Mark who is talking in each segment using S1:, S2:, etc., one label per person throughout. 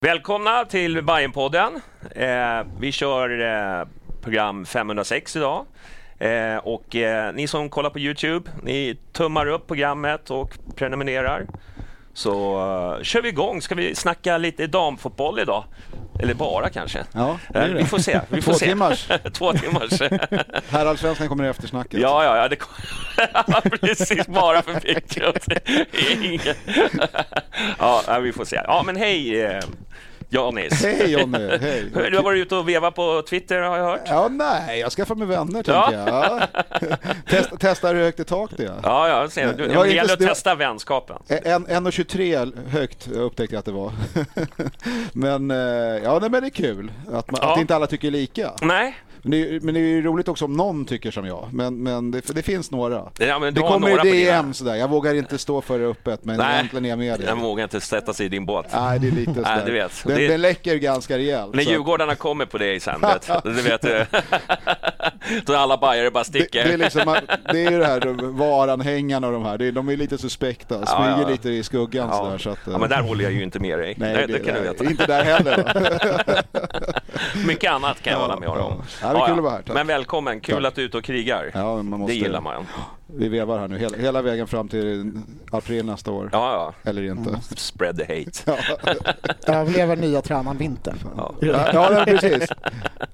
S1: Välkomna till Bajenpodden. Eh, vi kör eh, program 506 idag. Eh, och eh, ni som kollar på Youtube, ni tummar upp programmet och prenumererar. Så eh, kör vi igång. Ska vi snacka lite damfotboll idag? Eller bara kanske?
S2: Ja, det är
S1: Eh,
S2: det.
S1: vi får se. Vi får
S2: Två
S1: se.
S2: timmars.
S1: Två timmars.
S2: Herrallsvenskan kommer i eftersnacket.
S1: Ja, ja, ja. Det kom... Precis, bara för mycket. Ingen- ja, ja, vi får se. Ja, men hej eh, Janis.
S2: Hej Jonny, hej.
S1: Du har varit ute och vevat på Twitter har jag hört.
S2: Ja, nej, jag skaffar mig vänner tänker
S1: Ja.
S2: jag. Ja. Test, testar hur högt i tak det är.
S1: Ja, ja, jag ser.
S2: Det
S1: Du, det
S2: var inte
S1: gäller att
S2: så-
S1: testa vänskapen.
S2: En- 1,23 högt upptäckte jag att det var. men, eh, ja, nej, men det är kul att, man, att
S1: Ja.
S2: inte alla tycker lika.
S1: Nej,
S2: Men det, är ju- men det är ju roligt också om någon tycker som jag. Men, men det, det finns några.
S1: Ja, men du
S2: det
S1: har
S2: kommer
S1: några på
S2: i
S1: dina-
S2: DM sådär. Jag vågar inte stå för det öppet, men
S1: Nej.
S2: egentligen är jag med
S1: jag
S2: det.
S1: vågar inte sätta sig i din båt.
S2: Nej, det är lite sådär.
S1: du vet.
S2: Den,
S1: Det-
S2: den läcker ju ganska rejält.
S1: När
S2: så att-
S1: djurgårdarna kommer på dig sen, du vet, du vet du. Då alla bajare bara
S2: Det,
S1: sticker.
S2: det, är liksom, det är ju det här varanhängarna och de här, det är, de är lite suspekta, smyger
S1: ja, ja.
S2: lite i skuggan sådär.
S1: ja.
S2: Så att, eh,
S1: ja, men där håller jag ju inte med dig.
S2: nej,
S1: det, det kan du
S2: nej,
S1: veta.
S2: Inte där heller. va?
S1: Mycket annat kan jag
S2: Ja,
S1: hålla med om.
S2: ja. Ja, det är kul att vara här, tack.
S1: Men välkommen, kul
S2: Tack.
S1: att du är ute och krigar.
S2: Ja, men man måste-
S1: Det gillar man.
S2: Vi vevar här nu hela, hela vägen fram till april nästa år.
S1: Ja, Mm. ja.
S2: Eller inte.
S1: Spread the hate.
S3: Överleva nya tränaren Winter.
S2: Ja, ja nej, precis.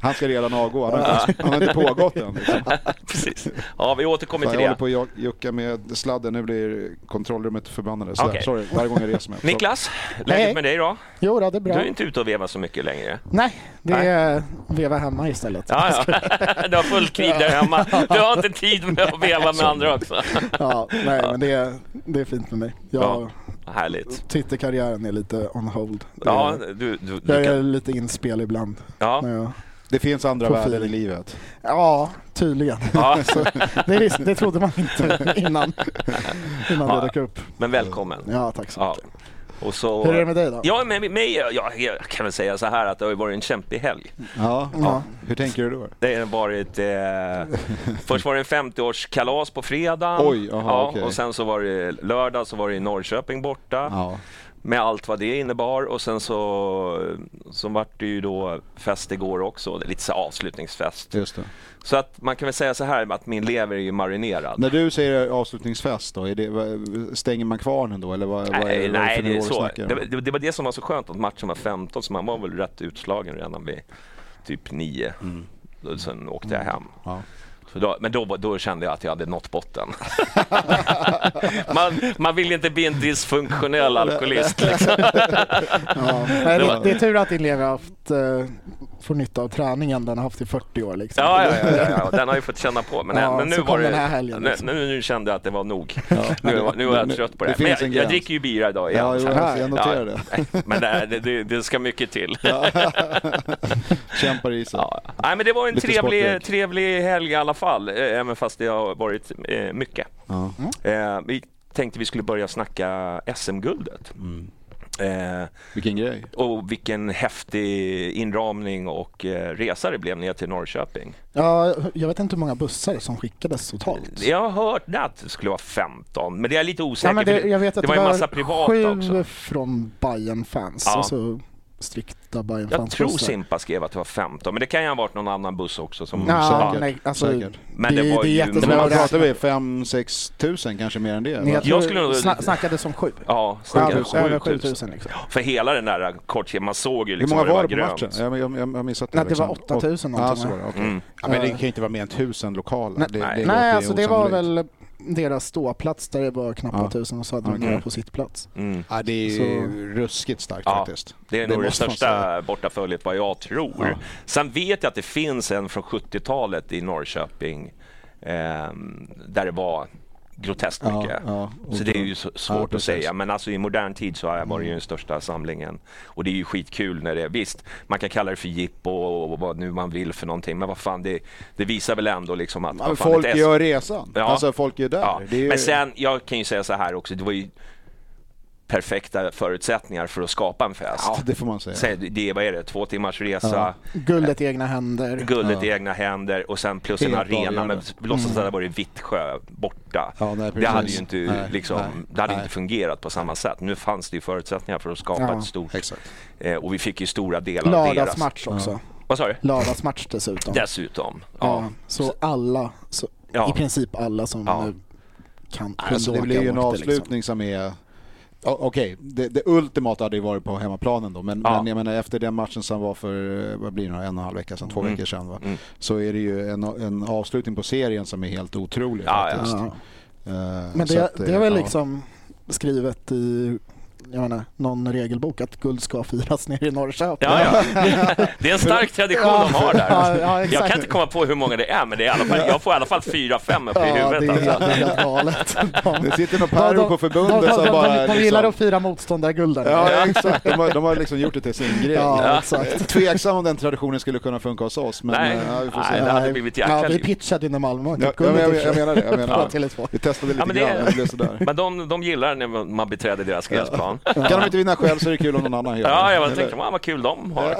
S2: Han ska redan avgå, han har, inte- han har inte pågått än. Liksom.
S1: Precis. Ja, vi återkommer
S2: Så jag
S1: till
S2: håller
S1: det.
S2: på att jak- jucka med sladden, nu blir kontrollrummet förbannade. Så
S1: Okej.
S2: Sorry, varje gång jag reser mig. Så-
S1: Niklas, läget
S3: Hej.
S1: med dig då?
S3: Jo, då, det är
S1: Du
S3: bra.
S1: är inte ute och vevar så mycket längre.
S3: Nej, det är veva hemma istället.
S1: Ja, ja. Du har fullt krig där hemma. Du har inte tid med att veva med andra också.
S3: Ja, nej, men det är, det är fint med mig.
S1: Ja,
S3: Jag,
S1: härligt.
S3: Twitterkarriären är lite on hold. Det är-
S1: Ja, du, du, du
S3: jag är
S1: kan...
S3: lite inspel ibland.
S1: Ja,
S3: när jag-
S2: Det finns andra
S3: Profil.
S2: värden i livet.
S3: Ja, tydligen.
S1: ja,
S3: Det, vis- det trodde man inte innan, innan
S1: Ja.
S3: det dök upp.
S1: men välkommen.
S3: Ja, tack så
S1: Ja.
S3: mycket.
S1: Och så...
S3: typ. Hur är det med dig då?
S1: Ja, men med mig, ja, jag kan väl säga så här att det har ju varit en kämpig helg.
S2: Ja. Hur tänker du då?
S1: Det har varit... Eh, först var det en 50-årskalas på fredag.
S2: Oj, aha,
S1: ja,
S2: okej.
S1: Och sen så var det lördag så var det i Norrköping borta.
S2: Ja.
S1: Med allt vad det innebar och sen så, så vart det ju då fest igår också. Det är Lite så här avslutningsfest.
S2: Just det.
S1: Så att man kan väl säga så här att min lever är ju marinerad.
S2: När du säger avslutningsfest, då, är det, vad- stänger man kvarnen då? Eller vad, vad
S1: Nej,
S2: är, vad är det
S1: nej,
S2: för
S1: det är
S2: nivå vi
S1: så.
S2: snackar om?
S1: Det, det, det var det som var så skönt att matchen var 15 så man var väl rätt utslagen redan vid typ 9.
S2: Mm.
S1: Och Sen åkte jag hem.
S2: Ja.
S1: Så då, men då, var- då kände jag att jag hade nått botten. man, man vill inte bli en dysfunktionell alkoholist. Liksom.
S3: Ja. Nej,
S1: Det
S3: det,
S1: var-
S3: det är tur att din lever har haft eh, får nytta av träningen den har haft i 40 år. Liksom.
S1: Ja, ja, ja, ja, ja, den har ju fått känna på. Men,
S3: Ja,
S1: men nu,
S3: så
S1: var
S3: kom
S1: det,
S3: den här helgen, liksom.
S1: nu, nu, nu kände jag att det var nog. Nu, var- nu var jag
S2: Men-
S1: trött på
S2: det
S1: det. men
S2: finns
S1: jag,
S2: en
S1: jag
S2: gräns.
S1: dricker ju bira idag igen.
S2: Ja, jo,
S1: så-
S2: jag noterar
S1: Ja,
S2: det.
S1: nej, men det, här- det- det, det ska mycket till.
S2: Kämpar i sig.
S1: Ja. Nej, men det var en
S2: Lite
S1: trevlig,
S2: sportdryck.
S1: trevlig helg i alla fall, eh, även fast det har varit eh, mycket.
S2: Ja.
S3: Mm.
S1: Eh, vi tänkte vi skulle börja snacka SM-guldet.
S3: Mm.
S1: Eh,
S2: Vilken grej.
S1: och vilken häftig inramning och eh, resa det blev ner till Norrköping.
S3: Ja, jag vet inte hur många bussar som skickades totalt.
S1: Jag har hört att det skulle vara 15, men det är lite osäker.
S3: Ja, men
S1: för
S3: det, jag vet att
S1: det var en massa privata
S3: sju
S1: också.
S3: från bayern fans
S1: Ja.
S3: alltså strikta bayern
S1: Jag
S3: fans
S1: tror
S3: bussar.
S1: Simpa skrev att det var 15, men det kan ju ha varit någon annan buss också. Som
S3: Ja,
S1: Ja.
S3: nej, alltså,
S2: Säkert.
S1: Men det
S3: det,
S1: var
S3: det är
S1: ju-
S2: Men
S1: Men
S3: jättesvårt
S2: vad
S3: att
S2: pratar
S3: räkna.
S2: vi? 5-6 tusen kanske mer än det?
S3: Men jag
S2: va?
S3: tror,
S1: skulle nog-
S3: sna- snackades om sju.
S1: Ja,
S3: Över
S1: snackar
S2: sju
S3: över
S1: 7000.
S3: 7000 liksom.
S1: För hela den där kortkedjan, man såg ju
S2: Hur
S1: liksom
S2: många var
S1: vad
S2: det på matchen?
S1: grönt.
S2: Jag, jag, jag har missat det.
S3: Nej, det var
S2: liksom.
S3: 8000
S2: Ja,
S3: någonting,
S2: så
S3: va?
S2: var det. okej.
S1: Mm.
S4: Ja, men det kan ju inte vara mer än tusen lokaler.
S3: Nej.
S4: det, det
S1: Nej.
S4: låter
S3: Nej,
S4: ju
S3: alltså det var
S4: osannolikt.
S3: väl deras ståplats där det var knappt
S2: Ja.
S3: 1000 och så hade de
S2: Okej.
S3: några på sitt plats.
S1: Mm.
S4: Ja, det är
S3: Alltså-
S4: ju ruskigt starkt
S1: Ja.
S4: faktiskt.
S1: Det är nog det,
S4: måste man säga.
S1: största bortaföljet vad jag tror. Sen vet jag att det finns en från 70-talet i Norrköping ehm, där det var groteskt
S2: Ja,
S1: mycket.
S2: ja,
S1: så
S2: och-
S1: det är ju så svårt att
S2: precis. Mm.
S1: säga. Men alltså i modern tid så har- var det ju den största samlingen. Och det är ju skitkul när det är... Visst, man kan kalla det för jippo och, och vad nu man vill för någonting. Men vad fan, det, det visar väl ändå liksom att...
S2: Ja, men
S1: vad fan,
S2: folk
S1: ett S-
S2: gör resan.
S1: Ja.
S2: Alltså folk är där.
S1: Ja.
S2: Det är ju...
S1: Men sen, jag kan ju säga så här också, det var ju perfekta förutsättningar för att skapa en fest.
S2: Ja, det får man säga.
S1: Säg, det, vad är det, två timmars resa,
S3: Guldet i egna händer.
S1: guldet i egna händer och sen plus en
S2: Helt
S1: arena. Men
S2: avgörande. Mm.
S1: låtsas att det hade varit Vittsjö borta.
S2: Ja, nej,
S1: det
S2: precis.
S1: hade ju inte,
S2: Nej,
S1: liksom,
S2: nej,
S1: det hade
S2: nej.
S1: inte fungerat på samma sätt. Nu fanns det ju förutsättningar för att skapa
S3: Ja,
S1: ett stort...
S2: Exakt.
S1: Eh, och vi fick ju stora delar av deras...
S3: Lördagsmatch också.
S1: Vad sa du?
S3: Lördagsmatch dessutom.
S1: Dessutom.
S3: Ja,
S1: Ja.
S3: så alla, så
S1: Ja.
S3: i princip alla som
S1: Ja.
S3: nu kan kunde
S2: Alltså, det
S3: åka
S2: blir ju en
S3: åkte, liksom.
S2: avslutning som är... Ja, Okej, det, det ultimata hade ju varit på hemmaplanen då, men,
S1: Ja.
S2: men jag menar efter den matchen som var för eh, vad blir det, nu, en och en halv vecka sedan, två veckor sedan, va?
S1: Mm.
S2: så är det ju en, en avslutning på serien som är helt otrolig
S1: Ja, ja.
S2: faktiskt.
S3: Ja.
S2: Eh,
S3: Men
S2: så
S3: det,
S2: att, eh,
S3: det är väl
S2: ja.
S3: liksom skrivet i jag menar, någon regelbok att guld ska firas nere i Norrköping.
S1: Ja, ja. Det är en stark tradition de har där.
S3: Ja, ja, exakt.
S1: Jag kan inte komma på hur många det är, men det är i alla fall, jag får i alla fall fyra, fem uppe i
S3: Ja, det
S1: huvudet. Alltså.
S3: är helt, det är helt galet. De-
S2: Det sitter någon
S3: de-
S2: perro
S3: de-
S2: på förbundet
S3: de, de,
S2: som
S3: de,
S2: bara... liksom-
S3: de, de gillar att fira motståndargulden.
S2: Ja, exakt. De har, de har liksom gjort det till sin grej.
S3: Ja, exakt.
S2: Tveksam om den traditionen skulle kunna funka hos oss, men
S1: Nej.
S2: eh, ja, vi får
S1: Nej,
S2: se.
S1: det hade blivit jäkla
S3: ja, vi
S1: liv.
S3: pitchade ju när Malmö vann
S2: Ja, jag,
S3: cupguldet.
S2: jag, jag menar det. Jag menar
S3: Ja.
S2: det. Vi testade lite
S1: Ja, men det-
S2: grann, men det blev sådär.
S1: Men de, de gillar när man beträder deras gräsplan.
S2: Kan de inte vinna själv så är det kul om någon annan gör det.
S1: Ja, jag bara
S2: Eller-
S1: tänkte, "Wow, vad kul de har.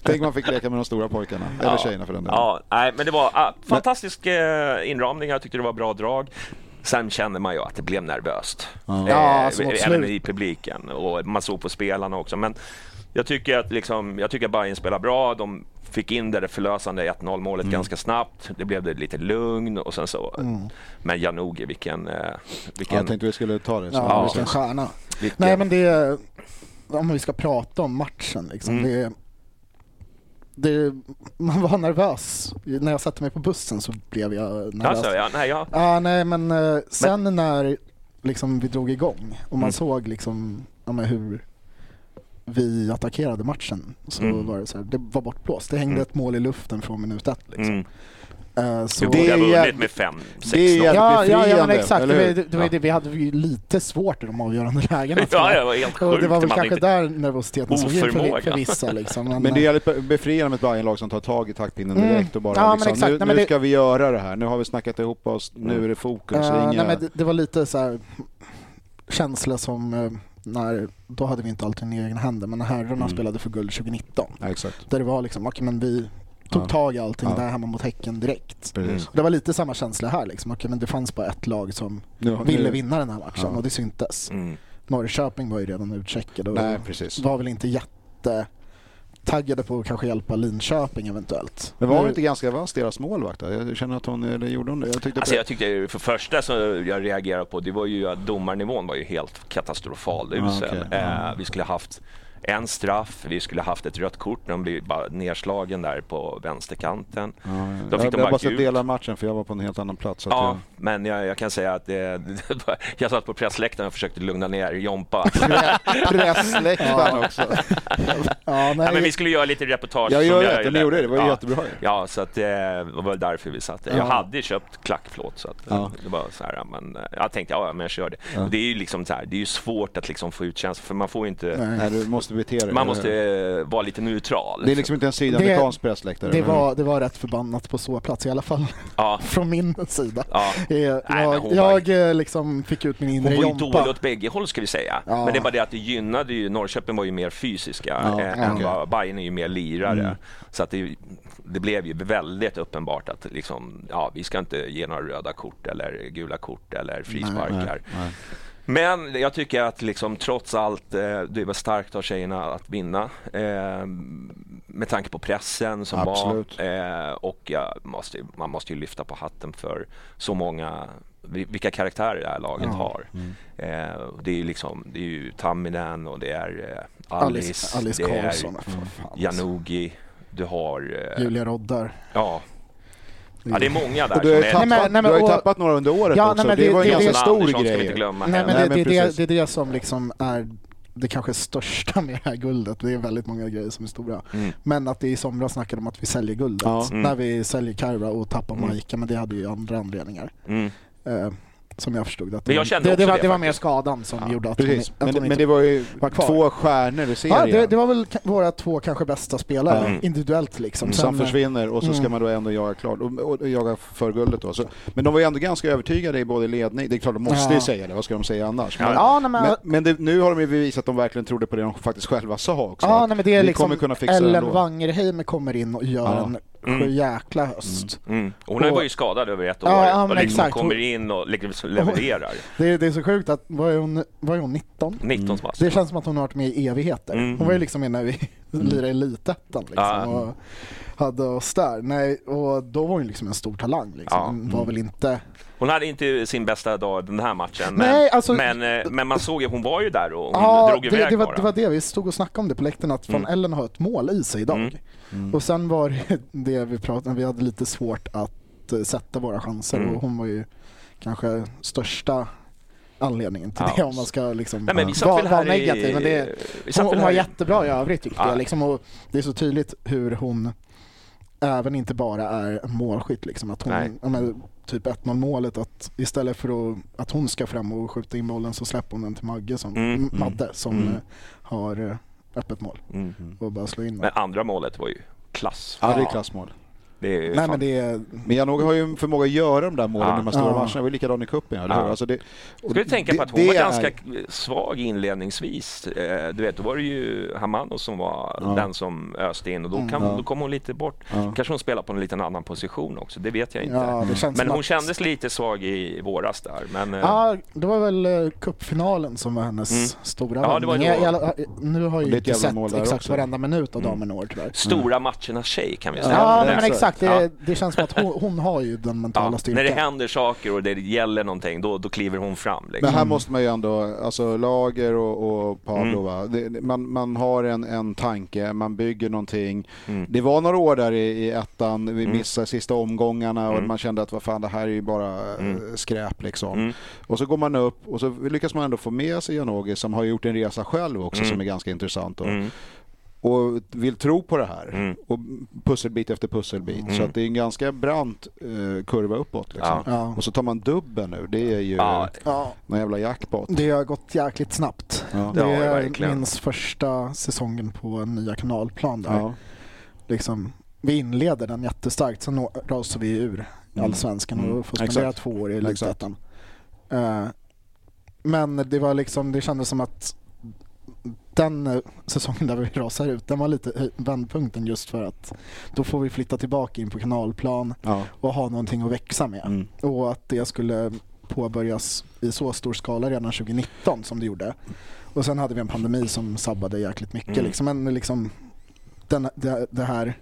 S2: Tänk man fick leka med de stora pojkarna, eller tjejerna för den delen.
S1: Ja, nej, men det var ah, fantastisk eh, inramning. Jag tyckte det var bra drag. Sen kände man ju att det blev nervöst. Eh,
S3: Ja, alltså mot
S1: även
S3: slut.
S1: i publiken och man såg på spelarna också. Men jag tycker att, liksom, jag tycker att Bayern spelar bra. De fick in det där förlösande 1-0 målet
S2: Mm.
S1: ganska snabbt. Det blev det lite lugn och sen så... Men Janogy, vilken... eh,
S2: Ja,
S1: vilken
S2: jag tänkte vi skulle ta det. Så.
S3: Ja,
S1: Ja.
S3: vilken stjärna.
S1: vilken
S3: Nej, men det är, om vi ska prata om matchen liksom.
S1: Mm.
S3: Det, det, man var nervös. När jag satte mig på bussen så blev jag nervös.
S1: alltså, ja, nej, ja.
S3: Ja, nej, men eh, sen när liksom, vi drog igång och man
S1: Mm.
S3: såg liksom, ja, men hur vi attackerade matchen så
S1: Mm.
S3: var det så här, det var bortblåst. Det hängde
S1: Mm.
S3: ett mål i luften från minut ett. Liksom.
S1: Mm.
S3: Eh, så,
S1: Vi borde
S2: Det
S1: ha
S2: är
S1: vunnit
S2: jävligt-
S1: med 5-6-0.
S2: det är jävligt
S3: ja, ja, ja, men
S2: befriande,
S3: exakt. Det,
S2: eller
S3: var ju-
S2: hur?
S3: det, var
S1: Ja.
S3: ju det, vi hade ju lite svårt i de avgörande lägena. tror
S1: Ja,
S3: jag.
S1: det var helt
S3: Och
S1: sjukt.
S3: det var
S1: att
S3: väl
S1: man
S3: kanske
S1: inte-
S3: där nervositeten såg ut för,
S1: Oförmåga.
S3: för vissa. Liksom.
S2: Men det är
S3: eh,
S2: jävligt be- befriande med ett Bayernlag som tar tag i taktpinnen
S3: Mm.
S2: direkt och bara
S3: Ja, men
S2: liksom,
S3: exakt.
S2: nu,
S3: Nej, men
S2: nu
S3: det-
S2: ska vi göra det här, nu har vi snackat ihop oss, nu är det fokus.
S3: eh,
S2: inga...
S3: nej, men det, det var lite så här känsla som eh, när, då hade vi inte alltid i egna händer, men när herrarna
S2: Mm.
S3: spelade för guld 2019.
S2: ja, exakt.
S3: Där det var liksom, okej men vi tog
S2: Ja.
S3: tag i allting
S2: Ja.
S3: där hemma mot Häcken direkt.
S2: Precis.
S3: Det var lite samma känsla här liksom, okej men det fanns bara ett lag som
S2: Nu, nu-
S3: ville vinna den här matchen
S2: Ja.
S3: och det syntes.
S1: Mm.
S3: Norrköping var ju redan utcheckade och
S2: Nej, precis.
S3: var väl inte jätte taggade på att kanske hjälpa Linköping eventuellt.
S2: Men var
S3: Nu-
S2: det inte ganska vass deras målvakt? då? Jag känner att hon, eller gjorde hon det? Jag tyckte
S1: Alltså
S2: på-
S1: jag tyckte ju- för första som jag reagerade på det var ju att domarnivån var ju helt katastrofal
S2: Ja,
S1: usel.
S2: Ah, okej. Ja.
S1: eh, vi skulle haft en straff, vi skulle haft ett rött kort när de blev bara nedslagen där på vänsterkanten.
S2: Ah, Ja,
S1: Då fick
S2: jag,
S1: de
S2: jag
S1: bara
S2: bara sett
S1: gult.
S2: delar av matchen för jag var på en helt annan plats. så att
S1: Ja, men jag, jag kan säga att det, det var- jag satt på pressläktaren och försökte lugna ner Jompa.
S2: jag- Pressläktaren också.
S3: Ja, Ja,
S1: Nej,
S3: nej,
S1: men vi skulle göra lite reportage.
S2: Jag
S1: som
S2: gör rätt, ni
S1: lämnade.
S2: gjorde det. Det var ju
S1: ja.
S2: jättebra ju.
S1: Ja, så att, eh, det var därför vi satt där. Jag hade köpt klackplåt så att eh,
S2: Ja.
S1: det var så här, men eh, jag tänkte ja, ja, men jag kör det. Och det är ju liksom så här, det är ju svårt att liksom få ut känslan för man får ju inte,
S2: Nej, du måste bete dig.
S1: man måste eh, vara lite neutral.
S2: Det är liksom inte en sydamerikansk pressläktare.
S3: det, var, det var rätt förbannat på såplats i alla fall
S1: Ja,
S3: från min sida.
S1: ja.
S3: Eh,
S1: men
S3: Jag,
S1: hon var-
S3: jag eh, liksom fick ut min inre
S1: Hon var ju dålig
S3: Jompa.
S1: åt bägge håll ska vi säga.
S3: Ja.
S1: Men det är bara det att det gynnade ju, Norrköping var ju mer fysiska
S2: Ja,
S1: eh, än
S2: okej.
S1: vad Bayern är ju mer lirare. Så att det, det blev ju väldigt uppenbart att liksom, ja, vi ska inte ge några röda kort eller gula kort eller frisparkar. Men jag tycker att liksom, trots allt, eh, det var starkt av tjejerna att vinna. Eh, med tanke på pressen som
S2: Absolut.
S1: var. Eh, och jag måste, man måste ju lyfta på hatten för så många, vil- vilka karaktärer det här laget har.
S2: Mm.
S1: Eh, det är ju liksom, det är ju Tamminen och det är eh, Alice,
S3: Alice, Alice
S1: det
S3: Karlsson.
S1: är mm,
S3: För fan, alltså.
S1: Janugi, du har... Eh,
S3: Julia Roddar.
S1: ja. ja, det är många där
S2: Och du har ju
S1: som är...
S2: tappat,
S3: Nej, men- nej, men-
S2: du har ju
S3: och-
S2: tappat några under året
S3: Ja,
S2: också.
S3: nej, men
S2: det,
S3: det-
S2: var en
S3: det-
S2: ganska
S3: det-
S1: Andersson
S2: stor
S1: ska vi
S2: grej.
S1: inte Mm. glömma.
S3: Nej, men
S2: Nej,
S3: det,
S2: men
S3: det, är det,
S2: precis.
S3: det är det som liksom är det kanske största med det här guldet. Det är väldigt många grejer som är stora.
S1: Mm.
S3: Men att det i somras snackade om att vi säljer guldet.
S2: Ja.
S1: Mm.
S3: När vi säljer Kaira och tappar
S1: Mm.
S3: Majka, men det hade ju andra anledningar.
S1: Mm.
S3: Eh, som jag förstod att
S1: Men jag
S3: det,
S1: kände
S3: det, det,
S1: också
S3: var,
S1: det
S3: det var
S1: faktiskt.
S3: mer skadan som gjorde att
S2: Precis.
S3: hon, att
S2: Men,
S3: hon
S2: men
S3: inte...
S2: det var ju
S3: var kvar.
S2: två stjärnor i
S3: ja,
S2: serien.
S3: det, det var väl ka- våra två kanske bästa spelare
S1: Mm.
S3: individuellt liksom.
S2: Som
S3: Sen,
S2: försvinner och så ska
S3: Mm.
S2: man då ändå jaga klart och, och, och jaga för guldet då. Så, men de var ju ändå ganska övertygade i både ledning, det är klart de måste ju
S3: Ja.
S2: säga det, vad ska de säga annars?
S1: Ja,
S2: Men,
S3: ja, nej, men,
S2: men, men det, nu har de ju bevisat att de verkligen trodde på det de faktiskt själva sa också.
S3: ja,
S2: Att
S3: nej, men det är
S2: vi
S3: liksom
S2: kommer kunna fixa det
S3: Ellen
S2: ändå.
S3: Wangerheim kommer in och gör
S2: Ja.
S3: en
S1: Mm.
S3: jäkla höst.
S1: Mm. Och Hon har ju varit skadad över ett år
S3: Ja, ja, men
S1: och liksom
S3: exakt. Mm.
S1: kommer in och liksom levererar.
S3: Det, är- det är så sjukt att, var är hon, var är hon 19?
S1: 19 smask.
S2: alltså.
S3: Det känns som att hon har varit med i evigheter.
S1: Mm.
S3: Hon var ju liksom med när vi
S2: Mm.
S3: lirade i Elitettan liksom,
S1: Ja.
S3: och hade oss där. Nej, och då var hon ju liksom en stor talang. Liksom.
S1: Ja.
S3: Hon
S2: Mm.
S3: var väl inte...
S1: Hon hade inte sin bästa dag den här matchen, men,
S3: Nej, alltså-
S1: men, eh, men man såg ju, hon var ju där och hon
S3: Ja,
S1: drog
S3: det,
S1: iväg
S3: det, var,
S1: bara.
S3: det var det vi stod och snackade om det på läktaren, att fan
S1: Mm.
S3: Ellen har ett mål i sig idag.
S1: Mm.
S3: Och sen var det det vi pratade om, vi hade lite svårt att eh, sätta våra chanser
S1: Mm.
S3: och hon var ju kanske största anledningen till
S1: Ja.
S3: det om man ska liksom
S1: Nej, men vi
S3: eh,
S1: satt
S3: vara-
S1: väl
S3: vara
S1: här i...
S3: negativ. Men det,
S1: vi satt
S3: Hon,
S1: väl
S3: hon var
S1: här i-
S3: jättebra i övrigt tyckte
S1: Ja.
S3: jag. Liksom, och det är så tydligt hur hon även inte bara är en målskytt. Liksom, att
S1: Nej.
S3: hon, ja, men, typ 1-0 målet, att istället för att, att hon ska fram och skjuta in bollen så släpper hon den till Magge som,
S1: Mm, mm,
S3: Madde som
S1: mm.
S3: eh, har eh, öppet mål
S1: Mm.
S3: och bara slår in den.
S1: Men andra målet var ju klass.
S2: Ja, det är klassmål.
S1: Det är ju
S3: Nej
S1: fan-
S3: men det är...
S2: Men Janogy har ju en förmåga att göra de där målen
S1: Ja.
S2: i de här stora
S3: Ja.
S2: matcherna. Det var ju likadan i cupen, eller
S1: Ja.
S2: hur? Alltså det, och
S1: Ska du tänka på
S2: det-
S1: att hon
S2: det
S1: var
S2: är-
S1: ganska svag inledningsvis. Eh, Du vet, då var det ju Hamano som var
S2: Ja. Mm,
S1: den som öste in och då, kan,
S2: Ja.
S1: då kom hon lite bort.
S2: Ja.
S1: Kanske hon spelar på en liten annan position också, det vet jag inte.
S3: Ja, det känns
S1: Men
S3: som
S1: hon
S3: att-
S1: kändes lite svag i våras där. Men, eh,
S3: Ja, det var väl eh, cupfinalen som var hennes
S1: Mm.
S3: stora
S1: Ja, det var
S3: vändning.
S1: ju
S3: Jag-
S1: då.
S3: jag- jag- Nu har jag
S2: Det
S3: ju
S2: är ett
S3: inte
S2: jävla mål
S3: sett
S2: där
S3: exakt
S2: också. Mm.
S3: varenda minut av damerna i år tyvärr.
S1: Stora matchernas tjej kan vi säga. Alltså,
S3: Ja,
S2: det
S3: nej,
S2: är
S3: men
S2: så.
S3: exakt.
S1: Ja.
S3: Det, det känns som att hon, hon har ju den
S1: Ja,
S3: mentala
S1: när
S3: styrkan.
S1: det händer saker och det gäller någonting, då, då kliver hon fram. Liksom.
S2: Men här måste man ju ändå, alltså Lager och, och Pablo, va? Det, det- man, man har en, en tanke, man bygger någonting. Det var några år där i, i ettan, vi missade sista omgångarna och man kände att vad fan det här är ju bara eh, skräp liksom. Och så går man upp och så lyckas man ändå få med sig Janogy som har gjort en resa själv också som är ganska intressant. Då.
S1: Mm.
S2: och vill tro på det här. Och pusselbit efter pusselbit. Så att det är en ganska brant eh, kurva uppåt. Liksom.
S3: Ja. Ja.
S2: Och så tar man dubben nu. Det är ju
S1: Ja,
S3: Ja,
S2: någon jävla jackpot.
S3: det har gått jäkligt snabbt.
S2: Ja.
S1: Ja,
S3: Det är
S1: verkligen.
S3: minns första säsongen på nya kanalplan där.
S2: Ja.
S3: Liksom, vi inleder den jättestarkt, sen nå- rasar vi ur allsvenskan och får spendera
S2: Exakt.
S3: två år i
S2: Exakt.
S3: elitettan. Eh, men det var liksom, det kändes som att den eh, säsongen där vi rasar ut, den var lite eh, vändpunkten just för att då får vi flytta tillbaka in på kanalplan
S2: Ja. Mm.
S3: och ha någonting att växa med.
S1: Mm.
S3: Och att det skulle påbörjas i så stor skala redan 2019 som det gjorde. Och sen hade vi en pandemi som sabbade jäkligt mycket.
S1: Mm.
S3: Liksom. Men liksom, den, det, det här,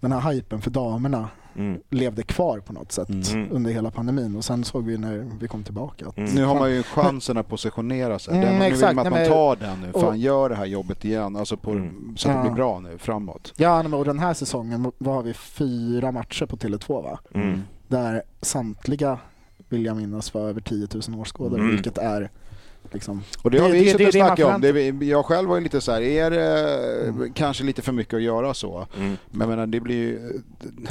S3: den här hypen för damerna
S1: Mm.
S3: levde kvar på något sätt
S1: Mm.
S3: under hela pandemin. Och sen såg vi när vi kom tillbaka att
S1: Mm.
S2: Nu har man ju chansen att positionera sig.
S3: Mm,
S2: den, nu vill
S3: exakt.
S2: man att
S3: Nej,
S2: man
S3: men-
S2: tar den nu. Fan,
S3: och-
S2: gör det här jobbet igen. Alltså på,
S1: Mm.
S2: Så att det
S3: Ja.
S2: blir bra nu framåt.
S3: Ja, men och den här säsongen vad har vi fyra matcher på Tele2 va?
S1: Mm.
S3: Där samtliga, vill jag minnas, var över 10 000 åskådare,
S1: Mm.
S3: vilket är Liksom.
S2: Och det har
S3: Det-
S2: vi
S3: det- det
S2: suttit
S3: är
S2: och
S3: det man
S2: snackat om. Det, är- jag själv var ju lite så här, är det
S3: Mm.
S2: kanske lite för mycket att göra så? Men jag menar, det blir ju,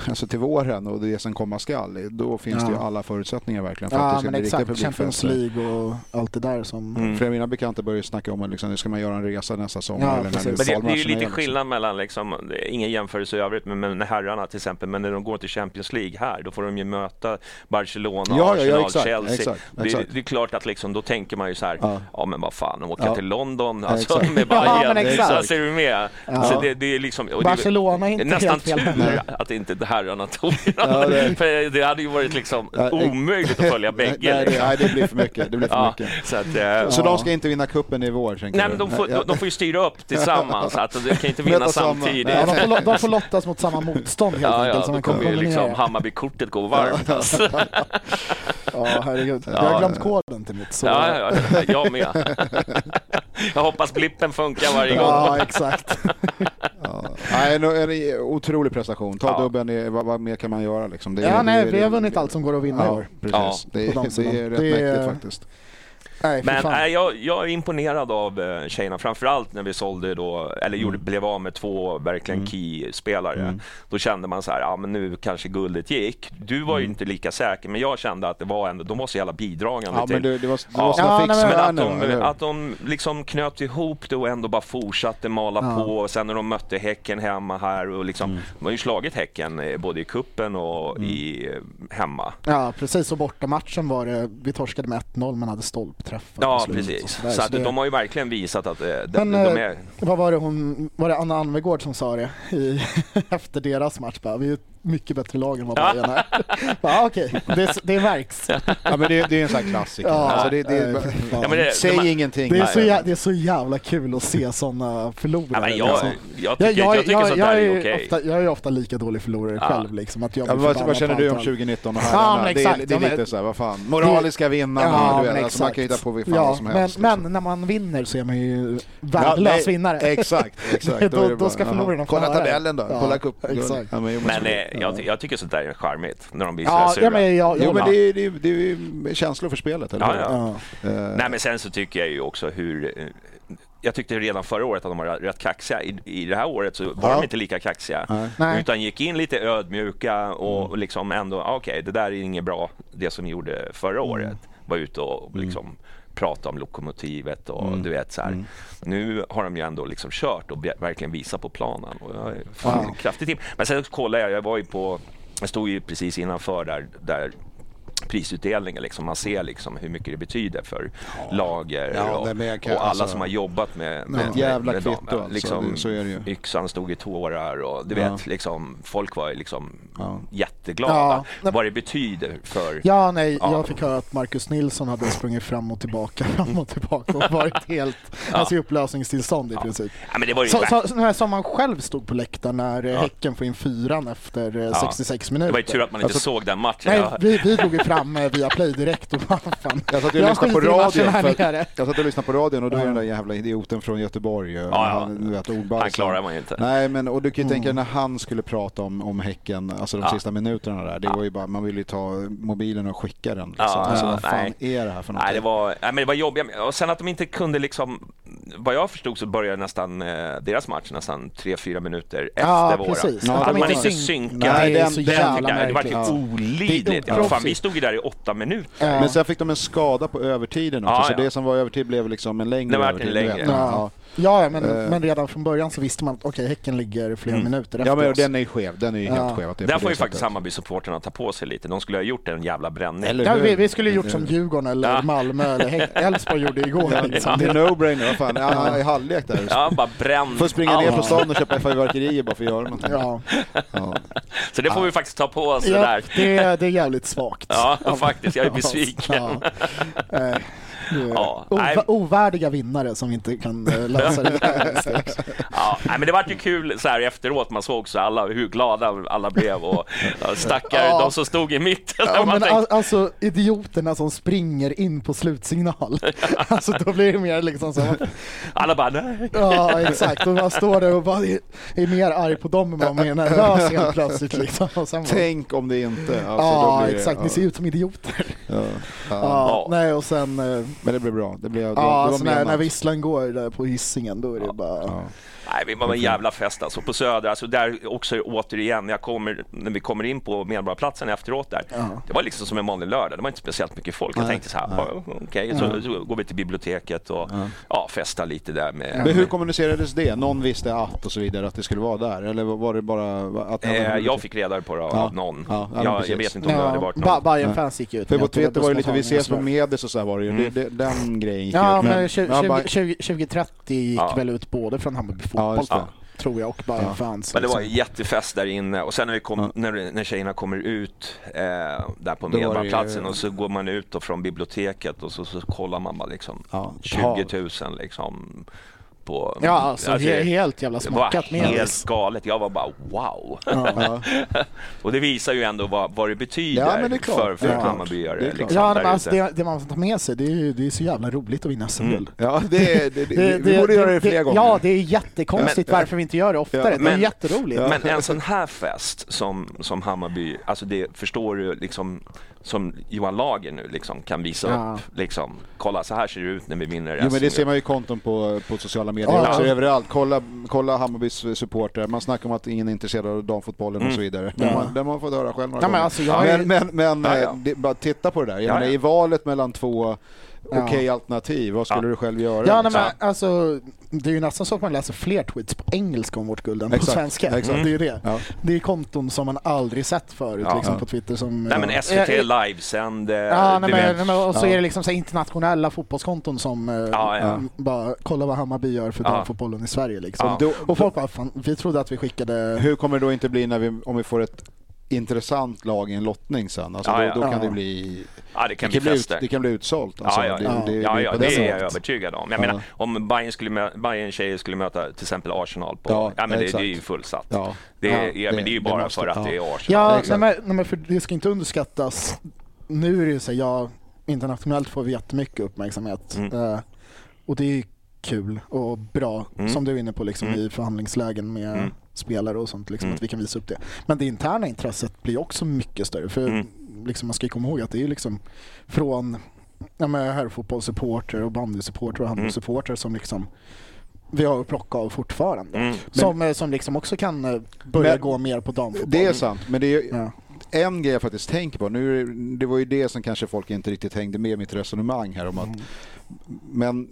S2: alltså till våren och det som komma skall, då finns det ju
S3: Ja.
S2: alla förutsättningar verkligen för att det
S3: Ja
S2: ska
S3: men
S2: bli riktiga
S3: exakt, Champions
S2: publikfester.
S3: League och allt det där som...
S1: Mm.
S2: Flera av mina bekanta börjar ju snacka om att liksom, nu ska man göra en resa nästa sommar.
S3: Ja,
S2: eller när
S3: precis.
S1: Men det, det är ju
S2: kvalmatcherna
S1: lite
S2: liksom.
S1: skillnad mellan, liksom, det är ingen jämförelse i övrigt, men, men herrarna till exempel, men när de går till Champions League här, då får de ju möta Barcelona,
S2: Ja, ja, ja,
S1: Arsenal,
S2: exakt,
S1: Chelsea.
S2: exakt,
S1: det,
S2: exakt.
S1: det är klart att liksom, då tänker man ju så här, ja,
S2: Ja.
S1: men vad fan, åka
S2: Ja.
S1: till London
S2: Ja,
S1: alltså,
S2: exakt.
S1: med
S3: Ja,
S1: Bayern,
S3: men
S1: så här
S3: exakt.
S1: ser du med? Så det, det är liksom, och det, är-
S3: Barcelona är inte
S1: Nästan
S3: helt fel.
S1: tur att inte herrarna tog
S2: Ja, det-
S1: För det hade ju varit liksom
S2: Ja, ex-
S1: omöjligt att följa bägge.
S2: Nej, det,
S1: liksom.
S2: nej, det blir för mycket. Det blir för
S1: Ja,
S2: mycket.
S1: så att, eh,
S2: Så de ska inte vinna kuppen i vår? tänker
S1: Nej
S2: du?
S1: men de får,
S2: Ja.
S1: de, de får ju styra upp tillsammans, alltså, de kan inte vinna
S2: Möta samma.
S1: samtidigt.
S3: Ja, de, får, lo- de får lottas mot samma motstånd helt
S1: Ja,
S3: enkelt.
S1: ja,
S3: som
S1: då
S3: man kan
S1: kommer ju
S3: kombinera.
S1: liksom Hammarbykortet gå varmt. Alltså.
S3: Ja, herregud. Jag har glömt koden till mitt. Så...
S1: Ja, ja, ja, jag med. Jag hoppas blippen funkar varje gång.
S3: Ja, exakt.
S2: Ja. Nej, en, en otrolig prestation. Ta
S1: Ja.
S2: dubben, i- vad, vad mer kan man göra? Liksom? Det är-
S3: Ja, nej,
S2: det är-
S3: vi har vunnit allt som går att vinna i
S2: Ja,
S3: år.
S2: precis.
S1: Ja.
S2: Det, är,
S3: På damsidan.
S2: det är rätt
S3: Det är-
S2: mäktigt faktiskt.
S3: Nej, fy
S1: Men
S3: fan.
S1: nej, jag, jag är imponerad av eh, tjejerna, framförallt när vi sålde då, eller
S2: Mm.
S1: gjorde, blev av med två verkligen key-spelare. Då kände man så här, ja men nu kanske guldet gick. Du var ju
S2: Mm.
S1: inte lika säker, men jag kände att det var ändå, de var så jävla bidragande
S2: Ja, men
S1: till
S2: det, det var, det
S1: Ja.
S2: var
S3: Ja,
S2: såna
S3: nej,
S2: fix
S3: men
S1: Men
S2: med
S1: att
S2: henne,
S1: de,
S2: eller hur?
S1: att de liksom knöt ihop det och ändå bara fortsatte mala på. Och sen när de mötte Häcken hemma här och liksom,
S2: Mm.
S1: de har ju slagit Häcken eh, både i kuppen och i, eh, hemma.
S3: Ja, precis. Och bortamatchen var det, vi torskade med 1-0 men hade stolpträffar.
S1: Ja,
S3: på slutet och
S1: precis.
S3: sådär,
S1: Så att
S3: det-
S1: de har ju verkligen visat att eh, de,
S3: Men,
S1: de
S3: eh,
S1: är...
S3: Vad var det hon, var det Anna Anvegård som sa det i, efter deras match? Bara, vi är ett mycket bättre lag än vad Bajen är. Bara, ah, Okej, det, det märks.
S2: Ja, men det, det är en sån här klassiker.
S3: Ja.
S2: alltså, det, det,
S3: Nej, fy fan.
S1: Ja, men det-
S2: säg
S1: de här-
S2: ingenting.
S3: Det är,
S2: Nej.
S3: så jä, det är så jävla kul att se sådana
S1: Ja,
S3: förlorare.
S1: men jag,
S3: liksom.
S1: Alltså, jag tycker, jag, tycker sånt där
S3: jag
S1: är okej.
S3: ofta, jag är ofta lika dålig förlorare
S1: Ja.
S3: själv. Liksom, att jag
S2: Ja,
S3: blir
S2: vad,
S3: förbannad
S2: vad känner
S3: på
S2: du om
S3: allt.
S2: 2019 och
S3: Ja,
S2: herrarna?
S3: men
S2: det, är-
S3: exakt.
S2: det
S3: Ja, men-
S2: är lite så här, vad fan. Moraliska vinnarna. du vet,
S3: men
S2: alltså, man kan hitta
S3: exakt.
S2: på fan
S3: Ja,
S2: vad som
S3: men,
S2: helst. liksom.
S3: men när man vinner så är man ju
S2: Ja,
S3: värdelös
S2: nej,
S3: vinnare.
S2: Exakt, exakt.
S3: Då-
S2: är det
S3: då ska
S2: bara,
S3: förlorarna
S2: aha.
S3: få
S2: Kolla
S3: höra det.
S2: tabellen då,
S3: Ja,
S2: kolla cup.
S3: exakt.
S2: Ja, men, jo, men så-
S1: Men eh, jag, ty- jag tycker sånt där är charmigt, när de blir
S3: Ja,
S1: så
S3: ja,
S1: här
S3: men jag,
S1: sura.
S3: jag,
S2: Jo men
S3: ja.
S2: det är, det, är, det är ju känslor för spelet, eller
S1: Ja,
S2: hur?
S1: ja.
S2: Eh,
S1: Nej men sen så tycker jag ju också hur eh, jag tyckte redan förra året att de var rätt kaxiga. I, I det här året så var
S2: Ja.
S1: de inte lika kaxiga.
S3: Nej.
S1: Utan gick in lite ödmjuka och liksom ändå, ah, okej det där är inget bra, det som ni gjorde förra året. Var ute och liksom prata om lokomotivet och du vet så här. Nu har de ju ändå liksom kört och be- verkligen visat på planen. Och jag är fan, kraftigt tim. Men sen så kollade jag, jag var ju på, jag stod ju precis innanför där, där prisutdelningen. Liksom. Man ser liksom hur mycket det betyder för lager
S2: Mm. Ja,
S1: och,
S2: nej, men jag kan-
S1: och alla
S2: alltså-
S1: som har jobbat med, med,
S2: ett jävla
S1: med, med
S2: kvitto, alltså.
S1: liksom,
S2: Det- så är det ju.
S1: Yxan stod i tårar och du
S2: Ja.
S1: vet, liksom, folk var ju liksom
S2: Ja.
S1: jätteglada
S3: Ja.
S1: vad det betyder för...
S3: Ja, nej,
S1: Ja.
S3: jag fick höra att Marcus Nilsson hade sprungit fram och tillbaka, fram och tillbaka och varit helt alltså, i upplösningstillstånd i princip.
S1: Ja, men det var ju
S3: Så,
S1: värt-
S3: så, så här som man själv stod på läktaren när ja. Häcken får in fyran efter eh, 66 minuter. Alltså,
S1: det var ju tur att man inte
S2: alltså-
S1: såg den matchen.
S3: Nej,
S1: Jag-
S3: vi, vi drog ju fram eh, via play direkt och bara fan.
S2: Jag satt ju och lyssnade på
S3: skiter i matchen
S2: radion.
S3: här
S2: För
S3: nere.
S2: att, jag satt och lyssnade på radion och då är den där jävla idioten från Göteborg. Ja,
S1: ja.
S2: Han, du vet, ordbalsen.
S1: Han klarar man ju inte.
S2: Nej, men och du kan ju tänka dig
S3: Mm.
S2: när han skulle prata om, om Häcken, alltså de
S1: Ja.
S2: sista minuterna där. Det var ju bara, man ville ju ta mobilen och skicka den. Liksom.
S1: Ja,
S2: alltså, vad fan
S1: nej.
S2: är det här för någonting?
S1: Nej, det var, nej, men det var jobbigt. Och sen att de inte kunde liksom... Vad jag förstod så började nästan eh, deras match nästan 3-4 minuter efter
S3: Ja,
S1: våra.
S3: precis.
S1: Att
S2: Ja,
S1: man
S2: de
S1: inte
S2: inte
S3: synk-
S1: synkade.
S3: Nej, det är
S1: den,
S3: så
S1: den
S3: jävla
S1: tycker jag- det var ju
S3: märkligt.
S1: olidligt.
S3: Det är
S1: Ja, fan,
S3: oproffsigt.
S1: vi stod ju där i åtta minuter.
S3: Ja.
S2: Men sen fick de en skada på övertiden också,
S1: Ja,
S2: så
S1: ja.
S2: det som var övertid blev liksom en längre
S1: Det vart en
S2: övertid.
S1: längre.
S2: du vet.
S3: Ja, ja ja, men,
S1: Eh.
S3: men redan från början så visste man att okej, Häcken ligger flera
S1: Mm.
S3: minuter efter
S2: Ja, men
S3: oss.
S2: den är ju skev. Den är ju helt skev. att det är
S1: Där
S2: på
S1: får
S2: det
S1: ju faktiskt
S2: sättet.
S1: Hammarby-supportrarna ta på sig lite. De skulle ha gjort en jävla bränning.
S2: Eller
S3: Ja,
S2: hur?
S3: vi, vi skulle
S1: Mm.
S3: gjort som Djurgården eller Malmö eller Häck- Elfsborg gjorde igår. Liksom.
S2: Det är no-brainer. Vad fan, ja, i halvlek där.
S1: Ja, bara bränn
S2: Får springa ner
S1: allt.
S2: på stan och köpa fyrverkerier bara för att göra någonting.
S3: Ja,
S2: Ja.
S1: Så det får vi faktiskt ta på oss det
S3: ja
S1: där.
S3: det, är, det är jävligt svagt.
S1: Ja, faktiskt. Jag är besviken.
S3: Ja. Eh, det är
S1: Ja, nej.
S3: Ova, ovärdiga vinnare som inte kan eh, lösa det här.
S1: Ja, Nej, men det var ju kul så här efteråt, man såg så alla, hur glada alla blev och ja, stackare
S3: Ja.
S1: de som stod i mitten.
S3: Ja,
S1: man
S3: men
S1: tänkte,
S3: al- alltså idioterna som springer in på slutsignal. alltså då blir det mer liksom så här,
S1: alla bara nej.
S3: ja exakt, och man står där och bara är- är mer arg på dem än vad man är nervös helt plötsligt liksom. Och sen bara,
S2: Tänk om det inte...
S3: Ja
S2: Alltså, då blir det-
S3: exakt, ni ser ut som idioter.
S2: Ja,
S3: Ja,
S2: ja.
S3: Nej och sen, eh,
S2: Men det blev bra. Det blev, det
S3: ja,
S2: var- det
S3: alltså
S2: var
S3: när,
S2: menat.
S3: när visslan går där på hissingen då är det bara,
S2: Ja.
S1: Nej, vi var en jävla fest alltså på Söder. Alltså där också återigen, jag kommer, när vi kommer in på Medborgarplatsen efteråt där. Det var liksom som en vanlig lördag, det var inte speciellt mycket folk. Jag tänkte så här, bara, okej, så, så går vi till biblioteket och ja, festar lite där med...
S2: Men hur kommunicerades det? Någon visste att och så vidare, att det skulle vara där? Eller var det bara att...
S1: Eh, jag fick reda på det av av någon.
S2: Ja, ja,
S1: jag,
S2: precis.
S1: jag vet inte om det hade
S3: ja,
S1: varit
S3: ba
S1: någon.
S3: Bayern fans gick ut.
S2: För
S3: med
S2: på
S3: att det
S2: Twitter var det lite, vi
S3: bussmottagning och
S2: ses på
S3: sådär.
S2: Medes och så här var det ju. Det, det, den grejen gick
S3: Ja,
S2: ut,
S3: men
S2: Ja, bara-
S3: 2030 gick
S1: Ja.
S3: väl ut både från Hammarby
S2: Ja,
S3: fotboll,
S2: just det.
S3: tror jag, och Bayern fans.
S2: Alltså,
S1: Men det var en
S3: liksom.
S1: jättefest där inne och sen när, vi kom, när, när tjejerna kommer ut eh, där på
S2: det ju-
S1: Medborgarplatsen och så går man ut då från biblioteket och så, så kollar man bara liksom
S2: Ja,
S1: 20 000 liksom på...
S3: Ja, alltså, he-
S1: det-
S3: helt jävla
S1: Det var
S3: smockat med
S1: helt
S3: oss.
S1: galet. Jag var bara wow. och det visar ju ändå vad, vad det betyder
S2: Ja, men det är klart.
S1: för, för
S2: Ja.
S1: Hammarbyare.
S2: Det är klart.
S1: liksom,
S3: Ja,
S1: där
S3: men alltså,
S1: ute. Mm.
S3: det, det man får ta med sig, det är, ju- det är så jävla roligt att vinna SML.
S2: Ja, det, det, det, vi borde göra det fler gånger.
S3: Ja, det är jättekonstigt varför vi inte gör det oftare. det är
S1: Men-
S3: jätteroligt.
S1: Men en sån här fest som, som Hammarby, alltså det förstår du liksom som Johan Lager nu liksom kan visa
S3: Ja.
S1: upp liksom. Kolla så här ser det ut när vi vinner
S2: Jo men det
S1: SM.
S2: ser man ju i konton på, på sociala medier
S3: Ja.
S2: också, överallt. Kolla, kolla Hammarbys supporter. Man snackar om att ingen är intresserad av damfotbollen och så vidare. Men man, det har man fått höra själv några
S3: Ja, men
S2: gånger.
S3: alltså, jag är-
S2: Men, men, men
S1: Ja, ja.
S2: eh, Det, bara titta på det där. Jag
S1: Ja,
S2: menar,
S1: ja.
S2: I valet mellan två okej alternativ, vad skulle
S1: Ja.
S2: du själv göra?
S3: Ja, nej,
S2: liksom?
S3: men, alltså, det är ju nästan så att man läser fler tweets på engelska om vårt guld än på
S2: Exakt,
S3: svenska. Mm.
S2: exakt.
S3: Det är ju det.
S2: Ja.
S3: Det är konton som man aldrig sett förut liksom, på Twitter. Som,
S1: Nej men SVT
S3: Ja,
S1: livesände,
S3: Ja, nej,
S1: du
S3: men,
S1: vet.
S3: nej, men, och så är det liksom så här internationella fotbollskonton som eh,
S1: ja.
S3: mm, bara kolla vad Hammarby gör för
S1: Ja.
S3: damfotbollen i Sverige. Liksom.
S1: Ja.
S3: Då, och folk bara, fan, vi trodde att vi skickade...
S2: Hur kommer det då inte bli när vi, om vi får ett intressant lag i en lottning sen? Alltså,
S1: Ja, ja.
S2: Då, då kan
S3: Ja.
S2: det bli...
S1: Ja, det kan bli
S2: bli ut,
S1: fester.
S2: det kan bli utsålt. Alltså,
S1: Ja, ja,
S2: Det, det,
S1: ja,
S2: det,
S1: ja,
S2: på
S1: det
S2: sättet.
S1: är jag övertygad om. Jag menar, om Bayern skulle mö- Bayern tjejer skulle möta till exempel Arsenal på... Ja,
S2: Ja,
S1: men det, det
S2: exakt.
S1: är ju fullsatt.
S2: Ja.
S1: Det, är,
S2: Ja,
S1: ja, men det är ju
S2: det- det
S1: bara
S2: måste-
S1: för att
S2: ja.
S1: det är Arsenal.
S3: Ja, nej,
S2: exakt.
S3: men, nej, men för det ska inte underskattas. Nu är det ju så här, ja, internationellt får vi jättemycket uppmärksamhet.
S2: Mm.
S3: Eh, och det är ju kul och bra,
S2: Mm.
S3: som du är inne på, liksom, i förhandlingslägen med spelare och sånt. Liksom,
S2: Mm.
S3: Att vi kan visa upp det. Men det interna intresset blir också mycket större. För
S2: Mm.
S3: liksom, man ska ju komma ihåg att det är ju liksom från ja, men herrfotbollssupporter och bandysupporter
S2: Mm.
S3: och handbollssupporter som liksom vi har att plocka av fortfarande. Som, eh, som liksom också kan eh, börja
S2: Mm. Men-
S3: gå mer på damfotboll.
S2: Det är sant, men det är ju
S3: Ja.
S2: en grej jag faktiskt tänker på. Nu, är det- det var ju det som kanske folk inte riktigt hängde med i mitt resonemang här om att... Men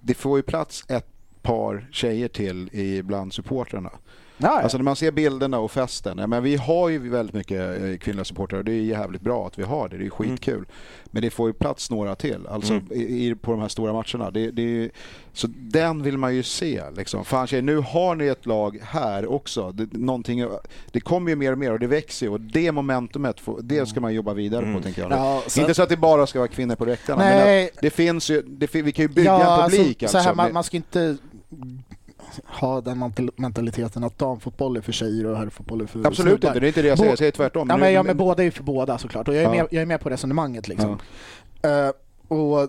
S2: det får ju plats ett par tjejer till i bland supportrarna.
S3: Ja, ja.
S2: Alltså när man ser bilderna och festen. ja, Men vi har ju väldigt mycket eh, kvinnliga supportrar och det är jävligt bra att vi har
S3: Mm.
S2: det. Det är skitkul. Men det får ju plats några till alltså i, i, på de här stora matcherna. Det, det är ju, så den vill man ju se. Liksom. Fan tjejer, nu har ni ett lag här också. Det, någonting, det kommer ju mer och mer och det växer ju. Och det momentumet, får, det ska man jobba vidare på tänker jag.
S3: Mm. Ja, sen-
S2: Inte så att det bara ska vara kvinnor på läktarna. Men
S3: Nej.
S2: att det finns ju, det, fin- vi kan ju bygga en publik
S3: alltså,
S2: alltså.
S3: så här, man,
S2: Det-
S3: man ska inte ha den mental- mentaliteten att damfotboll är för tjejer och herrfotboll är för
S2: Absolut
S3: snubbar.
S2: inte, det är inte det jag säger.
S3: Bo-
S2: Jag säger tvärtom.
S3: Ja,
S2: Nu-
S3: men, ja, men båda är ju för båda såklart och jag är,
S2: Ja.
S3: med, jag är med på resonemanget. Liksom. Eh, och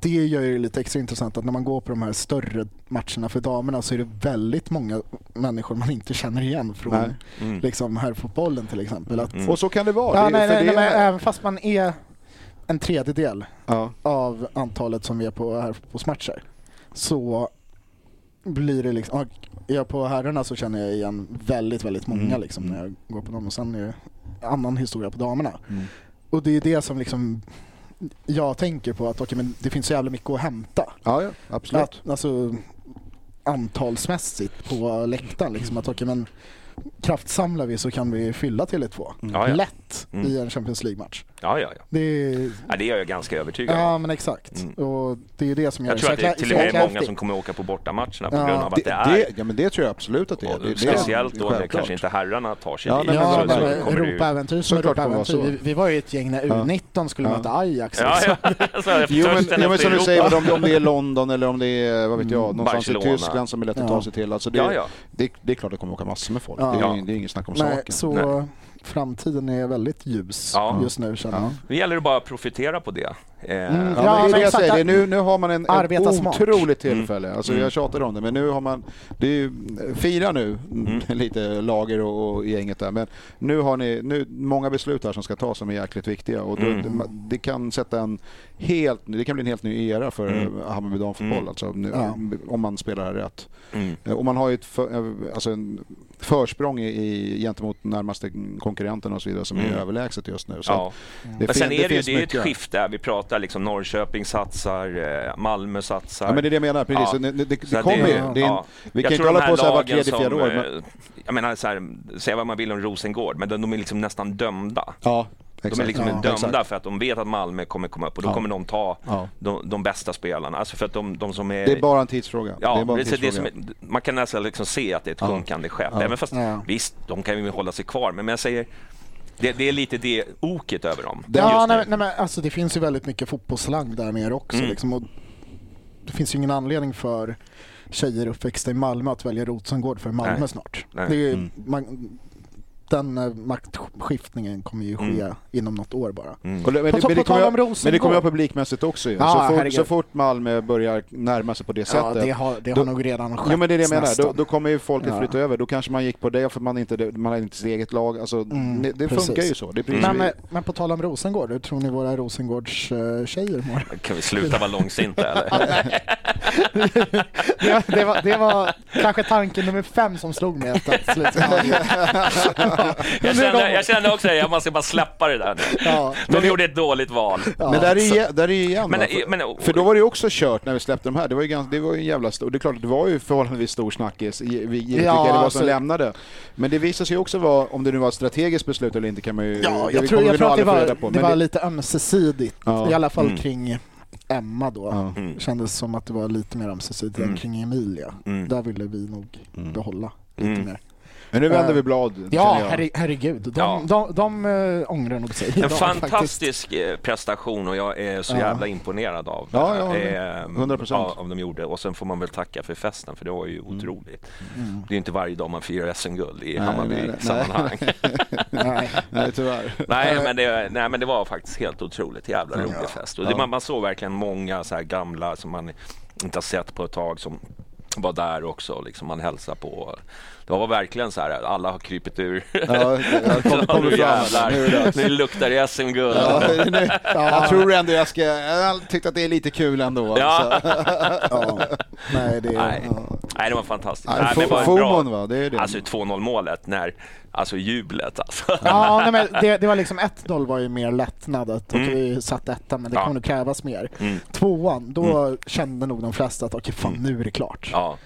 S3: det gör ju det lite extra intressant att när man går på de här större matcherna för damerna så är det väldigt många människor man inte känner igen från
S2: Nej.
S1: Mm.
S3: liksom, herrfotbollen till exempel. Att,
S2: Och så kan det vara.
S3: Ja,
S2: Det-
S3: nej,
S2: för
S3: nej,
S2: det
S3: nej, men äh,
S2: är-
S3: även fast man är en tredjedel
S2: Ja.
S3: av antalet som vi är på här på smatcher så blir det liksom, ja, är jag på herrarna så känner jag igen väldigt, väldigt många
S1: Mm.
S3: liksom när jag går på dem och sen är det annan historia på damerna. Och det är det som liksom jag tänker på att okej, men det finns så jävla mycket att hämta.
S2: Ja, ja absolut.
S3: Att, alltså antalsmässigt på läktaren liksom att okej, men kraftsamlar vi så kan vi fylla till ett två.
S1: Mm. Ja, Mm. ja.
S3: Lätt i en Champions League-match.
S1: Ja, ja, ja.
S3: Det är
S1: ja, det är jag ganska övertygad om.
S3: Ja men exakt. Och det är det som gör
S1: Jag tror
S3: så
S1: att det är
S3: jäkla-
S1: till
S3: så
S1: och med
S3: jäkla
S1: många
S3: häftigt.
S1: som kommer åka på bortamatcherna på
S3: Ja.
S1: grund av att det
S2: det,
S1: är...
S2: ja, men det tror jag absolut att det är.
S1: Och
S2: Det, det,
S1: speciellt då när
S2: självklart.
S1: kanske inte herrarna tar sig
S2: Ja,
S1: dit.
S2: nej, men
S3: Ja,
S1: så,
S3: men
S1: så kommer det ju-
S3: Europaäventyr som
S2: Såklart kommer det vara
S3: Europaäventyr.
S2: så.
S3: Vi, vi var ju ett gäng när U19 Southampton skulle
S2: Ja.
S3: möta Ajax.
S1: Ja,
S3: liksom.
S1: ja. Så här,
S2: Jo men,
S1: törsten
S2: jo, men
S1: efter
S2: som du
S1: Europa. Mm.
S2: säger, vad de- om det är London eller om det är vad vet jag, någonstans
S1: Barcelona.
S2: i Tyskland som är lätt att
S3: Ja.
S2: ta sig till. Alltså det,
S1: Ja, ja.
S2: Det, det är klart det kommer åka massor med folk.
S3: Ja.
S2: Det,
S1: Ja.
S2: är, det är inget snack om
S3: Nej,
S2: saken.
S3: så
S1: Nej.
S3: framtiden är väldigt ljus
S1: Ja.
S3: just nu känner jag.
S1: Det gäller det bara att profitera på det. Eh,
S3: Mm.
S2: Ja,
S3: Ja,
S2: men det
S3: men
S2: är det jag
S3: exakt.
S2: säger. Det är Nu, nu har man en, en
S3: Arbeta smart.
S2: otroligt tillfälle.
S1: Mm.
S2: Alltså, Jag tjatade om det, men nu har man... Det är ju, fira nu,
S1: Mm.
S2: lite lager och, och gänget där. Men nu har ni nu, många beslut här som ska tas som är jäkligt viktiga. Och
S1: Mm.
S2: då, det, man- det kan sätta en helt ny- Det kan bli en helt ny era för
S1: Mm.
S2: Hammarby damfotboll, alltså, nu,
S3: Ja.
S2: om man spelar rätt.
S1: Mm.
S2: Och man har ju ett för, alltså en försprång i, i, gentemot närmaste konkurrenterna och så vidare som är överlägset just nu. Så
S1: Mm. Ja.
S2: att
S1: Men sen
S2: fin-
S1: är det, ju,
S2: finns
S1: det är ju ett
S2: mycket.
S1: skifte här. Vi pratar liksom Norrköping satsar, eh, Malmö satsar.
S2: Ja, men det är det jag menar, precis.
S1: Ja.
S2: Så Det, det, det
S1: Så att
S2: kommer ju. Det är
S1: ja.
S2: en, Vi
S1: Jag
S2: kan ju
S1: tror
S2: inte
S1: de
S2: hålla
S1: här
S2: på så här vart
S1: lagen
S2: tredje, fjärde
S1: som,
S2: år. Men,
S1: eh, Jag menar, så här, säga vad man vill om Rosengård, men de, de är liksom nästan dömda.
S2: ja,
S1: De är liksom
S2: Ja,
S1: dömda
S2: exakt.
S1: för att de vet att Malmö kommer komma upp och då
S2: Ja.
S1: kommer de ta
S2: Ja.
S1: de, de bästa spelarna. Alltså för att de, de som är...
S2: Det är bara en tidsfråga.
S1: Ja,
S2: det är bara en
S1: precis, det är
S2: tidsfråga.
S1: som, ett- man kan nästan liksom se att det är ett sjunkande skepp. Även fast,
S3: Ja.
S1: visst, de kan ju hålla sig kvar, men jag säger, det, det är lite det oket över dem.
S3: Ja,
S1: just nu.
S3: nej, nej, men alltså, det finns ju väldigt mycket fotbollsslang där nere också.
S1: Mm.
S3: Liksom, och det finns ju ingen anledning för tjejer uppväxta i Malmö att välja Rosengård för Malmö
S1: Nej.
S3: snart.
S1: Nej.
S3: Det är, ju-
S2: Mm.
S3: man, den eh, maktskiftningen kommer ju ske
S1: Mm.
S3: inom något år bara.
S2: Och det- Men
S3: På-
S2: det- men
S3: på
S2: det kommer
S3: tal om
S2: jag- men det
S3: Rosengård.
S2: kommer jag publikmässigt också ju.
S3: Ja,
S2: så, fort,
S3: herregud.
S2: så fort Malmö börjar närma sig på det
S3: Ja,
S2: sättet.
S3: det har, det har
S2: då-
S3: nog redan skett
S2: Jo men det är det jag menar,
S3: nästan.
S2: då, då kommer ju folket
S3: Ja.
S2: flytta över. Då kanske man gick på det för man, inte, man hade inte sitt eget lag. Alltså, det det
S3: Mm, precis.
S2: funkar ju så. Det är precis
S3: men, eh, men på tal om Rosengård, hur tror ni våra Rosengårds eh, tjejer mår?
S1: Kan vi sluta vara långsinta eller?
S3: det, det, var, det var kanske tanke nummer fem som slog mig efter att sluta.
S1: Jag kände, jag kände också att man ska bara släppa det där nu.
S3: Ja.
S1: De gjorde ett dåligt val.
S2: Men där är, ju- där är ju igen
S1: Men-
S2: va? för,
S1: men-
S2: för då var det ju också kört när vi släppte de här. Det var ju, ganska, det var ju en jävla stor... Det är klart, att det var ju förhållandevis stor snackis i- vi- givet vilka det var
S3: alltså-
S2: som lämnade. Men det visade sig också vara, om det nu var ett strategiskt beslut eller inte kan man ju... det
S3: Ja, jag tror,
S2: kommer
S3: jag
S2: vi
S3: tror
S2: nog
S3: att det
S2: aldrig få reda på,
S3: var, det
S2: men
S3: var lite ömsesidigt.
S2: Ja. Mm.
S3: I alla fall kring Emma då.
S1: Mm.
S3: Kändes som att det var lite mer ömsesidigt
S2: Mm.
S3: än kring Emilia. Där ville vi nog behålla lite mer.
S2: Men nu vänder
S3: Eh,
S2: vi blad,
S3: Ja,
S2: Mm. känner jag.
S3: herre, herregud. De,
S1: Ja.
S3: de, de, eh, ångrar nog sig.
S1: En
S3: idag faktiskt.
S1: fantastisk eh, prestation och jag är så jävla imponerad av,
S2: Ja, ja,
S1: eh,
S2: 100%.
S1: av, av de gjorde. Och sen får man väl tacka för festen för det var ju
S2: Mm.
S1: otroligt. Det är ju inte varje dag man firar SM-guld i Hammarby-sammanhang. Nej,
S3: Nej.
S2: Nej, tyvärr.
S1: men det- nej, men det var faktiskt helt otroligt jävla rolig fest. Och det, man, man såg verkligen många så här gamla som man inte har sett på ett tag som var där också, liksom man hälsade på. Det var verkligen så här, alla har krypit ur.
S2: Ja, det kommer kom
S1: nu
S2: fram.
S1: jävlar,
S2: Nu är det dags.
S1: nu luktar det SM-guld.
S2: Ja, nu, jag tror ändå jag ska... Jag tyckte att det är lite kul ändå.
S1: Ja.
S2: alltså.
S3: Ja. Nej, det är...
S1: Nej. Nej, det var fantastiskt.
S2: Nej,
S1: Nej,
S2: Fo-
S1: det var
S2: Fomon,
S1: bra.
S2: va? Det är det.
S1: Alltså 2-0 målet, när, alltså jublet alltså.
S3: Ja, nej, men det, det var liksom 1-0 var ju mer lättnad att okej, vi satt etta men
S1: Mm.
S3: det
S1: Ja.
S3: kommer nog krävas mer.
S1: Mm.
S3: Tvåan, då kände nog de flesta att okej fan nu är det klart.
S1: Ja.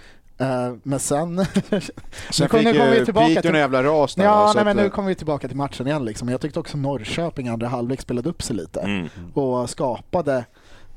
S3: Eh, men sen...
S2: Sen fick ju Piteå en jävla ras där, va,
S3: Ja,
S2: så
S3: nej, men
S2: att,
S3: nu
S2: eh,
S3: kommer vi tillbaka till matchen igen. Liksom. Jag tyckte också Norrköping andra halvlek spelade upp sig lite
S1: Mm.
S3: och skapade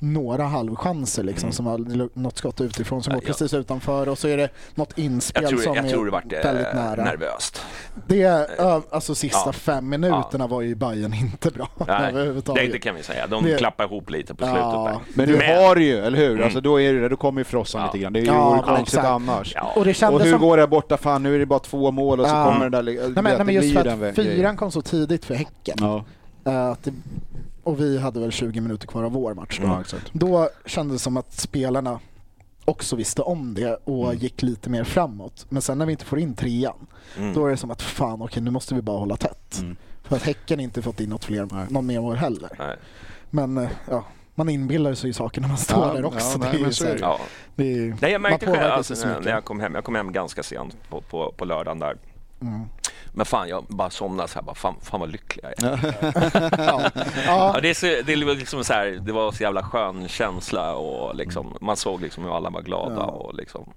S3: några halvchanser. Liksom,
S1: Mm.
S3: som var något skott utifrån som går precis utanför och så är det något inspel
S1: Jag tror,
S3: som
S1: jag tror det
S3: är
S1: vart eh,
S3: väldigt nära.
S1: nervöst.
S3: Det, ö, alltså sista
S1: Ja.
S3: fem minuterna var ju Bayern inte bra
S1: Nej, det,
S3: överhuvudtaget.
S1: det kan vi säga. De
S3: Det-
S1: klappar ihop lite på
S3: Ja.
S1: slutet där.
S2: Men du har ju, eller hur?
S1: Mm.
S2: Alltså då, är det, då kommer ju frossan lite grann. Det är ju
S3: Ja,
S2: vore
S3: men
S2: konstigt
S3: exakt.
S2: annars.
S1: Ja.
S3: Och det kändes
S2: Och hur
S3: som...
S2: går det här borta? Fan, nu är det bara två mål och så
S3: Ja.
S2: kommer den där...
S3: Nej, men, nej, men just för att fyran
S2: fyran...
S3: kom så tidigt för Häcken.
S1: Mm.
S2: Ja.
S3: eh, Att det, och vi hade väl 20 minuter kvar av vår match. Då,
S2: Ja, exakt.
S3: då kändes det som att spelarna också visste om det och gick lite mer framåt. Men sen när vi inte får in trean,
S1: Mm.
S3: då är det som att fan okej nu måste vi bara hålla tätt. För att Häcken inte fått in något fler, någon mer mål heller.
S1: Nej.
S3: Men eh, ja, man inbillar sig ju saker när man står
S2: Ja,
S3: där
S2: ja,
S3: också.
S2: nej,
S3: det är
S2: men
S3: ju
S2: så
S3: så här-
S2: är det.
S1: Ja.
S3: det är ju-
S1: Nej, jag
S3: man
S1: märkte själv
S3: påverkas ju
S1: alltså,
S3: så mycket.
S1: när jag kom hem. Jag kom hem ganska sent på, på, på lördagen där.
S3: mm.
S1: Men fan, jag bara somnade så här. Bara, fan, fan vad lycklig jag är. Ja, det, är så, det, var liksom så här, det var så jävla skön känsla och liksom, man såg liksom hur alla var glada. Och liksom,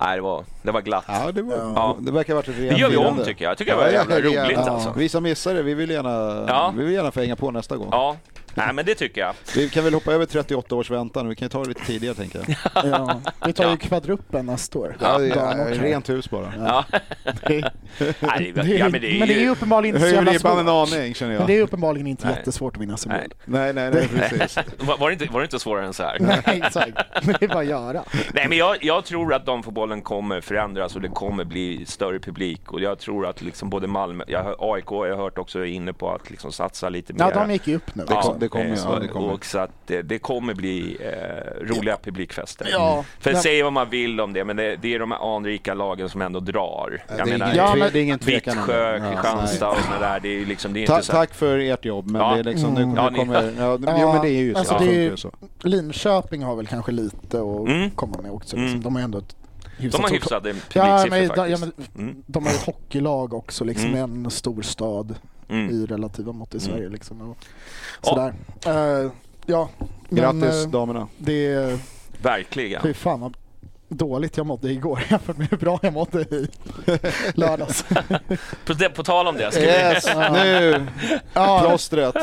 S1: nej, det, var, det var glatt.
S2: Ja, det, var,
S1: Ja.
S2: det verkar ha varit ett
S1: Det gör vi om,
S2: firande.
S1: tycker jag. Jag tycker det var jävla
S2: rejält.
S1: roligt, alltså.
S2: Vi som missade det, vi vill gärna,
S1: Ja.
S2: vi vill gärna få hänga på nästa gång.
S1: Ja, Nej, men det tycker jag.
S2: Vi kan väl hoppa över 38 års väntan, vi kan ju ta det lite tidigare tänker jag.
S3: Ja. Vi tar ju kvadruppen nästa år.
S2: Ja, det
S3: Dan
S2: är
S3: och-
S2: rent hus bara.
S1: Ja. Nej, det är- ja, men det är
S3: men det är ju
S1: ju...
S3: uppenbarligen inte så
S2: Höjer
S3: jävla
S2: ribban en
S3: svårt.
S2: aning känner
S3: Men det är
S2: jag.
S3: ju uppenbarligen inte
S1: Nej.
S3: jättesvårt att vinna sin
S1: Nej.
S3: boll.
S2: Nej, nej, nej, precis.
S1: Var var det, inte, var det inte svårare än så här?
S3: Nej, exakt. Det är bara att göra.
S1: Nej, men jag, jag tror att damfotbollen kommer förändras och det kommer bli större publik. Och jag tror att liksom både Malmö, jag, hör- AIK har jag hört också är inne på att liksom satsa lite mer.
S3: Ja, de gick ju upp nu.
S2: kom-
S3: också.
S2: det kommer,
S1: eh,
S2: ja,
S1: så-
S2: det kommer.
S1: Och så att eh, det, det kommer bli eh, roliga publikfester. Mm.
S3: Ja.
S1: För
S3: Men-
S1: säg vad man vill om det, men det, det är de här anrika lagen som ändå drar.
S2: Det
S1: Jag
S2: är ingen
S1: menar,
S3: Ja, men-
S2: tve- det är ingen tvekan om det.
S1: Vittsjö,
S2: Ja,
S1: Kristianstad och sådana där. Det är, ju liksom, det är
S2: Ta-
S1: inte så här-
S2: tack för ert jobb, men
S1: Ja. Mm.
S2: det är liksom, nu,
S1: Ja,
S2: nu
S1: ni-
S2: kommer... Ja, jo, men det är ju så.
S3: alltså,
S2: det
S3: det är
S2: funkar
S3: ju-
S2: ju så.
S3: Linköping har väl kanske lite att
S1: Mm.
S3: komma med också. Liksom.
S1: Mm.
S3: De har ju ändå ett hyfsat
S1: De har
S3: stort-
S1: hyfsade
S3: Ja,
S1: publiksiffror
S3: men,
S1: faktiskt.
S3: ja, men
S1: Mm.
S3: de har ju ett hockeylag också, liksom en stor stad
S1: Mm.
S2: Typ.
S3: i relativa mått i
S1: Mm.
S3: Sverige. Liksom, och sådär. Eh, ja, men
S2: Grattis
S3: eh,
S2: damerna.
S3: det är...
S1: Verkligen.
S2: Typ.
S3: Fy fan vad dåligt jag mådde igår jämfört med hur bra jag mådde i lördags.
S1: På, det- på tal om det, ska vi,
S2: Yes, nu!
S3: ja,
S2: Plåstret.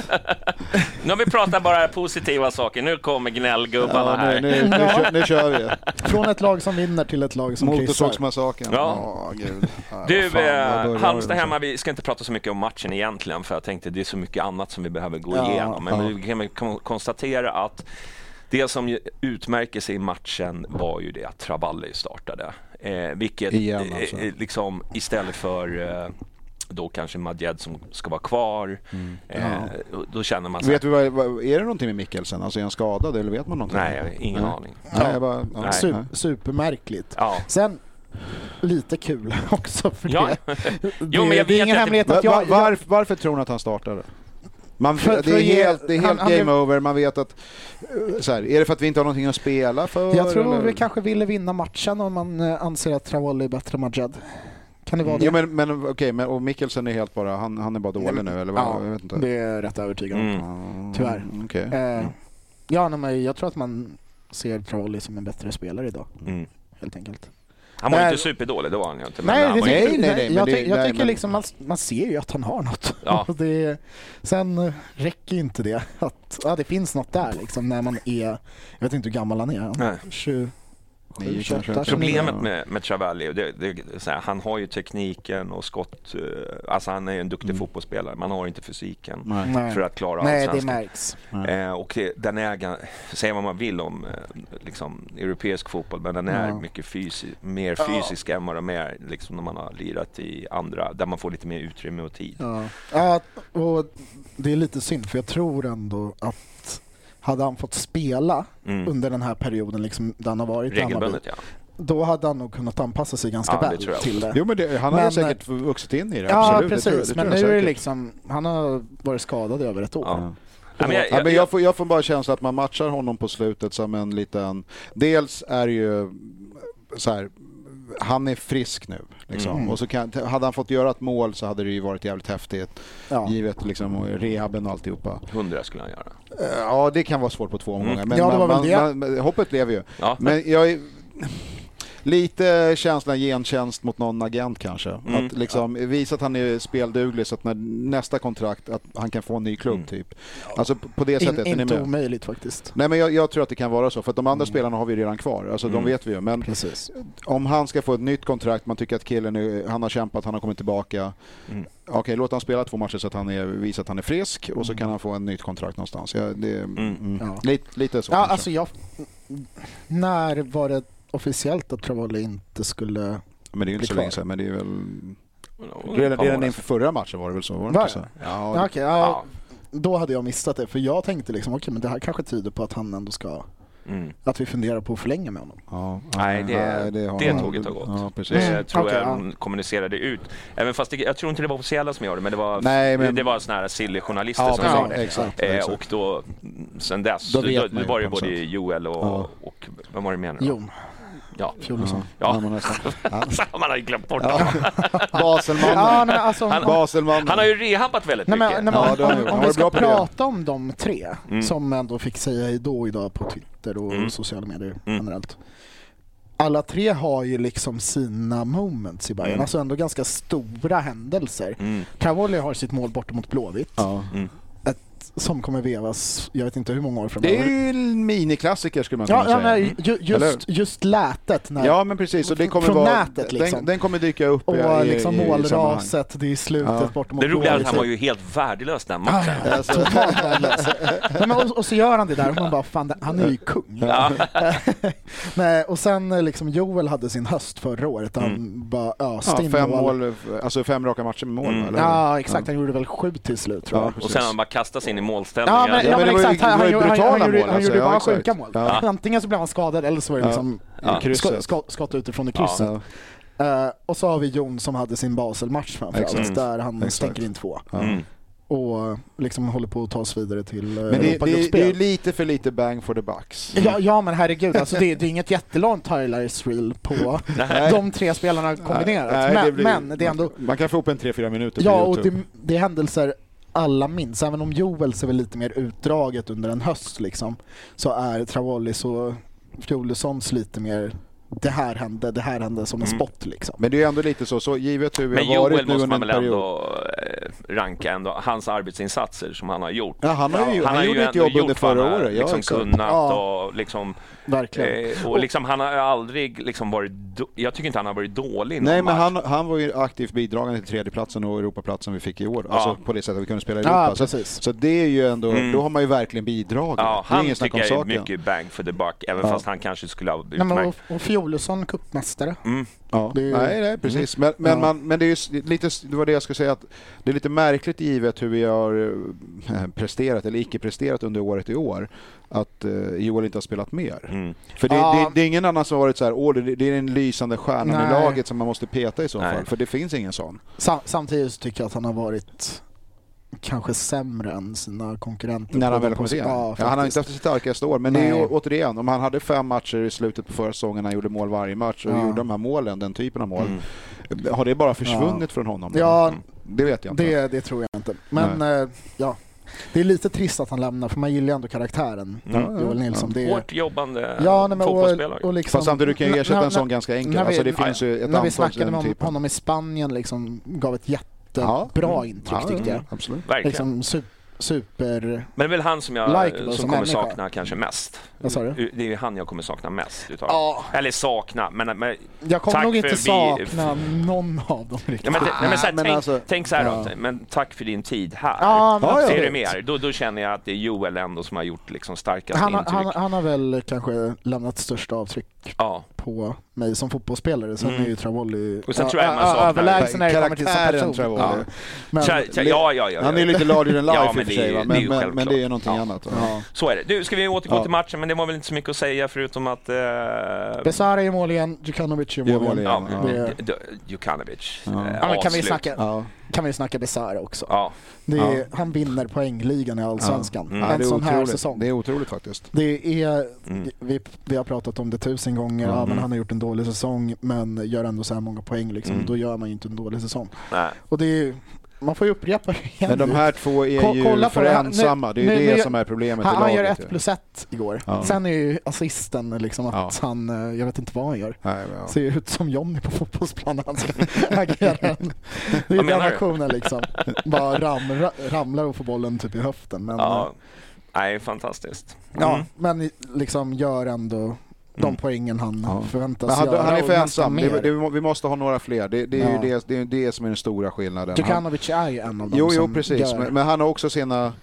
S1: nu har vi pratat bara positiva saker. Nu kommer gnällgubbarna
S2: Ja, nu,
S1: här.
S2: nu, nu, kör, nu kör vi.
S3: från ett lag som vinner till ett lag som kryssar.
S2: Motorsågsmassakern.
S1: Ja.
S2: gud. Ja,
S1: Du,
S2: vad fan, jag
S1: eh,
S2: börjar- liksom?
S1: Halmstad hemma, vi ska inte prata så mycket om matchen egentligen för jag tänkte det är så mycket annat som vi behöver gå
S3: Ja,
S1: igenom. Men
S2: ja.
S1: vi kan väl kon- konstatera att det som ju utmärker sig i matchen var ju det att Travalli startade. Eh, vilket
S2: Igen, alltså.
S1: eh, eh, liksom istället för eh, då kanske Madjed som ska vara kvar. Eh, och då känner man så här,
S2: Mm. Vet vi vad, vad, är det någonting med Mikkelsen? Alltså är han skadad eller vet man någonting?
S1: nej, jag har ingen aning.
S2: Nej, jag bara, ja,
S1: Nej.
S3: Su- supermärkligt.
S1: Ja.
S3: Sen, lite kul också för
S1: Ja.
S3: det.
S1: Jo, men jag
S3: det
S1: vet
S3: är ingen
S1: att-
S3: hemlighet
S2: Va-
S3: att
S2: va-
S3: jag...
S2: varf, varför tror ni att han startade? Man,
S3: För-
S2: det
S3: för
S2: är
S3: att ge-
S2: helt, det är helt
S3: han- han
S2: game
S3: blev-
S2: over, man vet att... eh, Så här, är det för att vi inte har någonting att spela för?
S3: Jag tror
S2: eller?
S3: vi kanske ville vinna matchen om man eh, anser att Travolli är bättre än Majed. Kan det vara det?
S2: Mm. Jo, men, men okej, men, och Mikkelsen är helt bara, han, han är bara
S3: Nej,
S2: dålig
S3: men-
S2: nu eller vad?
S3: ja,
S2: jag vet inte.
S3: det är jag rätt övertygad om.
S1: Mm.
S2: Mm,
S3: tyvärr.
S2: okej.
S3: Eh, ja, nej, men jag tror att man ser Travolli som en bättre spelare idag,
S1: Mm.
S3: helt enkelt.
S1: Han var ju
S3: Nej.
S1: inte superdålig, det var han ju inte. men
S3: Nej,
S1: han
S3: det
S1: var ju-
S2: nej,
S3: tycker,
S2: nej,
S3: nej,
S2: nej, men
S3: jag,
S2: det-
S3: ty- jag
S2: nej,
S3: tycker
S2: men-
S3: liksom man, man ser ju att han har något.
S1: Ja.
S3: Och det, sen eh, räcker ju inte det att ja, det finns något där liksom när man är, jag vet inte hur gammal han är,
S1: Nej.
S3: 27,
S2: Nio kanske.
S3: 28,
S1: Problemet
S2: Ja.
S1: med, med Travalli, det, det, så här, han har ju tekniken och skott, eh, alltså han är ju en duktig fotbollsspelare, man har inte fysiken
S2: Nej.
S3: Mm. Nej.
S1: för att klara
S3: Nej, det
S1: allsvenskan.
S3: märks.
S1: Eh, och det, den är, gan- säga vad man vill om eh, liksom, europeisk fotboll, men den är
S3: Ja.
S1: mycket fysi- mer fysisk än vad de är liksom, när man har lirat i andra, där man får lite mer utrymme och tid.
S3: Ja. ja, och det är lite synd för jag tror ändå att hade han fått spela
S1: Mm.
S3: under den här perioden liksom, där han har varit i Hammarby,
S1: Regelbundet ja.
S3: då hade han nog kunnat anpassa sig ganska
S1: Ja, det
S3: väl
S1: tror jag
S3: till det.
S2: Jo men det, han har
S3: Men-
S2: säkert vuxit in i det.
S3: Ja,
S2: absolut. Det
S3: precis.
S2: tror jag- det
S3: men
S2: tror jag
S3: nu är det
S2: säkert.
S3: liksom, han har varit skadad i över ett år.
S1: Ja.
S2: Ja,
S1: Ja, men jag-
S2: men
S1: jag-
S2: jag, får, jag får bara känslan att man matchar honom på slutet som en liten... Dels är det ju så här, han är frisk nu. Liksom.
S3: Mm.
S2: Och så kan, hade han fått göra ett mål så hade det ju varit jävligt häftigt.
S3: Ja.
S2: Givet liksom, och rehaben och alltihopa.
S1: 100 skulle han göra.
S2: Eh, Ja, det kan vara svårt på två omgångar. Men
S3: Mm. Ja, det var
S2: man,
S3: väl
S2: man,
S3: det.
S2: man, hoppet lever ju.
S1: Ja.
S2: Men jag är, lite känslan gentjänst mot någon agent kanske. Att liksom visa att han är spelduglig så att när nästa kontrakt att han kan få en ny klubb typ. Alltså på- på det sättet. är
S3: In,
S2: ni
S3: inte Mm.
S2: med?
S3: omöjligt faktiskt.
S2: Nej men jag, jag tror att det kan vara så, för att de andra spelarna har vi redan kvar. Alltså de vet vi ju. Men
S3: Precis.
S2: om han ska få ett nytt kontrakt, man tycker att killen är, han har kämpat, han har kommit tillbaka. Okej, låt han spela två matcher så att han är, visar att han är frisk och så kan han få en nytt kontrakt någonstans. Ja, det, mm.
S3: Mm. Ja.
S2: lite, lite så
S3: Ja,
S2: kanske.
S3: alltså jag, när var det officiellt att Travolli inte skulle...
S2: Men det är ju inte
S3: blir
S2: så
S3: kvar.
S2: länge sedan, men det är väl...
S1: Och-
S2: Redan,
S1: och-
S2: redan inför förra matchen var det väl så? Var det
S3: Var
S2: inte så?
S3: det?
S2: Ja,
S3: Ja,
S2: det-
S3: okej, ja,
S1: Ja.
S3: Då hade jag missat det, för jag tänkte liksom, okej men det här kanske tyder på att han ändå ska...
S1: Mm.
S3: Att vi funderar på att förlänga med honom.
S2: ja,
S1: Nej, det-
S2: har
S1: det
S2: man-
S1: tåget har gått.
S2: Ja, precis.
S1: Det
S3: Mm,
S1: tror
S3: okej,
S1: jag
S3: ja.
S1: de kommunicerade ut. Även fast det, jag tror inte det var officiella som gjorde det, men det var,
S2: Nej, men-
S1: det var såna här silly-journalister
S2: Ja,
S1: som
S2: precis.
S1: gjorde det.
S2: exakt.
S1: Eh,
S2: exakt.
S1: och då, mm, sen dess,
S2: Då
S1: då,
S2: vet
S1: då,
S2: man ju
S1: var det
S2: på något
S1: både
S2: sätt.
S1: Joel och,
S2: Ja.
S1: och vem var det mer nu då?
S3: Jon
S1: Ja.
S3: Fjolosson.
S1: Ja.
S2: Ja, men nästan. Ja.
S1: Man har ju glömt bort
S2: Ja.
S1: honom.
S2: Baselmannen.
S3: Ja, nej, men alltså, om-
S2: Baselmannen.
S1: Han har ju rehabbat väldigt
S3: Nej,
S1: mycket.
S3: men, nej, men,
S2: Ja,
S3: om,
S2: det har han
S3: om,
S2: gjort.
S3: om
S2: Han var
S3: vi ska
S2: bra Mm. på det.
S3: prata om de tre som ändå fick säga hejdå idag på Twitter och
S2: Mm.
S3: sociala medier generellt. Alla tre har ju liksom sina moments i Bayern,
S2: Mm.
S3: alltså ändå
S1: Mm.
S3: ganska stora händelser. Travolli har sitt mål borta mot Blåvitt.
S2: Ja.
S3: Ett som kommer vevas, jag vet inte hur många år
S2: Det
S3: framöver.
S2: är ju en miniklassiker skulle man kunna
S3: Ja, ja
S2: säga.
S3: men ju,
S2: Eller?
S3: just, just lätet när
S2: Ja, men precis. Och det kommer
S3: Från
S2: vara,
S3: nätet, liksom.
S2: den, den kommer dyka upp
S3: och
S2: i,
S3: liksom
S2: i, i, i sammanhang.
S3: målraset, det är slutet
S2: Ja.
S3: bortom
S1: Det roliga är att han
S3: oktober.
S1: var ju helt värdelös den matchen.
S3: Ja,
S2: alltså,
S3: Totalt värdelös. Nej, men och, och så gör han det där och man bara, fan, han är ju kung. Nej, och sen eh, liksom Joel hade sin höst förra året, han
S2: Mm.
S3: bara öste
S2: Ja,
S3: in
S2: fem mål, alltså fem raka matcher med mål,
S1: Mm.
S2: eller?
S3: Ja, exakt. Han gjorde väl sju till slut tror
S2: Ja,
S3: jag.
S1: Och
S2: precis.
S1: sen han bara kastas in i målställningen.
S3: Ja men, ja,
S2: men
S3: men
S2: det var ju-
S3: exakt, han,
S2: det var
S3: han,
S2: ju
S3: gjorde- han, han,
S2: brutala
S3: gjorde-
S2: mål,
S3: han gjorde
S2: alltså. Ja, exakt.
S3: bara sjuka mål.
S2: Ja.
S3: Antingen så blev han skadad eller så var det
S2: Ja.
S3: liksom
S2: I krysset.
S3: skott, skott, skott utifrån i
S1: Ja.
S3: krysset.
S2: Ja.
S3: Eh, och så har vi Jon som hade sin Basel-match framförallt,
S2: Exakt.
S3: där han
S2: Exakt.
S3: stänker in två.
S1: Mm.
S3: Och liksom håller på att ta oss vidare till eh,
S2: Men det, det, det är ju
S3: Europagubbspel.
S2: lite för lite bang for the bucks.
S3: Ja, ja men herregud, alltså det, det är inget jättelångt highlights reel på de tre spelarna kombinerat.
S2: Nej,
S3: men,
S2: det
S3: det
S2: blir-
S3: men det är ändå,
S2: Man kan få upp en 3-4 minuter på
S3: ja och
S2: YouTube.
S3: det, det är händelser alla minns. Även om Joel ser väl lite mer utdraget under en höst liksom, så är Travollis och Fjolesons lite mer det här hände, det här hände som en
S2: Mm.
S3: spot liksom.
S2: Men det är ju ändå lite så, så givet hur vi
S1: Men
S2: har varit
S1: Joel
S2: nu
S1: måste
S2: under
S1: man
S2: en
S1: väl
S2: period.
S1: ändå eh, ranka ändå, hans arbetsinsatser som han har gjort.
S2: Ja, han, har ju, han,
S1: har
S2: gjorde ett
S1: ändå
S2: jobb under
S1: gjort vad han
S2: förra
S1: har
S2: året. Ja,
S1: liksom
S2: exakt.
S1: kunnat
S3: Ja.
S1: och liksom...
S3: Verkligen.
S1: Eh, och liksom han har ju aldrig liksom varit... Do- jag tycker inte han har varit dålig i någon
S2: Nej, men
S1: match.
S2: han, han var ju aktivt bidragande till tredjeplatsen och Europaplatsen vi fick i år. Alltså på det sättet vi kunde spela i Europa.
S3: Ja,
S2: så,
S3: precis.
S2: så det är ju ändå, då har man ju verkligen bidragit.
S1: Mm. Ja,
S2: det är
S1: han
S2: ingen snack
S1: tycker
S2: om
S1: jag är
S2: saken.
S1: mycket bang for the buck, även fast han kanske skulle ha
S3: Nej, men och,
S1: utmärkt... Mm,
S3: och Fjolesson cupmästare.
S2: Ja.
S3: Det är ju- Mm.
S2: Nej, nej, precis. Men, men, man, men det är ju s- lite, s- det var det jag skulle säga, att det är lite märkligt givet hur vi har eh, presterat eller icke presterat under året i år, att eh, Joel inte har spelat mer.
S1: mm.
S2: För det,
S3: Ja.
S2: det, det är ingen annan som har varit så här, åh, det, det är den lysande stjärnan i
S3: Nej.
S2: laget som man måste peta i så
S1: Nej.
S2: fall, för det finns ingen sån.
S3: Sam, samtidigt så tycker jag att han har varit kanske sämre än sina konkurrenter.
S2: När
S3: på
S2: han
S3: de
S2: väl kommit
S3: posi-
S2: in.
S3: Ja,
S2: Ja, han har inte haft sitt starkaste år, men det är ju
S3: Nej.
S2: återigen, om han hade fem matcher i slutet på förra säsongen, han gjorde mål varje match och
S3: Ja.
S2: gjorde de här målen, den typen av mål.
S1: Mm.
S2: Har det bara försvunnit från honom? då?
S3: Ja,
S2: Det vet jag inte.
S3: det, det tror jag inte. Men eh, ja, det är lite trist att han lämnar för man gillar ju ändå karaktären Joel Nilsson. Det är,
S1: Hårt jobbande
S3: ja, nej, men
S1: fotbollsspelare.
S3: och, och liksom,
S2: Fast samtidigt kan jag
S3: när-
S2: ersätta
S3: när-
S2: en sån ganska enkelt.
S3: när vi-
S2: alltså det finns ju ett
S3: När vi
S2: antal
S3: snackade
S2: den
S3: om
S2: typen.
S3: honom i Spanien liksom, gav ett jättebra
S2: Ja.
S3: intryck
S2: Ja,
S3: tyckte
S2: ja,
S3: jag.
S2: Absolut.
S1: Verkligen.
S3: Liksom, su- super...
S1: Men det är väl han som jag
S3: Likeable
S1: som
S3: som
S1: kommer
S3: människa.
S1: sakna kanske mest.
S3: Vad sa du?
S1: Det är ju han jag kommer sakna mest utav.
S3: Ja.
S1: Eller sakna, men... men
S3: Jag kommer
S1: tack
S3: nog
S1: för
S3: inte
S1: vi-
S3: sakna någon av dem
S1: Ja,
S3: riktigt.
S1: men, nej, men, så här,
S2: men
S1: tänk,
S2: alltså-
S1: tänk så här då, men tack för din tid här.
S3: Ja, men
S1: Ser du
S3: absolut.
S1: mer? Då, då känner jag att det är Joel ändå som har gjort liksom starkast
S3: Han, har-
S1: intryck.
S3: han, han har väl kanske lämnat största avtryck
S1: ja.
S3: på mig som fotbollsspelare. Sen är ju Travolli
S1: Mm. Och sen tror jag
S3: ö-
S1: man
S3: ö-
S1: saknar-
S3: överlägsen när det kommer till som
S2: Karaktären
S3: person.
S2: tror jag var det.
S3: Men,
S1: Tja, tja, ja, ja, ja,
S2: Han är
S1: ja.
S2: ju lite larger than life
S1: Ja, men
S2: i och för
S1: det är ju-
S2: sig, va?
S1: det är ju
S2: men, men, men det är ju någonting
S1: självklart.
S2: annat. va?
S1: Så är det. Du, ska vi återgå till matchen, men det var väl inte så mycket att säga förutom att... Eh,
S3: Besara gör mål igen, Djukanovic gör mål igen.
S1: ja,
S3: Ja.
S1: d- d- Djukanovic. eh,
S3: Ja, men kan, vi
S1: avslut.
S3: snacka,
S2: Ja.
S3: kan vi snacka Besara också?
S1: Ja. Mm.
S3: Det är, Han vinner poängligan i Allsvenskan.
S2: Ja,
S3: En
S2: det är
S3: sån här
S2: otroligt.
S3: säsong.
S2: Det är otroligt faktiskt.
S3: Det är,
S1: Mm.
S3: vi, vi har pratat om det tusen gånger, ja, men han har gjort en dålig säsong men gör ändå så här många poäng. Liksom.
S1: Mm.
S3: Då gör man ju inte en dålig säsong.
S1: Nej.
S3: Och det är, ju- man får ju upprepa det igen.
S2: Men de här två är
S3: Ko-
S2: ju
S3: kolla på
S2: för
S3: det här.
S2: ensamma.
S3: Nu-
S2: Det är ju
S3: nu-
S2: det
S3: nu-
S2: som är problemet
S3: han,
S2: i
S3: han
S2: laget.
S3: gör
S2: ju.
S3: 1 plus 1 igår.
S2: Ja.
S3: Sen är ju assisten liksom att
S2: Ja.
S3: han, eh, jag vet inte vad han gör.
S2: Nej, men ja.
S3: Ser ju ut som Johnny på fotbollsplanen han ska agera. Det är
S1: Vad
S3: ju
S1: menar
S3: den
S1: du?
S3: aktionen liksom. Bara ram, ra, ramlar och får bollen typ i höften. Men, eh,
S1: ja. Nej, fantastiskt. Mm.
S3: Ja,
S2: Mm.
S3: men liksom gör ändå de poängen han förväntas
S2: Men han,
S3: göra.
S2: han är
S3: och
S2: för
S3: nästan
S2: ensam.
S3: mer.
S2: Det, det, vi måste ha några fler. Det, det är ju
S3: Ja.
S2: det, det, är ju det som är den stora skillnaden. Han-
S3: Djukanovic är ju en av dem
S2: Jo, jo
S3: som
S2: precis.
S3: gör.
S2: Men, men han har också sina...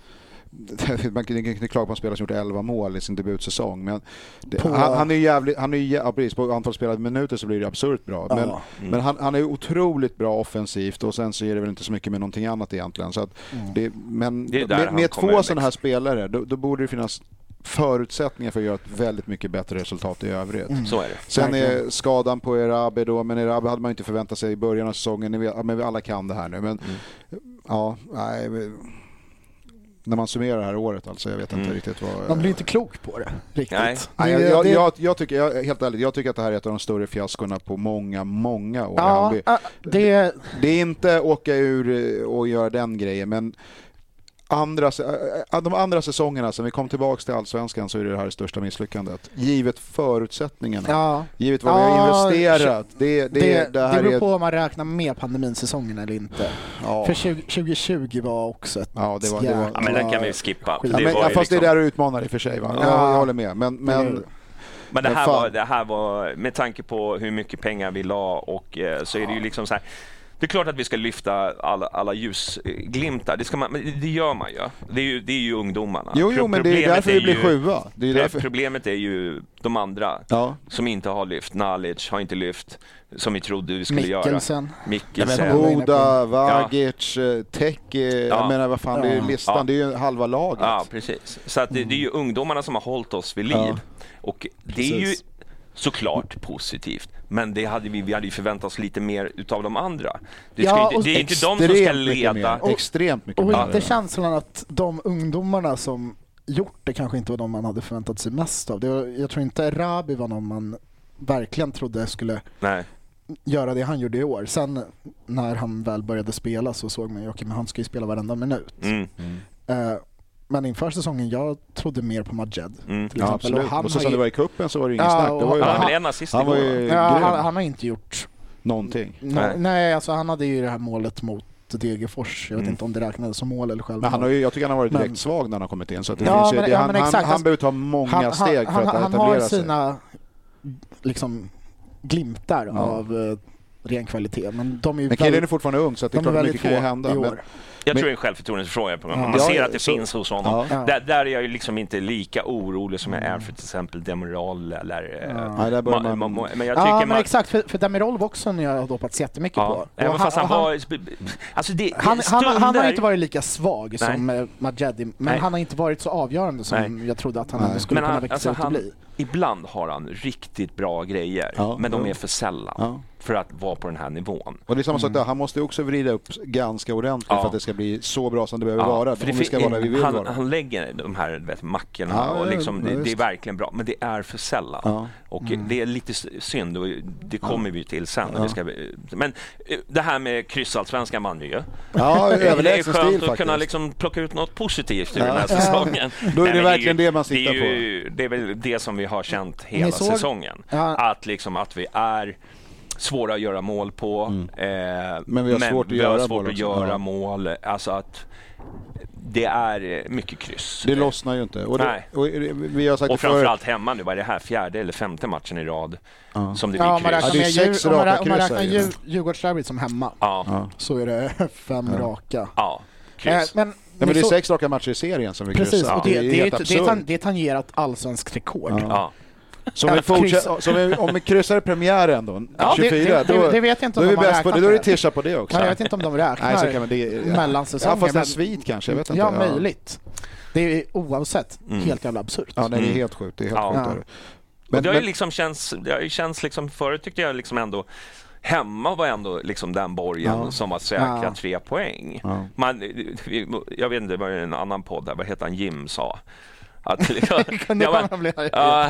S2: Man kan inte klaga på en spelare som gjort 11 mål i sin debutsäsong. Men det,
S3: På-
S2: han, han är ju jävligt... Han är ju, jä- ja, precis, på antal spelade minuter så blir det absurt bra. Men,
S1: Mm.
S2: men han, han är ju otroligt bra offensivt och sen så är det väl inte så mycket med någonting annat egentligen. Så att
S3: Mm.
S2: det, men
S1: Det är där
S2: med,
S1: han
S2: med
S1: kommer
S2: två
S1: in, liksom.
S2: sådana här spelare, då, då borde det finnas förutsättningar för att göra ett väldigt mycket bättre resultat i övrigt.
S3: Mm.
S1: Så är det.
S2: Sen är skadan på Erabi då, men Erabi hade man ju inte förväntat sig i början av säsongen. Ni vet- ja, Men vi alla kan det här nu. Men
S1: Mm.
S2: ja, nej. vi- När man summerar det här året alltså, jag vet
S1: Mm.
S2: inte riktigt vad...
S3: Man blir inte klok på det riktigt.
S1: Nej.
S2: Nej,
S3: Det-
S2: jag, jag,
S3: det-
S2: jag, jag tycker, jag, helt ärligt, jag tycker att det här är ett av de större fiaskorna på många, många år. i
S3: ja,
S2: Hammarby.
S3: äh, det,
S2: Det är inte åka ur eh, och göra den grejen, men andra, äh, de andra säsongerna sen vi kom tillbaka till Allsvenskan så är det det här det största misslyckandet. Givet förutsättningarna,
S3: Ja.
S2: givet vad vi
S3: Ja,
S2: har investerat. Det, det,
S3: Det,
S2: det,
S3: det,
S2: här
S3: beror
S2: är...
S3: på om man räknar med pandemisäsongen eller inte.
S2: Ja.
S3: För 20, 2020 var också ett
S2: Ja, det var- det var-
S3: jäkla-
S1: Ja, men den kan vi ju skippa.
S3: Ja,
S2: Ja,
S1: Det
S2: men,
S1: var
S2: ja,
S1: ju
S2: fast det är
S1: liksom-
S2: där du utmanar i och för sig. Va?
S3: Ja.
S2: Jag, jag håller med. Men, men
S1: Men det
S2: Men
S1: här,
S2: fan.
S1: var, det här var, med tanke på hur mycket pengar vi la och eh, så är det ju liksom så här. Det är klart att vi ska lyfta alla, alla ljusglimtar, det, ska man, men det gör man ju. Det är ju, det är ju ungdomarna.
S2: jo, jo,
S1: Pro-
S2: men det är
S1: problemet
S2: därför vi blir
S1: ju-
S2: sjua. Det är
S1: Nej,
S2: därför...
S1: Problemet är ju de andra
S2: Ja.
S1: som inte har lyft. Knowledge har inte lyft som vi trodde vi skulle göra.
S3: Mikkelsen.
S1: Mikkelsen.
S3: Ja, men-
S2: Boda, Vagic, eh, Teke.
S1: Ja.
S2: Jag menar, vad fan, det är ju listan.
S1: Ja.
S2: Det är ju halva laget.
S1: Ja, precis. Så att det, det är ju
S3: Mm.
S1: ungdomarna som har hållit oss vid liv. Och det är ju
S3: Precis.
S1: såklart positivt. Men det hade vi, vi hade ju förväntat oss lite mer utav de andra. Det,
S3: Ja,
S1: ska ju inte,
S3: och
S1: det är inte de som ska
S2: Extremt mycket
S1: leda.
S2: mer. Extremt mycket
S3: Och
S2: mer.
S3: inte känslan att de ungdomarna som gjort det kanske inte var de man hade förväntat sig mest av. Det var, jag tror inte Rabi var någon man verkligen trodde skulle
S1: Nej.
S3: göra det han gjorde i år. Sen när han väl började spela så såg man ju, okej men han ska ju spela varenda minut.
S1: Mm.
S3: Eh, men inför säsongen, jag trodde mer på Majed till
S2: Ja,
S3: exempel.
S2: absolut. Och,
S3: han,
S2: så
S3: har
S2: som det
S3: ju,
S2: var i kuppen så var det inget
S3: Ja,
S2: snack. Det var
S1: Han
S2: ju
S3: och-
S2: han,
S1: hade
S3: han-
S1: väl en assist
S2: han var
S1: igår.
S2: ju
S3: ja, han,
S2: grym.
S3: han har inte gjort
S2: Någonting.
S3: Nej.
S1: Nej.
S3: Nej, alltså han hade ju det här målet mot Degerfors. Jag vet inte om det räknades som mål eller självmål.
S2: Mm. Men han har ju, jag tycker han har varit
S3: Men-
S2: direkt svag när han har kommit in. Så att det
S3: Ja,
S2: finns ju,
S3: men-
S2: det,
S3: ja,
S2: han,
S3: men
S2: han,
S3: exakt.
S2: han behöver ta många steg för
S3: han,
S2: att
S3: han har
S2: etablera sig.
S3: sina liksom, glimtar av eh, ren kvalitet. Men de är ju
S2: Men killen är
S3: väldigt,
S2: fortfarande ung så att det är
S3: de är
S2: klart att
S3: väldigt
S2: mycket
S3: få
S2: kan ju hända.
S3: i år.
S2: Men,
S1: Jag
S2: Men-
S1: tror det är en självförtroendefråga. på honom. Man
S2: Ja,
S1: ser att det
S2: så-
S1: finns hos honom.
S3: Ja.
S1: Där, där är jag ju liksom inte lika orolig som jag är för till exempel Demoral eller... eh,
S3: Ja.
S2: Nej, där bör
S1: Ma-
S2: man-
S1: ma- ma- men jag tycker
S3: Ja, men
S1: man...
S3: exakt. För, för Demirol var också en jag har hoppats jättemycket på.
S1: Ja,
S3: Och
S1: även fast han
S3: och han-
S1: var... Alltså det,
S3: Han, han,
S1: stunder...
S3: han har inte varit lika svag
S1: Nej.
S3: som eh, Majedi, men
S1: Nej.
S3: han har inte varit så avgörande som
S1: Nej.
S3: jag trodde att han
S2: Nej.
S3: ändå skulle
S1: Men
S3: kunna
S1: han-
S3: växa
S1: alltså
S3: ut och
S1: han-
S3: bli.
S1: Ibland har han riktigt bra grejer,
S2: Ja,
S1: men de
S2: jo.
S1: är för sällan
S2: Ja.
S1: för att vara på den här nivån.
S2: och det är samma sak där, han måste ju också vrida upp ganska ordentligt
S1: Mm. Ja.
S2: för att det ska bli så bra som det behöver
S1: Ja,
S2: vara.
S1: för det
S2: om vi ska
S1: fin-
S2: vara där vi vill
S1: han,
S2: vara.
S1: han lägger de här du vet, mackorna
S2: Ja,
S1: och
S2: ja,
S1: liksom, det,
S2: ja,
S1: det är
S2: visst.
S1: verkligen bra, men det är för sällan.
S2: Ja. Mm.
S1: Och det är lite s- synd och det kommer vi till sen. när Vi ska, men eh, det här med kryssallsvenskan vann vi ju.
S2: Ja,
S1: Det är
S2: överlägsen
S1: skönt
S2: stil
S1: att
S2: faktiskt.
S1: kunna liksom plocka ut något positivt ur
S2: Ja.
S1: den här säsongen.
S2: Då är det
S1: men
S2: verkligen det man siktar
S1: det är ju, på. Det är väl det som vi har känt hela
S3: såg-
S1: säsongen.
S3: Ja.
S1: Att, liksom, att vi är svåra att göra mål på. Eh,
S2: Mm. Men vi har svårt att
S1: vi
S2: göra
S1: har svårt
S2: mål
S1: att
S2: också.
S1: göra
S2: Ja.
S1: mål. Alltså att det är eh, mycket kryss.
S2: Det lossnar ju inte. Och det,
S1: Nej.
S2: och det- vi har sagt
S1: och
S2: det förut.
S1: framförallt hemma nu, var det här fjärde eller femte matchen i rad som det
S3: Ja, alltså,
S1: blir
S3: om man
S1: kryss?
S3: räknar,
S2: det är
S3: med
S2: sex
S3: Djur- om man,
S2: raka
S3: rä- om man
S2: kryss
S3: räknar
S2: här ju.
S3: Djur- Djurgårdsderbyt som hemma
S1: Ja, ja.
S3: så är det fem raka. Eh,
S1: kryss.
S3: men,
S2: Nej, men det är
S3: så-
S2: sex raka matcher i serien som vi
S3: Precis,
S2: kryssar.
S3: och det,
S2: Det är
S3: det, är
S2: helt
S3: ju- det, är tan-
S2: absurt.
S3: det är tangerat allsvensk rekord.
S1: ja.
S2: Så om vi
S3: Ja, kryss-
S2: fortsätter- så om vi- Om vi kryssar premiären då,
S3: Ja, det-
S2: 24,
S3: det- det- det
S2: då
S3: vet jag inte
S2: då är
S3: om
S2: vi
S3: de har
S2: bäst på det.
S3: räknat
S2: Då är det
S3: det.
S2: tischa på det också.
S3: Men jag vet inte om de räknar
S2: Nej, så kan man, det,
S3: mellansäsongen.
S2: Ja, fast
S3: men-
S2: en svit kanske. Jag vet inte. Mm.
S3: ja, möjligt. Det är oavsett helt jävla absurt.
S2: Ja, nej, det är helt sjukt. Det är helt
S1: Mm. Ja.
S2: sjukt.
S3: Ja.
S2: är
S1: Men,
S2: det. Men,
S1: det har ju
S2: men,
S1: liksom känts, det har ju känts liksom, förut tyckte jag liksom ändå Hemma var ändå liksom den borgen som var säkra
S3: Ja.
S1: tre poäng.
S2: Ja.
S1: Man, vi- jag vet inte, det var en annan podd där, vad heter han, Jim sa? Att, liksom,
S3: Kunde
S1: Ja, men-
S3: bara bli arg.
S1: Ja,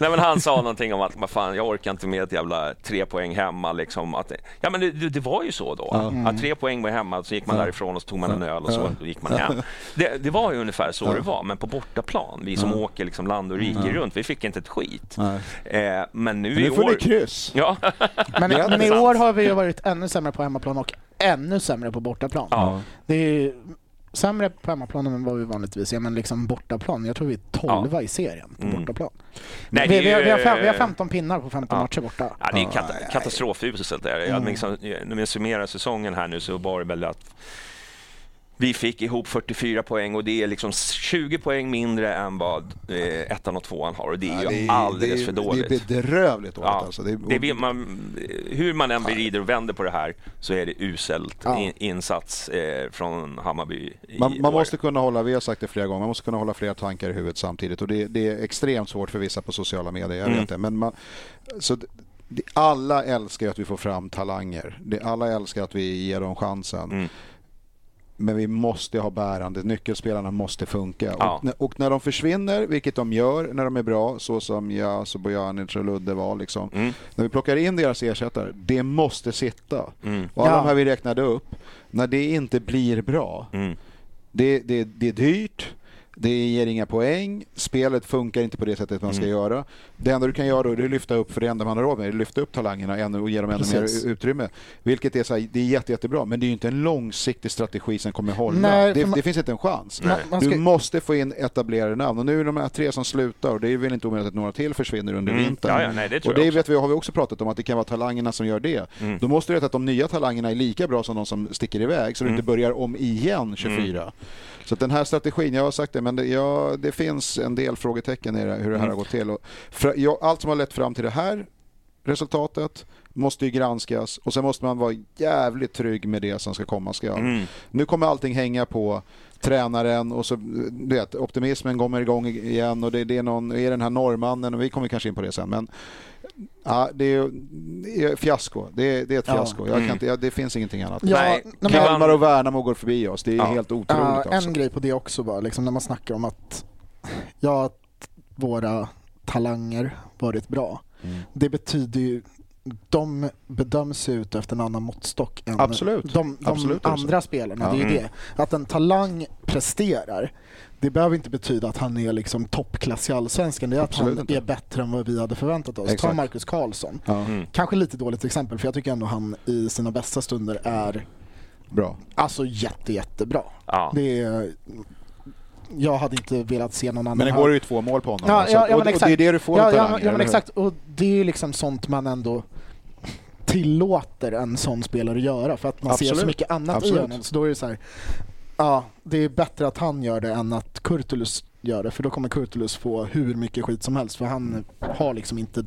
S1: nej, men han sa någonting om att "Vad fan, jag orkar inte med ett jävla tre poäng hemma. Liksom, att, ja, men det, det det var ju så då. Att tre poäng var hemma, så gick man därifrån och så tog man en öl och så gick man hem. Det, det var ju ungefär så det var, men på bortaplan. Vi som åker liksom land och rike runt, vi fick inte ett skit. Eh, men nu i
S2: nu får
S1: år...
S2: ni kryss.
S1: Ja,
S3: Men,
S1: Det är
S3: men i
S1: sant.
S3: år har vi ju varit ännu sämre på hemmaplan och ännu sämre på bortaplan.
S1: Ja.
S3: Det är ju sämre på hemmaplan än vad vi vanligtvis är, men liksom bortaplan. Jag tror vi är tolva i serien på
S2: Mm.
S3: bortaplan.
S1: Nej, det
S3: vi,
S1: är
S3: vi, har,
S1: ju-
S3: vi, har fem, vi har 15 pinnar på 15 matcher borta.
S1: ja, det är kat- katastrofuselt. Där. Jag,
S2: Mm.
S1: liksom, när vi summerar säsongen här nu så var det väl att vi fick ihop 44 poäng och det är liksom 20 poäng mindre än vad eh, ettan och tvåan har och det är ju
S2: det är-
S1: alldeles
S2: det är-
S1: för dåligt.
S2: Det är bedrövligt året
S1: Ja,
S2: alltså. Det är,
S1: det vill man, hur man än vrider och vänder på det här så är det uselt in, insats eh, från Hammarby i
S2: man, man
S1: år.
S2: måste kunna hålla, vi har sagt det flera gånger, man måste kunna hålla flera tankar i huvudet samtidigt. Och det, det är extremt svårt för vissa på sociala medier, jag
S1: Mm.
S2: vet det. Men man, så d- det, alla älskar ju att vi får fram talanger. Det, alla älskar att vi ger dem chansen.
S1: Mm.
S2: Men vi måste ha bärande, nyckelspelarna måste funka.
S1: Ja.
S2: Och, när- och när de försvinner, vilket de gör när de är bra, så som jag, så Bojanic och Ludde var. Liksom.
S1: Mm.
S2: När vi plockar in deras ersättare, det
S1: Mm.
S2: måste sitta. Och alla
S3: Ja.
S1: Mm.
S2: de här vi räknade upp, när det inte blir bra, Det, det, det är dyrt, det ger inga poäng, spelet funkar inte på det sättet man ska
S3: Mm.
S2: göra. Det enda du kan göra då är att lyfta upp, för det enda man har råd med är att lyfta upp talangerna ännu och ge dem ännu
S3: Precis.
S2: mer utrymme. Vilket är, så här, det är jätte, jättebra, men det är ju inte en långsiktig strategi som kommer hålla.
S3: Nej,
S2: det,
S3: för man-
S2: det finns inte en chans.
S3: Man- man ska-
S2: Du måste få in etablerade namn. Och nu är de här tre som slutar och det är väl inte omöjligt att några till försvinner under
S1: Mm.
S2: vintern.
S1: Ja, ja, nej, det tror
S2: och det
S1: jag också. Mm.
S2: vet vi, har vi också pratat om, att det kan vara talangerna som gör det. Då måste du veta att de nya talangerna är lika bra som de som sticker iväg, så du
S1: Mm.
S2: inte börjar om igen 24. Så att den här strategin, jag har sagt det, men det, ja, det finns en del frågetecken i det, här, hur det här
S1: Mm.
S2: har gått till. Och fra- ja, allt som har lett fram till det här resultatet måste ju granskas och sen måste man vara jävligt trygg med det som ska komma skall.
S1: Mm.
S2: Nu kommer allting hänga på tränaren och så du vet, optimismen kommer igång igen och det, det är någon, är den här norrmannen och vi kommer kanske in på det sen men ja, det är det är fiasko. Det är, det är ett
S3: Ja. Mm.
S2: fiasko. Jag kan inte, jag, det finns ingenting annat.
S3: Ja,
S1: Nej,
S3: nej,
S1: kan
S3: men-
S2: Kalmar och Värnamo går förbi oss. Det är
S1: Ja.
S2: helt otroligt
S3: Ja,
S2: alltså.
S3: en grej på det också bara, liksom när man snackar om att, ja, att våra talanger varit bra.
S2: Mm.
S3: Det betyder ju, de bedöms ju ut efter en annan måttstock än
S2: Absolut.
S3: de, de
S2: Absolut mm. är det så.
S3: andra spelarna. Det är ju det. Att en talang presterar, det behöver inte betyda att han är liksom toppklass i Allsvenskan. Det är
S2: Absolut
S3: att han
S2: inte.
S3: är bättre än vad vi hade förväntat oss. Ta
S2: Exakt.
S3: Marcus Karlsson.
S2: Ja,
S1: Mm.
S3: Kanske lite dåligt exempel, för jag tycker ändå han i sina bästa stunder är
S2: bra.
S3: Alltså jätte, jättebra.
S1: Ja.
S3: Det är, jag hade inte velat se någon annan
S2: Men det
S3: här.
S2: går ju två mål på honom.
S3: ja,
S2: alltså.
S3: ja, ja,
S2: och,
S3: men
S2: och
S3: exakt.
S2: det är det du får av
S3: ja, ja,
S2: talanger,
S3: ja, men
S2: eller hur?
S3: exakt. Och det är ju liksom sånt man ändå tillåter en sån spelare göra för att man ser så
S2: Absolut.
S3: mycket annat i
S2: Absolut.
S3: honom. Så då är det så här, ja, det är bättre att han gör det än att Kurtulus gör det för då kommer Kurtulus få hur mycket skit som helst för han har liksom inte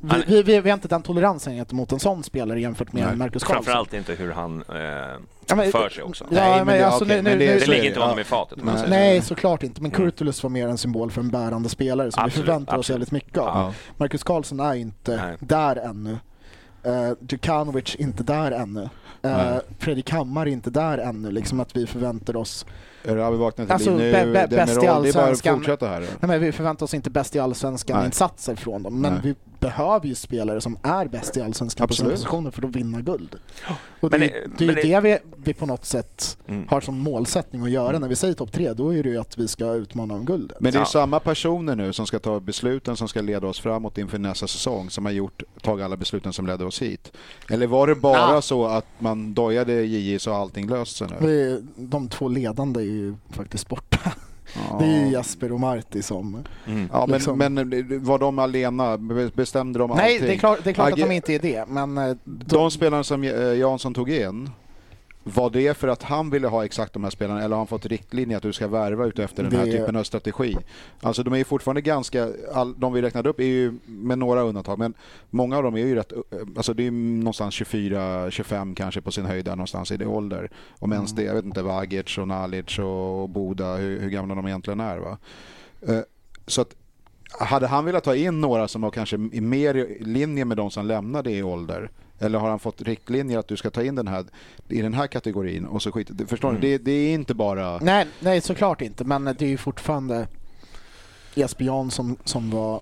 S3: vi, vi, vi, vi har inte den toleransen gentemot en sån spelare jämfört med
S2: Nej.
S3: Marcus Karlsson.
S1: Framförallt inte hur han eh,
S3: Ja, men-
S1: för sig också.
S3: Ja,
S2: Nej,
S3: men,
S2: men det-
S3: alltså,
S2: okej,
S3: nu,
S2: men
S3: nu,
S2: det-
S3: nu,
S1: Det
S2: så är
S1: ligger
S2: det.
S1: inte honom i fatet om man säger så.
S3: Eh,
S1: Mm.
S3: Nej, såklart inte. Men Kurtulus var mer en symbol för en bärande spelare som
S1: Absolut,
S3: vi förväntar oss
S1: absolut.
S3: väldigt mycket av.
S2: Ja.
S3: Marcus Karlsson är inte
S1: Nej.
S3: där ännu. Uh, Djukanovic inte där ännu. Uh,
S2: Nej.
S3: Fredrik Hammar inte där ännu. Liksom att vi förväntar oss...
S2: Rabi vaknar till
S3: Alltså,
S2: liv nu.
S3: bä- bä-
S2: Demirol,
S3: bäst i
S2: Det är bara att
S3: allsvenskan.
S2: fortsätta här.
S3: Nej, men vi förväntar oss inte bäst i
S2: Nej.
S3: allsvenskan-insatser från dem. Men
S2: Nej.
S3: vi behöver ju spelare som är bäst i allsvenskan på sina
S2: Absolut.
S3: positioner för att vinna guld. Och det,
S1: Men
S3: är
S1: det-
S3: ju- det är ju
S1: men det- Mm.
S3: det, vi, vi på något sätt har som målsättning att göra. När vi säger topp tre, då är det ju att vi ska utmana om guldet.
S2: Men det är
S1: Ja.
S2: ju samma personer nu som ska ta besluten som ska leda oss framåt inför nästa säsong som har gjort, tagit alla besluten som ledde oss hit. Eller var det bara
S3: Ah.
S2: så att man dojade JJ så har allting löst sig nu?
S3: Vi, de två ledande är ju faktiskt borta. Det är ju Jasper och Marti som...
S2: Ja, men,
S3: liksom.
S2: men var de alena? Be- Bestämde de
S3: Nej,
S2: allting?
S3: det är klart, det är klart att
S2: Agge-
S3: de inte är det, men eh,
S2: De spelarna som eh, Jansson tog in, var det för att han ville ha exakt de här spelarna eller har han fått riktlinjer att du ska värva ut efter den här
S3: Det-
S2: typen av strategi? Alltså de är ju fortfarande ganska, all, de vi räknade upp är ju med några undantag, men många av dem är ju rätt, eh, alltså det är ju någonstans 24-25 kanske på sin höjd där någonstans i det ålder. Om ens det, jag vet inte, Vagic och Nalic och Boda, hur, hur gamla de egentligen är va. Eh, Så att hade han velat ta in några som var kanske i- mer i linje med de som lämnade i ålder? Eller har han fått riktlinjer att du ska ta in den här i den här kategorin? Och så skit, det- förstår ni? Det, det är inte bara...
S3: Mm. nej, nej, såklart inte. Men det är ju fortfarande Jesper Jansson som var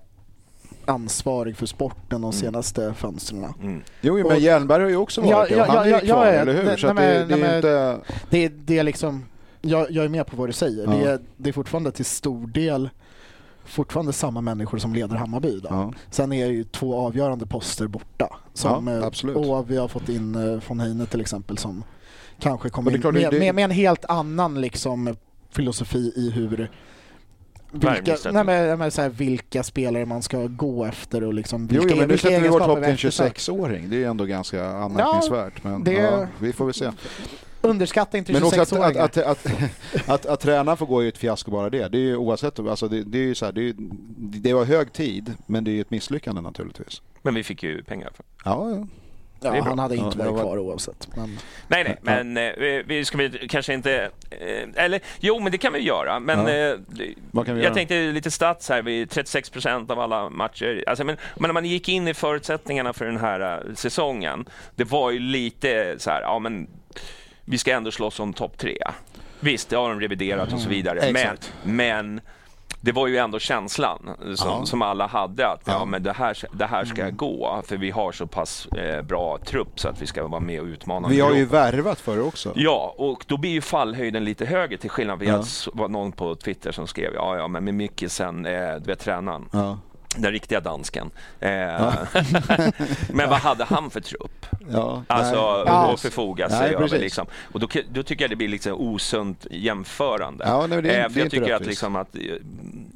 S3: ansvarig för sporten
S2: Mm.
S3: de senaste fönstren.
S1: Mm.
S2: Jo, jo, men
S3: Och-
S2: Hjelmberg har ju också varit
S3: Ja,
S2: det
S3: ja,
S2: och han är
S3: ja,
S2: ju
S3: ja,
S2: kvar,
S3: ja, ja.
S2: eller hur?
S3: Nej,
S2: Så att
S3: nej,
S2: det,
S3: men-
S2: det är
S3: nej,
S2: ju inte...
S3: Det, det är liksom, jag, jag är med på vad du säger. Det,
S2: Ja.
S3: är, det är fortfarande till stor del fortfarande samma människor som leder Hammarby idag.
S2: Ja.
S3: Sen är ju två avgörande poster borta. Som,
S2: Ja,
S3: eh,
S2: absolut.
S3: Och vi har fått in eh, von Heine till exempel som kanske
S2: Men
S3: kommer
S2: det är
S3: in
S2: klart,
S3: med,
S2: det-
S3: med, med en helt annan liksom, filosofi i hur vilka,
S1: Värvningssättet.
S3: nej, men, jag menar så här, vilka spelare man ska gå efter och liksom,
S2: Jo,
S3: vilka,
S2: jo, men nu
S3: vilka
S2: sätter vi vårt
S3: egenskaper
S2: hopp till en
S3: eftersöker.
S2: 26-åring. Det är ju ändå ganska anmärkningsvärt. men,
S3: det-
S2: ja, vi får väl se.
S3: Underskatta inte
S2: Men också att,
S3: 26-åringar.
S2: att, att, att, att, att tränaren får gå är ju ett fiasko bara det. Det är ju oavsett, alltså det, det är ju så här, det, är ju- det var hög tid, men det är ju ett misslyckande naturligtvis.
S1: Men vi fick ju pengar. För.
S2: Ja, ja.
S1: det är
S3: ja,
S1: bra.
S3: han hade inte
S2: Ja,
S3: varit
S2: jag var-
S3: kvar oavsett. Men...
S1: Nej, nej, men eh, vi- vi ska vi kanske inte... Eh, eller jo, men det kan vi göra. Men eh, det-
S2: Vad kan vi
S1: jag
S2: göra?
S1: tänkte lite stats här. Vi 36 procent av alla matcher. Alltså, men, men när man gick in i förutsättningarna för den här eh, säsongen, det var ju lite så här, ja men vi ska ändå slåss om topp tre. Visst, det har de reviderat och så vidare.
S2: Mm. Exakt.
S1: Men, men det var ju ändå känslan som,
S2: Ja.
S1: som alla hade att ja.
S2: Ja. Mm.
S1: men det, här, det här ska gå för vi har så pass eh, bra trupp så att vi ska vara med och utmana.
S2: Vi har ju
S1: Europa.
S2: värvat för det också.
S1: Ja, och då blir ju fallhöjden lite högre till skillnad från
S2: Ja.
S1: jag s- var någon på Twitter som skrev ja, ja, men med Mikkelsen, eh, du vet tränaren,
S2: Ja.
S1: den riktiga dansken. Eh, men vad hade han för trupp?
S2: Ja.
S1: Alltså
S2: Nej.
S1: att förfoga
S2: Nej,
S1: sig över
S2: precis.
S1: liksom. Och då, k- då tycker jag det blir liksom osunt jämförande.
S2: Ja, nej, men det är-
S1: Eh,
S2: det
S1: för
S2: är
S1: jag
S2: inte
S1: tycker att
S2: rättvist.
S1: liksom att, eh,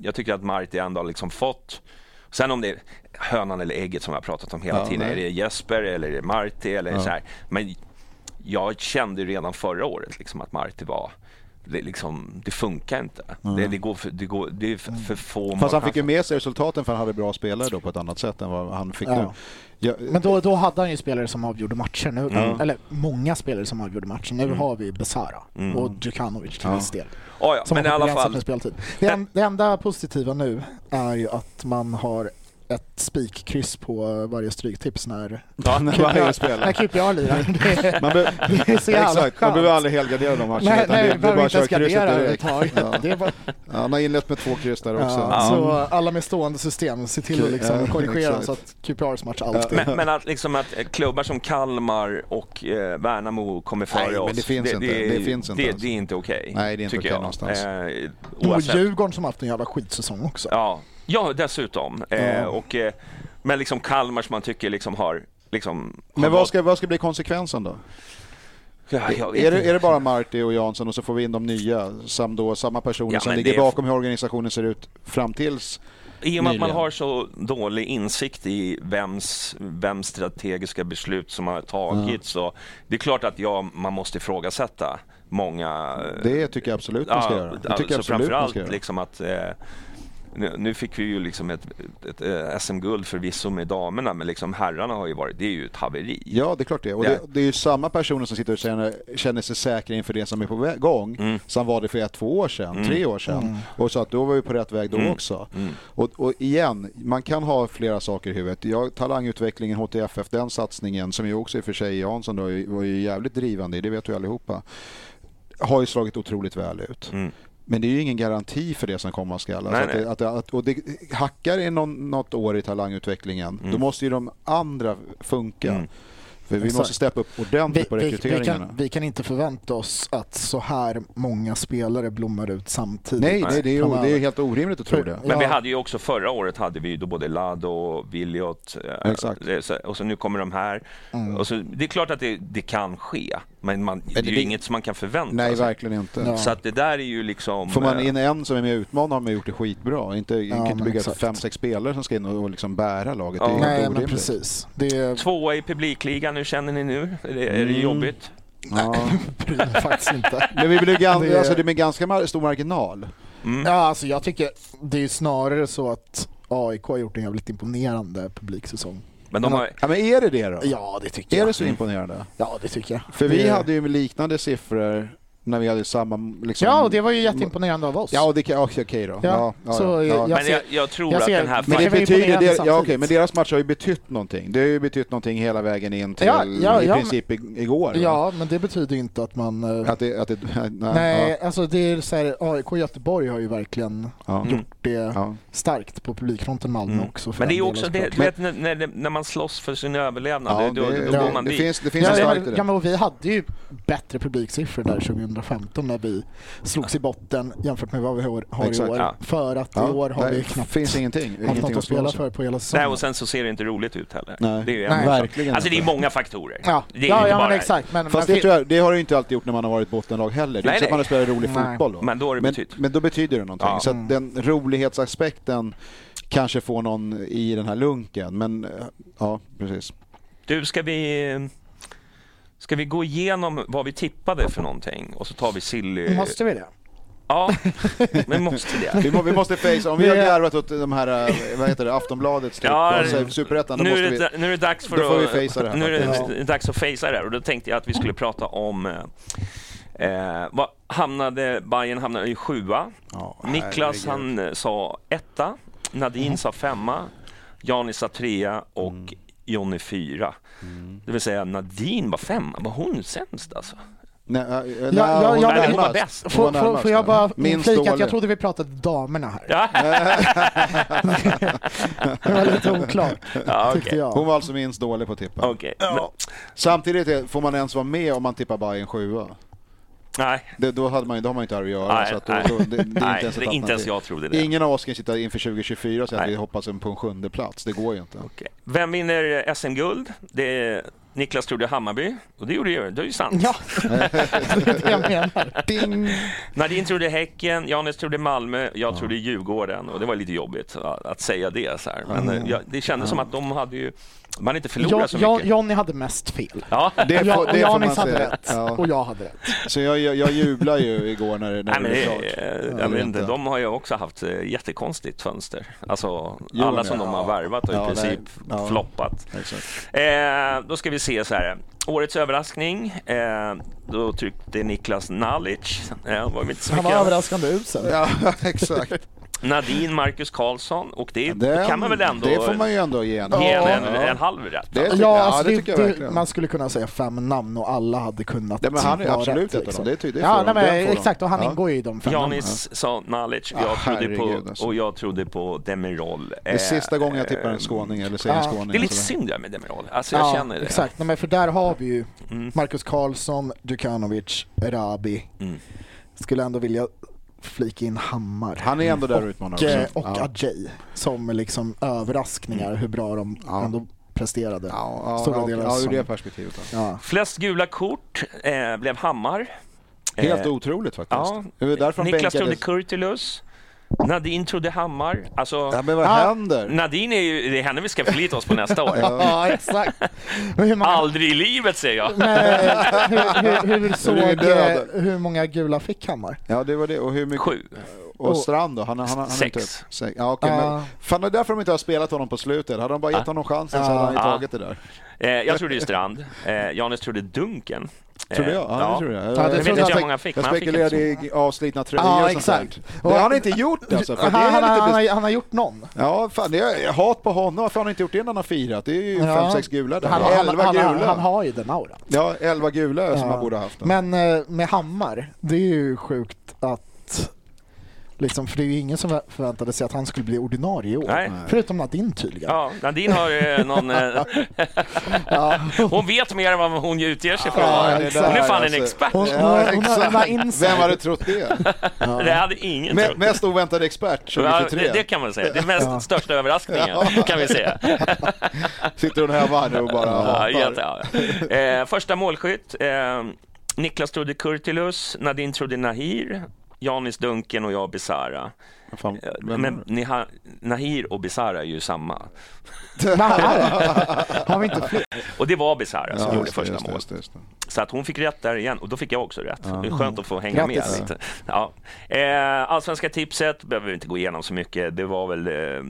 S1: jag tycker att Marti ändå har liksom fått Sen om det är hönan eller ägget som jag har pratat om hela
S2: Ja,
S1: tiden.
S2: nej.
S1: Är det Jesper eller är det Marti eller så här. Men jag kände ju redan förra året liksom att Marti var det, liksom, det funkar inte. Det, det, går för, det, går, det är för, för få
S2: Mm. Fast han
S1: mål.
S2: fick ju med sig resultaten för han hade bra spelare då på ett annat sätt än vad han fick
S3: Ja.
S2: nu. Jag,
S3: Men då, då hade han ju spelare som avgjorde matcher nu. Eller många spelare som avgjorde matcher. Nu har vi Besara och Djukanovic till viss del.
S1: Mm. Ja, ja,
S3: Som
S1: men i
S3: har
S1: alla
S3: begränsat
S1: fall.
S3: med speltid. Det, en, det enda positiva nu är ju att man har ett spikkryss på varje stryktips när,
S2: ja, när varje spelare.
S3: när QPR lirar. Det är-
S2: Man be-
S3: Det är så jävla
S2: Exakt, man
S3: skönt.
S2: behöver aldrig helgardera de matcherna.
S3: Nej,
S2: utan det-
S3: nej, vi
S2: det är
S3: behöver
S2: bara
S3: inte ens
S2: köra krysset
S3: gardera
S2: direkt.
S3: överhuvudtaget.
S2: Ja.
S3: Det är bara,
S2: Ja, han har inlett med två kryss där också.
S3: ja, Så alla med stående system, se till att liksom
S2: Ja,
S3: korrigera
S2: exakt.
S3: så att QPRs match alltid...
S1: Men, men att, liksom att eh, klubbar som Kalmar och eh, Värnamo kommer före
S2: Nej, men
S1: oss.
S2: det finns inte. Det finns inte
S1: Det,
S2: alltså.
S1: det är inte okej.
S2: Nej, det är inte
S1: tycker
S2: okej
S1: jag.
S2: någonstans.
S1: Eh,
S3: Och
S1: oavsett.
S3: Djurgården som haft en jävla skitsäsong också.
S1: Ja, ja dessutom. Eh,
S3: Ja.
S1: och, eh, men liksom Kalmar som man tycker liksom har... Liksom, har
S2: Men
S1: gått-
S2: vad ska, vad ska bli konsekvensen då?
S1: Ja, jag vet
S2: Är det,
S1: inte.
S2: är det bara Marti och Jansson och så får vi in de nya, sam då, samma personer
S1: Ja,
S2: som
S1: men
S2: ligger
S1: det är-
S2: bakom hur organisationen ser ut fram tills
S1: I och med att man
S2: Nyligen.
S1: har så dålig insikt i vems, vems strategiska beslut som har tagits. så det är klart att ja, man måste ifrågasätta många... eh,
S2: Det tycker jag absolut man ska göra. Det tycker jag
S1: alltså
S2: absolut man
S1: framförallt
S2: ska göra.
S1: liksom att eh, nu, nu fick vi ju liksom ett, ett, eh, SM-guld förvisso med damerna, men liksom herrarna har ju varit, det är ju ett haveri.
S2: Ja, det är klart det. Och
S1: Ja.
S2: det, det är ju samma personer som sitter och känner, känner sig säkra inför det som är på vä- gång, som var det för ett, två år sedan, tre år sedan. Och så att då var vi på rätt väg då också. Och, och igen, man kan ha flera saker i huvudet. Jag, talangutvecklingen, HTFF, den satsningen, som ju också i och för sig Jansson då, var ju jävligt drivande i, det vet vi allihopa, har ju slagit otroligt väl
S1: Mm.
S2: ut. Men det är ju ingen garanti för det som komma skall. Alltså
S1: Nej,
S2: att det,
S1: nej.
S2: att, det- att, och det hackar i någon, något år i talangutvecklingen,
S1: Mm.
S2: då måste ju de andra funka. För vi
S3: Exakt.
S2: måste steppa upp ordentligt på
S3: vi,
S2: typ rekryteringarna.
S3: kan, vi kan inte förvänta oss att så här många spelare blommar ut samtidigt.
S2: nej, nej, det är, ju,
S3: framöver.
S2: det är ju helt orimligt att tro det.
S1: Men
S3: Ja.
S1: vi hade ju också förra året hade vi ju då både Lado och Williot eh,
S2: Exakt. Mm.
S1: det- så- och så nu kommer de här. Och så, det är klart att det, det kan ske, men, man, det är ju
S2: det-
S1: inget som man kan förvänta
S2: Nej,
S1: sig.
S2: verkligen inte.
S3: Ja.
S1: Så att det där är ju liksom...
S2: Får man
S1: eh,
S2: in en som är med och utmanar har man gjort det skitbra. Inte, man kan
S3: men
S2: inte bygga
S3: exakt.
S2: fem, sex spelare som ska in och och liksom bära laget.
S1: Ja.
S2: Det är helt
S3: Nej, men
S2: orimligt.
S3: precis. Det är
S1: Tvåa i publikligan, hur känner ni nu? Är det, är
S2: Mm.
S1: det jobbigt?
S2: Ja.
S3: bryr mig faktiskt inte.
S2: Men Mm. vi blir ju gan-
S3: Det är-
S2: alltså, det är med ganska mar- stor marginal.
S3: Ja, alltså jag tycker det är snarare så att AIK har gjort en jävligt imponerande publiksäsong.
S1: Men de har,
S2: Ja, men är det det då?
S3: Ja, det tycker
S2: Är
S3: jag.
S2: det så imponerande?
S3: Ja, det tycker jag.
S2: För
S3: det...
S2: vi hade ju liknande siffror när vi hade samma... Liksom...
S3: Ja, och det var ju jätteimponerande av oss.
S2: Ja, det kan... Okej okay, då.
S3: Ja, så jag-
S1: men jag, jag tror
S3: jag
S1: att
S3: ser-
S1: den här...
S2: Men
S3: Man
S2: det
S3: kan vara
S2: betyder,
S3: imponerad
S2: det, ja,
S3: samtidigt.
S2: okej, men deras match har ju betytt någonting. Det har ju betytt någonting hela vägen in till
S3: Ja, ja, ja,
S2: i princip i- igår. va?
S3: ja, men det betyder ju inte att man... eh,
S2: Att det, att det, nej,
S3: nej,
S2: ja,
S3: alltså det är så här, AIK och Göteborg har ju verkligen
S2: ja,
S3: gjort det
S2: Mm. ja. Mm.
S3: starkt på publikfronten Malmö Mm. också. för
S1: Mm. Men det är
S3: den
S1: ju också,
S3: delen
S1: det, du
S3: såklart.
S1: vet när, när, när man slåss för sin överlevnad,
S2: Ja,
S1: det, då,
S2: det-
S1: då
S2: det-
S1: går man
S2: det
S1: dit.
S2: finns- det finns
S3: Ja,
S2: en
S3: ja,
S2: stark i
S3: men,
S2: det.
S3: ja, men och vi hade ju bättre publiksiffror där 2015 när vi slogs i botten jämfört med vad vi har, har i
S2: Exakt.
S3: år.
S1: Ja.
S3: För att i
S2: Ja,
S3: år har
S2: nej,
S3: vi knappt
S2: finns ingenting.
S3: haft något
S2: Ingenting
S3: att
S2: att
S3: spela
S2: slå sig.
S3: för på hela
S1: Nej,
S3: säsongen.
S1: och sen så ser det inte roligt ut heller.
S2: Nej.
S1: Det är ju en
S3: Nej.
S1: sak.
S2: Verkligen
S1: Alltså det är
S2: inte.
S1: många faktorer.
S3: ja,
S1: Det är
S3: ja,
S1: inte
S3: ja men
S1: bara-
S3: exakt. Men,
S2: Fast
S3: men,
S2: det, tror jag, det har du inte alltid gjort när man har varit bottenlag heller. Det är
S1: Nej,
S2: inte så att man har spelat rolig
S3: Nej.
S2: fotboll då.
S1: Men då har det
S2: men,
S1: betytt.
S2: men då betyder det någonting.
S1: Ja.
S2: Så
S3: Mm.
S2: att den rolighetsaspekten kanske får någon i den här lunken. Men eh, ja, precis.
S1: Du, ska vi... Ska vi gå igenom vad vi tippade för någonting och så tar vi silly...
S3: måste vi det?
S1: Ja, men måste det?
S2: Vi, må, vi måste face, om vi
S3: Det-
S2: har garvat åt de här, eh, vad heter det, Aftonbladets typ,
S1: Ja,
S2: alltså, superettan, då
S1: Nu är,
S2: måste
S1: det,
S2: vi...
S1: da- nu är det dags för
S2: då får
S1: att...
S2: vi facea det här
S1: nu är
S2: faktiskt. Mm.
S1: det dags att facea det här och då tänkte jag att vi skulle prata om... eh, Eh, vad hamnade, Bayern hamnade i sjua.
S2: Ja,
S1: Niklas
S2: herregud. Mm.
S1: han eh, sa etta, Nadine sa femma, Janis sa trea och
S2: Mm.
S1: Jonny fyra. Det vill säga Nadine var femma, var hon sämst alltså?
S2: Nej, äh, nej,
S3: Ja, ja,
S2: hon
S3: ja,
S2: var
S3: men-
S1: hon var
S2: närmast.
S1: bäst.
S2: Hon var
S3: Får, får,
S2: närmast
S3: får jag
S2: där.
S3: bara
S2: Minst
S3: inflika att
S2: dålig.
S3: jag trodde vi pratade damerna här.
S1: Ja.
S3: Det var lite oklart,
S1: Ja,
S3: tyckte
S1: okej.
S3: jag.
S2: Hon var alltså minst dålig på att tippa.
S1: Okej. Men-
S2: Samtidigt är- får man ens vara med om man tippar Bayern sjua.
S1: Nej,
S2: Det, då, hade man, ju- då har man ju inte här att göra.
S1: Nej,
S2: så att då,
S1: nej.
S2: då, det, det är inte
S1: Nej,
S2: ens, ett
S1: det är inte ens
S2: alternativ.
S1: jag trodde det.
S2: Ingen av oss kan sitta inför 2024 och säga att
S1: Nej.
S2: vi hoppas på en sjunde plats. Det går ju inte.
S1: okej. Vem vinner SM-guld? Det är Niklas trodde Hammarby, och det gjorde ju, det är ju sant.
S3: Ja, det är det jag menar.
S2: Ding!
S1: Nadine trodde Häcken, Janes trodde Malmö, jag trodde Djurgården. Och det var lite jobbigt att, att säga det. Så här. Men eh, jag, det kändes som att de hade ju... Man hade inte förlorat så
S3: Jo- Jo-
S1: mycket.
S3: Jonny hade mest fel.
S1: Ja.
S2: Det får,
S3: Ja,
S2: det får man
S3: Janis hade
S2: säga.
S3: rätt
S2: Ja.
S3: och jag hade rätt.
S2: Så jag, jag, jag jublar ju igår när, det- när
S1: Nej, men
S2: det
S1: det,
S2: blev klart.
S1: eh,
S2: Ja,
S1: jag
S2: det
S1: vet
S2: är
S1: inte,
S2: inte.
S1: de har ju också haft eh, jättekonstigt fönster. Alltså,
S2: Jo,
S1: alla
S2: men-
S1: som de har
S2: ja.
S1: värvat har i
S2: Ja, det-
S1: princip
S2: ja.
S1: floppat.
S2: Exakt.
S1: Eh, då ska vi se så här. Årets överraskning. Eh, då tryckte Niklas Nalic. Eh, var väl inte så
S3: Han var
S1: mycket-
S3: överraskande usel.
S2: Ja, exakt.
S1: Nadine Marcus Karlsson. Och det
S2: Den-
S1: kan man väl ändå...
S2: Det får man ju ändå ge henne.
S1: Ge
S3: Ja.
S1: en, en, en halv rätt.
S2: Det tycker,
S3: Ja,
S2: ja,
S3: alltså
S2: det
S3: det,
S2: tycker jag
S3: det-
S2: verkligen.
S3: man skulle kunna säga fem namn och alla hade kunnat
S2: Nej, men han är
S3: vara
S2: absolut
S3: rätt,
S2: ett av
S3: liksom.
S2: dem. Det är ty- det får
S3: ja,
S2: de.
S3: nej,
S2: Det får
S3: men
S2: de.
S3: Exakt, och han
S2: Ja.
S3: ingår ju i de fem namnen.
S1: Janis sa knowledge, jag
S2: Ah,
S1: trodde
S2: herregud,
S1: på,
S2: alltså.
S1: och jag trodde på Demirol. eh,
S2: Det är sista gången jag tippar en skåning eller säger en
S3: ja.
S2: skåning.
S1: Det är lite
S2: sådär.
S1: synd där med Demirol, alltså jag
S3: ja,
S1: känner det. Mm.
S3: Exakt, nej, men för där har vi ju Marcus Karlsson, Djukanovic, Erabi.
S1: Mm.
S3: Skulle ändå vilja flika in Hammar.
S2: Han är ändå där och utmanar
S3: och, eh,
S2: också.
S3: och Ajay som liksom överraskningar
S1: Mm.
S3: hur bra de ändå presterade.
S2: Ja, ja,
S3: Stora
S2: ja,
S3: delar av
S2: ja, ur
S3: säsongen.
S2: det perspektivet. då.
S3: Ja.
S1: Flest gula kort eh, blev Hammar.
S2: Helt
S1: Eh,
S2: otroligt faktiskt.
S1: ja.
S2: Det var därför han
S1: Niklas trodde
S2: bänkades.
S1: Kurtulus. Nadine trodde Hammar. Alltså,
S2: Ja, men vad händer?
S1: Nadine är ju, det är henne vi ska förlita oss på nästa år.
S3: ja, exakt. Men hur många
S1: Aldrig i livet säger jag.
S3: Nej, hur, hur, hur såg,
S2: Du är död.
S3: eh, hur många gula fick Hammar?
S2: Ja, det var det. Och, hur mycket...
S1: Sju.
S2: och Strand då? Han, han, han, han
S1: Sex.
S2: Inte... Sex. Ja, okej,
S3: Ja.
S2: men... Fan, det är därför de inte har spelat honom på slutet. Hade de bara gett honom chansen så hade han ju
S1: Ja.
S2: tagit det där.
S1: Eh, jag trodde ju Strand. Eh, Janis trodde Dunken. Eh,
S2: Trodde jag? Ja, det tror jag.
S3: det
S2: jag,
S3: trodde
S2: vet
S3: jag
S1: hur
S2: inte.
S1: många fick,
S2: jag
S1: men han fick
S2: spekulerade i avslitna tröjor
S3: Ja,
S2: och sånt där.
S3: exakt.
S2: Det har han inte gjort alltså. För
S3: Han,
S2: det är
S3: han,
S2: lite
S3: han,
S2: bes-
S3: har- han har gjort någon.
S2: Ja, fan, det är jag hat på honom. Varför har han inte gjort det när han har firat? Det är ju
S3: Ja.
S2: fem, sex gula där.
S3: Han, han,
S2: elva
S3: han, han,
S2: gula.
S3: han har ju den auran.
S2: Ja, elva gula som han borde ha haft.
S3: Men eh, med Hammar, det är ju sjukt att... Liksom, för det är ju ingen som förväntade sig att han skulle bli ordinarie i år.
S1: Nej.
S3: Förutom Nadine tydligen.
S1: Ja, Nadine har eh, någon... Eh, hon vet mer än vad hon utger sig för.
S3: Ja,
S1: hon är
S3: exakt.
S1: fan en
S2: Alltså,
S1: expert.
S3: Hon, hon,
S2: Ja,
S3: har- hon, har- hon har
S2: exakt.
S3: inside.
S2: Vem hade trott det?
S1: Det hade ingen
S2: Me-
S1: trott.
S2: mest oväntad expert
S1: Ja,
S2: 2023.
S1: det, det kan man säga. Det är mest största överraskningen, kan vi säga.
S2: Sitter hon hemma och bara
S1: Ja,
S2: hatar.
S1: jätte, ja. Eh, första målskytt. Eh, Niklas trodde Kurtulus, Nadine trodde Nahir, Janis Dunken och jag Besara.
S2: Fan,
S1: Eh,
S2: vem-
S1: Men Niha, Nahir och Besara är ju samma.
S3: Nej, har vi inte fler?
S1: Och det var Besara som
S2: Ja,
S1: gjorde
S2: just det,
S1: första
S2: just det,
S1: målet.
S2: just det, just det.
S1: Så att hon fick rätt där igen och då fick jag också rätt. Det är skönt att få hänga
S3: Grattis.
S1: med lite. Ja. Eh, Allsvenska tipset behöver vi inte gå igenom så mycket. Det var väl, eh,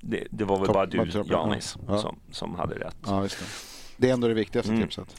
S1: det, det var väl
S2: Topp-
S1: bara du,
S2: toppen, ja.
S1: Janis,
S2: Ja.
S1: som, som hade rätt.
S2: Ja, just det. Det är ändå det viktigaste tipset.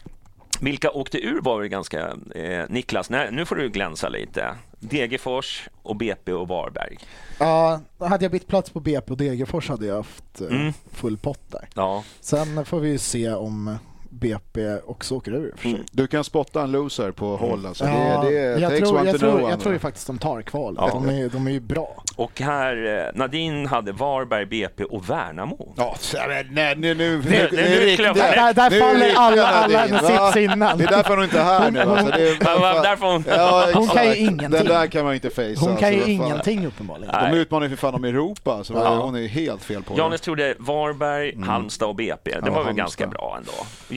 S1: Vilka åkte ur var väl ganska... Eh, Niklas, nej, nu får du glänsa lite. Degerfors, och BP och Varberg.
S3: Ja, hade jag bytt plats på BP och Degerfors hade jag haft eh,
S1: Mm.
S3: full pott där.
S1: Ja.
S3: Sen får vi ju se om BP också åker ur i och för sig.
S2: Du kan spotta en loser på håll alltså. Det,
S3: Ja,
S2: det är
S3: jag,
S2: takes
S3: tror,
S2: one to
S3: jag,
S2: know
S3: tror,
S2: one.
S3: jag tror ju faktiskt de tar kvalet.
S1: Ja.
S3: De, är, de är ju bra.
S1: Och här, eh, Nadine hade Varberg, BP och Värnamo.
S2: Ja, så- men nej, nu, nu, nu,
S1: nu klubbar det.
S3: Där- där
S2: nu
S3: faller
S2: riktar
S3: alla- alla
S2: Nadine,
S3: hennes
S2: va?
S3: tips innan.
S2: Det är därför hon inte är här nu. Alltså. Det är,
S1: Ja, va- därför hon-
S3: Hon kan ju
S2: exakt.
S3: ingenting.
S2: Den där kan man inte face.
S3: Hon kan
S2: alltså,
S3: ju
S2: vad fan.
S3: ingenting uppenbarligen.
S1: Nej.
S2: De utmanar ju för fan om Europa, så hon är ju helt fel på
S1: Janis trodde Varberg, Halmstad och BP. Det var väl
S2: Mm. Halmstad.
S1: ganska bra ändå.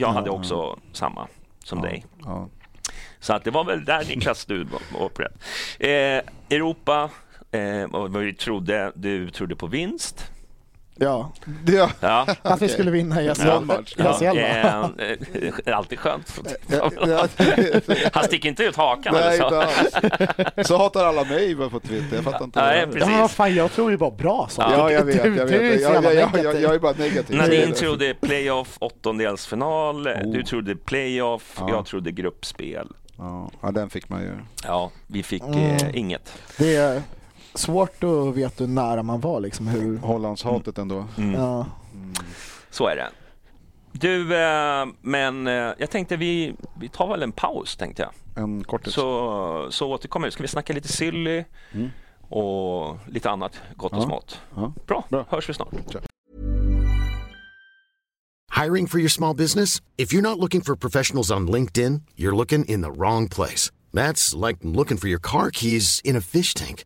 S1: Jag hade också samma som dig.
S2: det. Ja.
S1: Så att det var väl där Niklas du var- var på rätt. Eh, Europa, eh, vad vad vi trodde, du trodde på vinst.
S3: Ja.
S2: Ja.
S1: Ja.
S3: Att vi skulle vinna i SHL.
S2: match.
S3: Ja.
S1: Ja,
S3: SHL va?
S1: eh, eh, alltid skönt.
S2: Ja, ja,
S1: Han sticker inte ut hakan.
S2: Nej,
S1: alltså.
S2: inte alls. Så hatar alla mig bara på Twitter. Jag fattar inte.
S1: Nej,
S2: det.
S1: precis.
S3: Ja, men vad fan, jag tror ju bara bra saker.
S2: Ja, jag vet. Jag,
S3: Du,
S2: vet.
S3: du är ju så
S2: jag,
S3: jävla
S2: jag, jag, jag,
S3: negativ.
S2: jag är bara negativ.
S1: Nadine trodde playoff, åttondelsfinal.
S2: Oh.
S1: Du trodde playoff, jag trodde gruppspel.
S2: Ja, ja, den fick man ju.
S1: Ja, vi fick
S2: Mm.
S1: eh, inget.
S3: Det är svårt att veta hur
S1: Mm.
S3: nära man var liksom. Hur,
S2: Mm. Hollandshatet ändå.
S3: ja.
S1: Så är det. Du, eh, men eh, jag tänkte vi, vi tar väl en paus tänkte jag.
S2: En kortis.
S1: Så, så återkommer vi. Ska vi snacka lite silly och lite annat gott och smått.
S2: Ja.
S1: Bra.
S2: Bra.
S1: hörs vi snart.
S5: Hiring for your small business? If you're not looking for professionals on LinkedIn, you're looking in the wrong place. That's like looking for your car keys in a fish tank.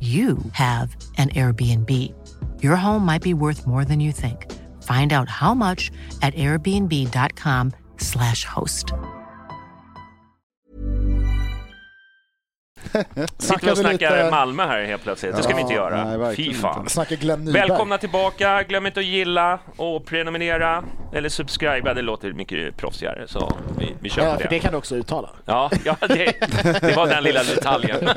S6: you have an Airbnb. Your home might be worth more than you think. Find out how much at airbnb.com/slash host.
S1: Sitter vi och
S3: Snackar vi
S1: snackar
S3: lite-
S1: Malmö här helt plötsligt. Det ska
S3: Mm. Ja,
S1: vi inte göra.
S2: nej, verkligen
S1: Fy fan.
S3: Snacka Glenn Nyberg.
S1: Välkomna tillbaka. Glöm inte att gilla och prenumerera eller subscriba. Det låter mycket proffsigare så vi, vi kör
S7: Ja,
S1: på
S7: för
S1: det.
S7: det kan du också uttala.
S1: Ja, ja det, det var den lilla detaljen.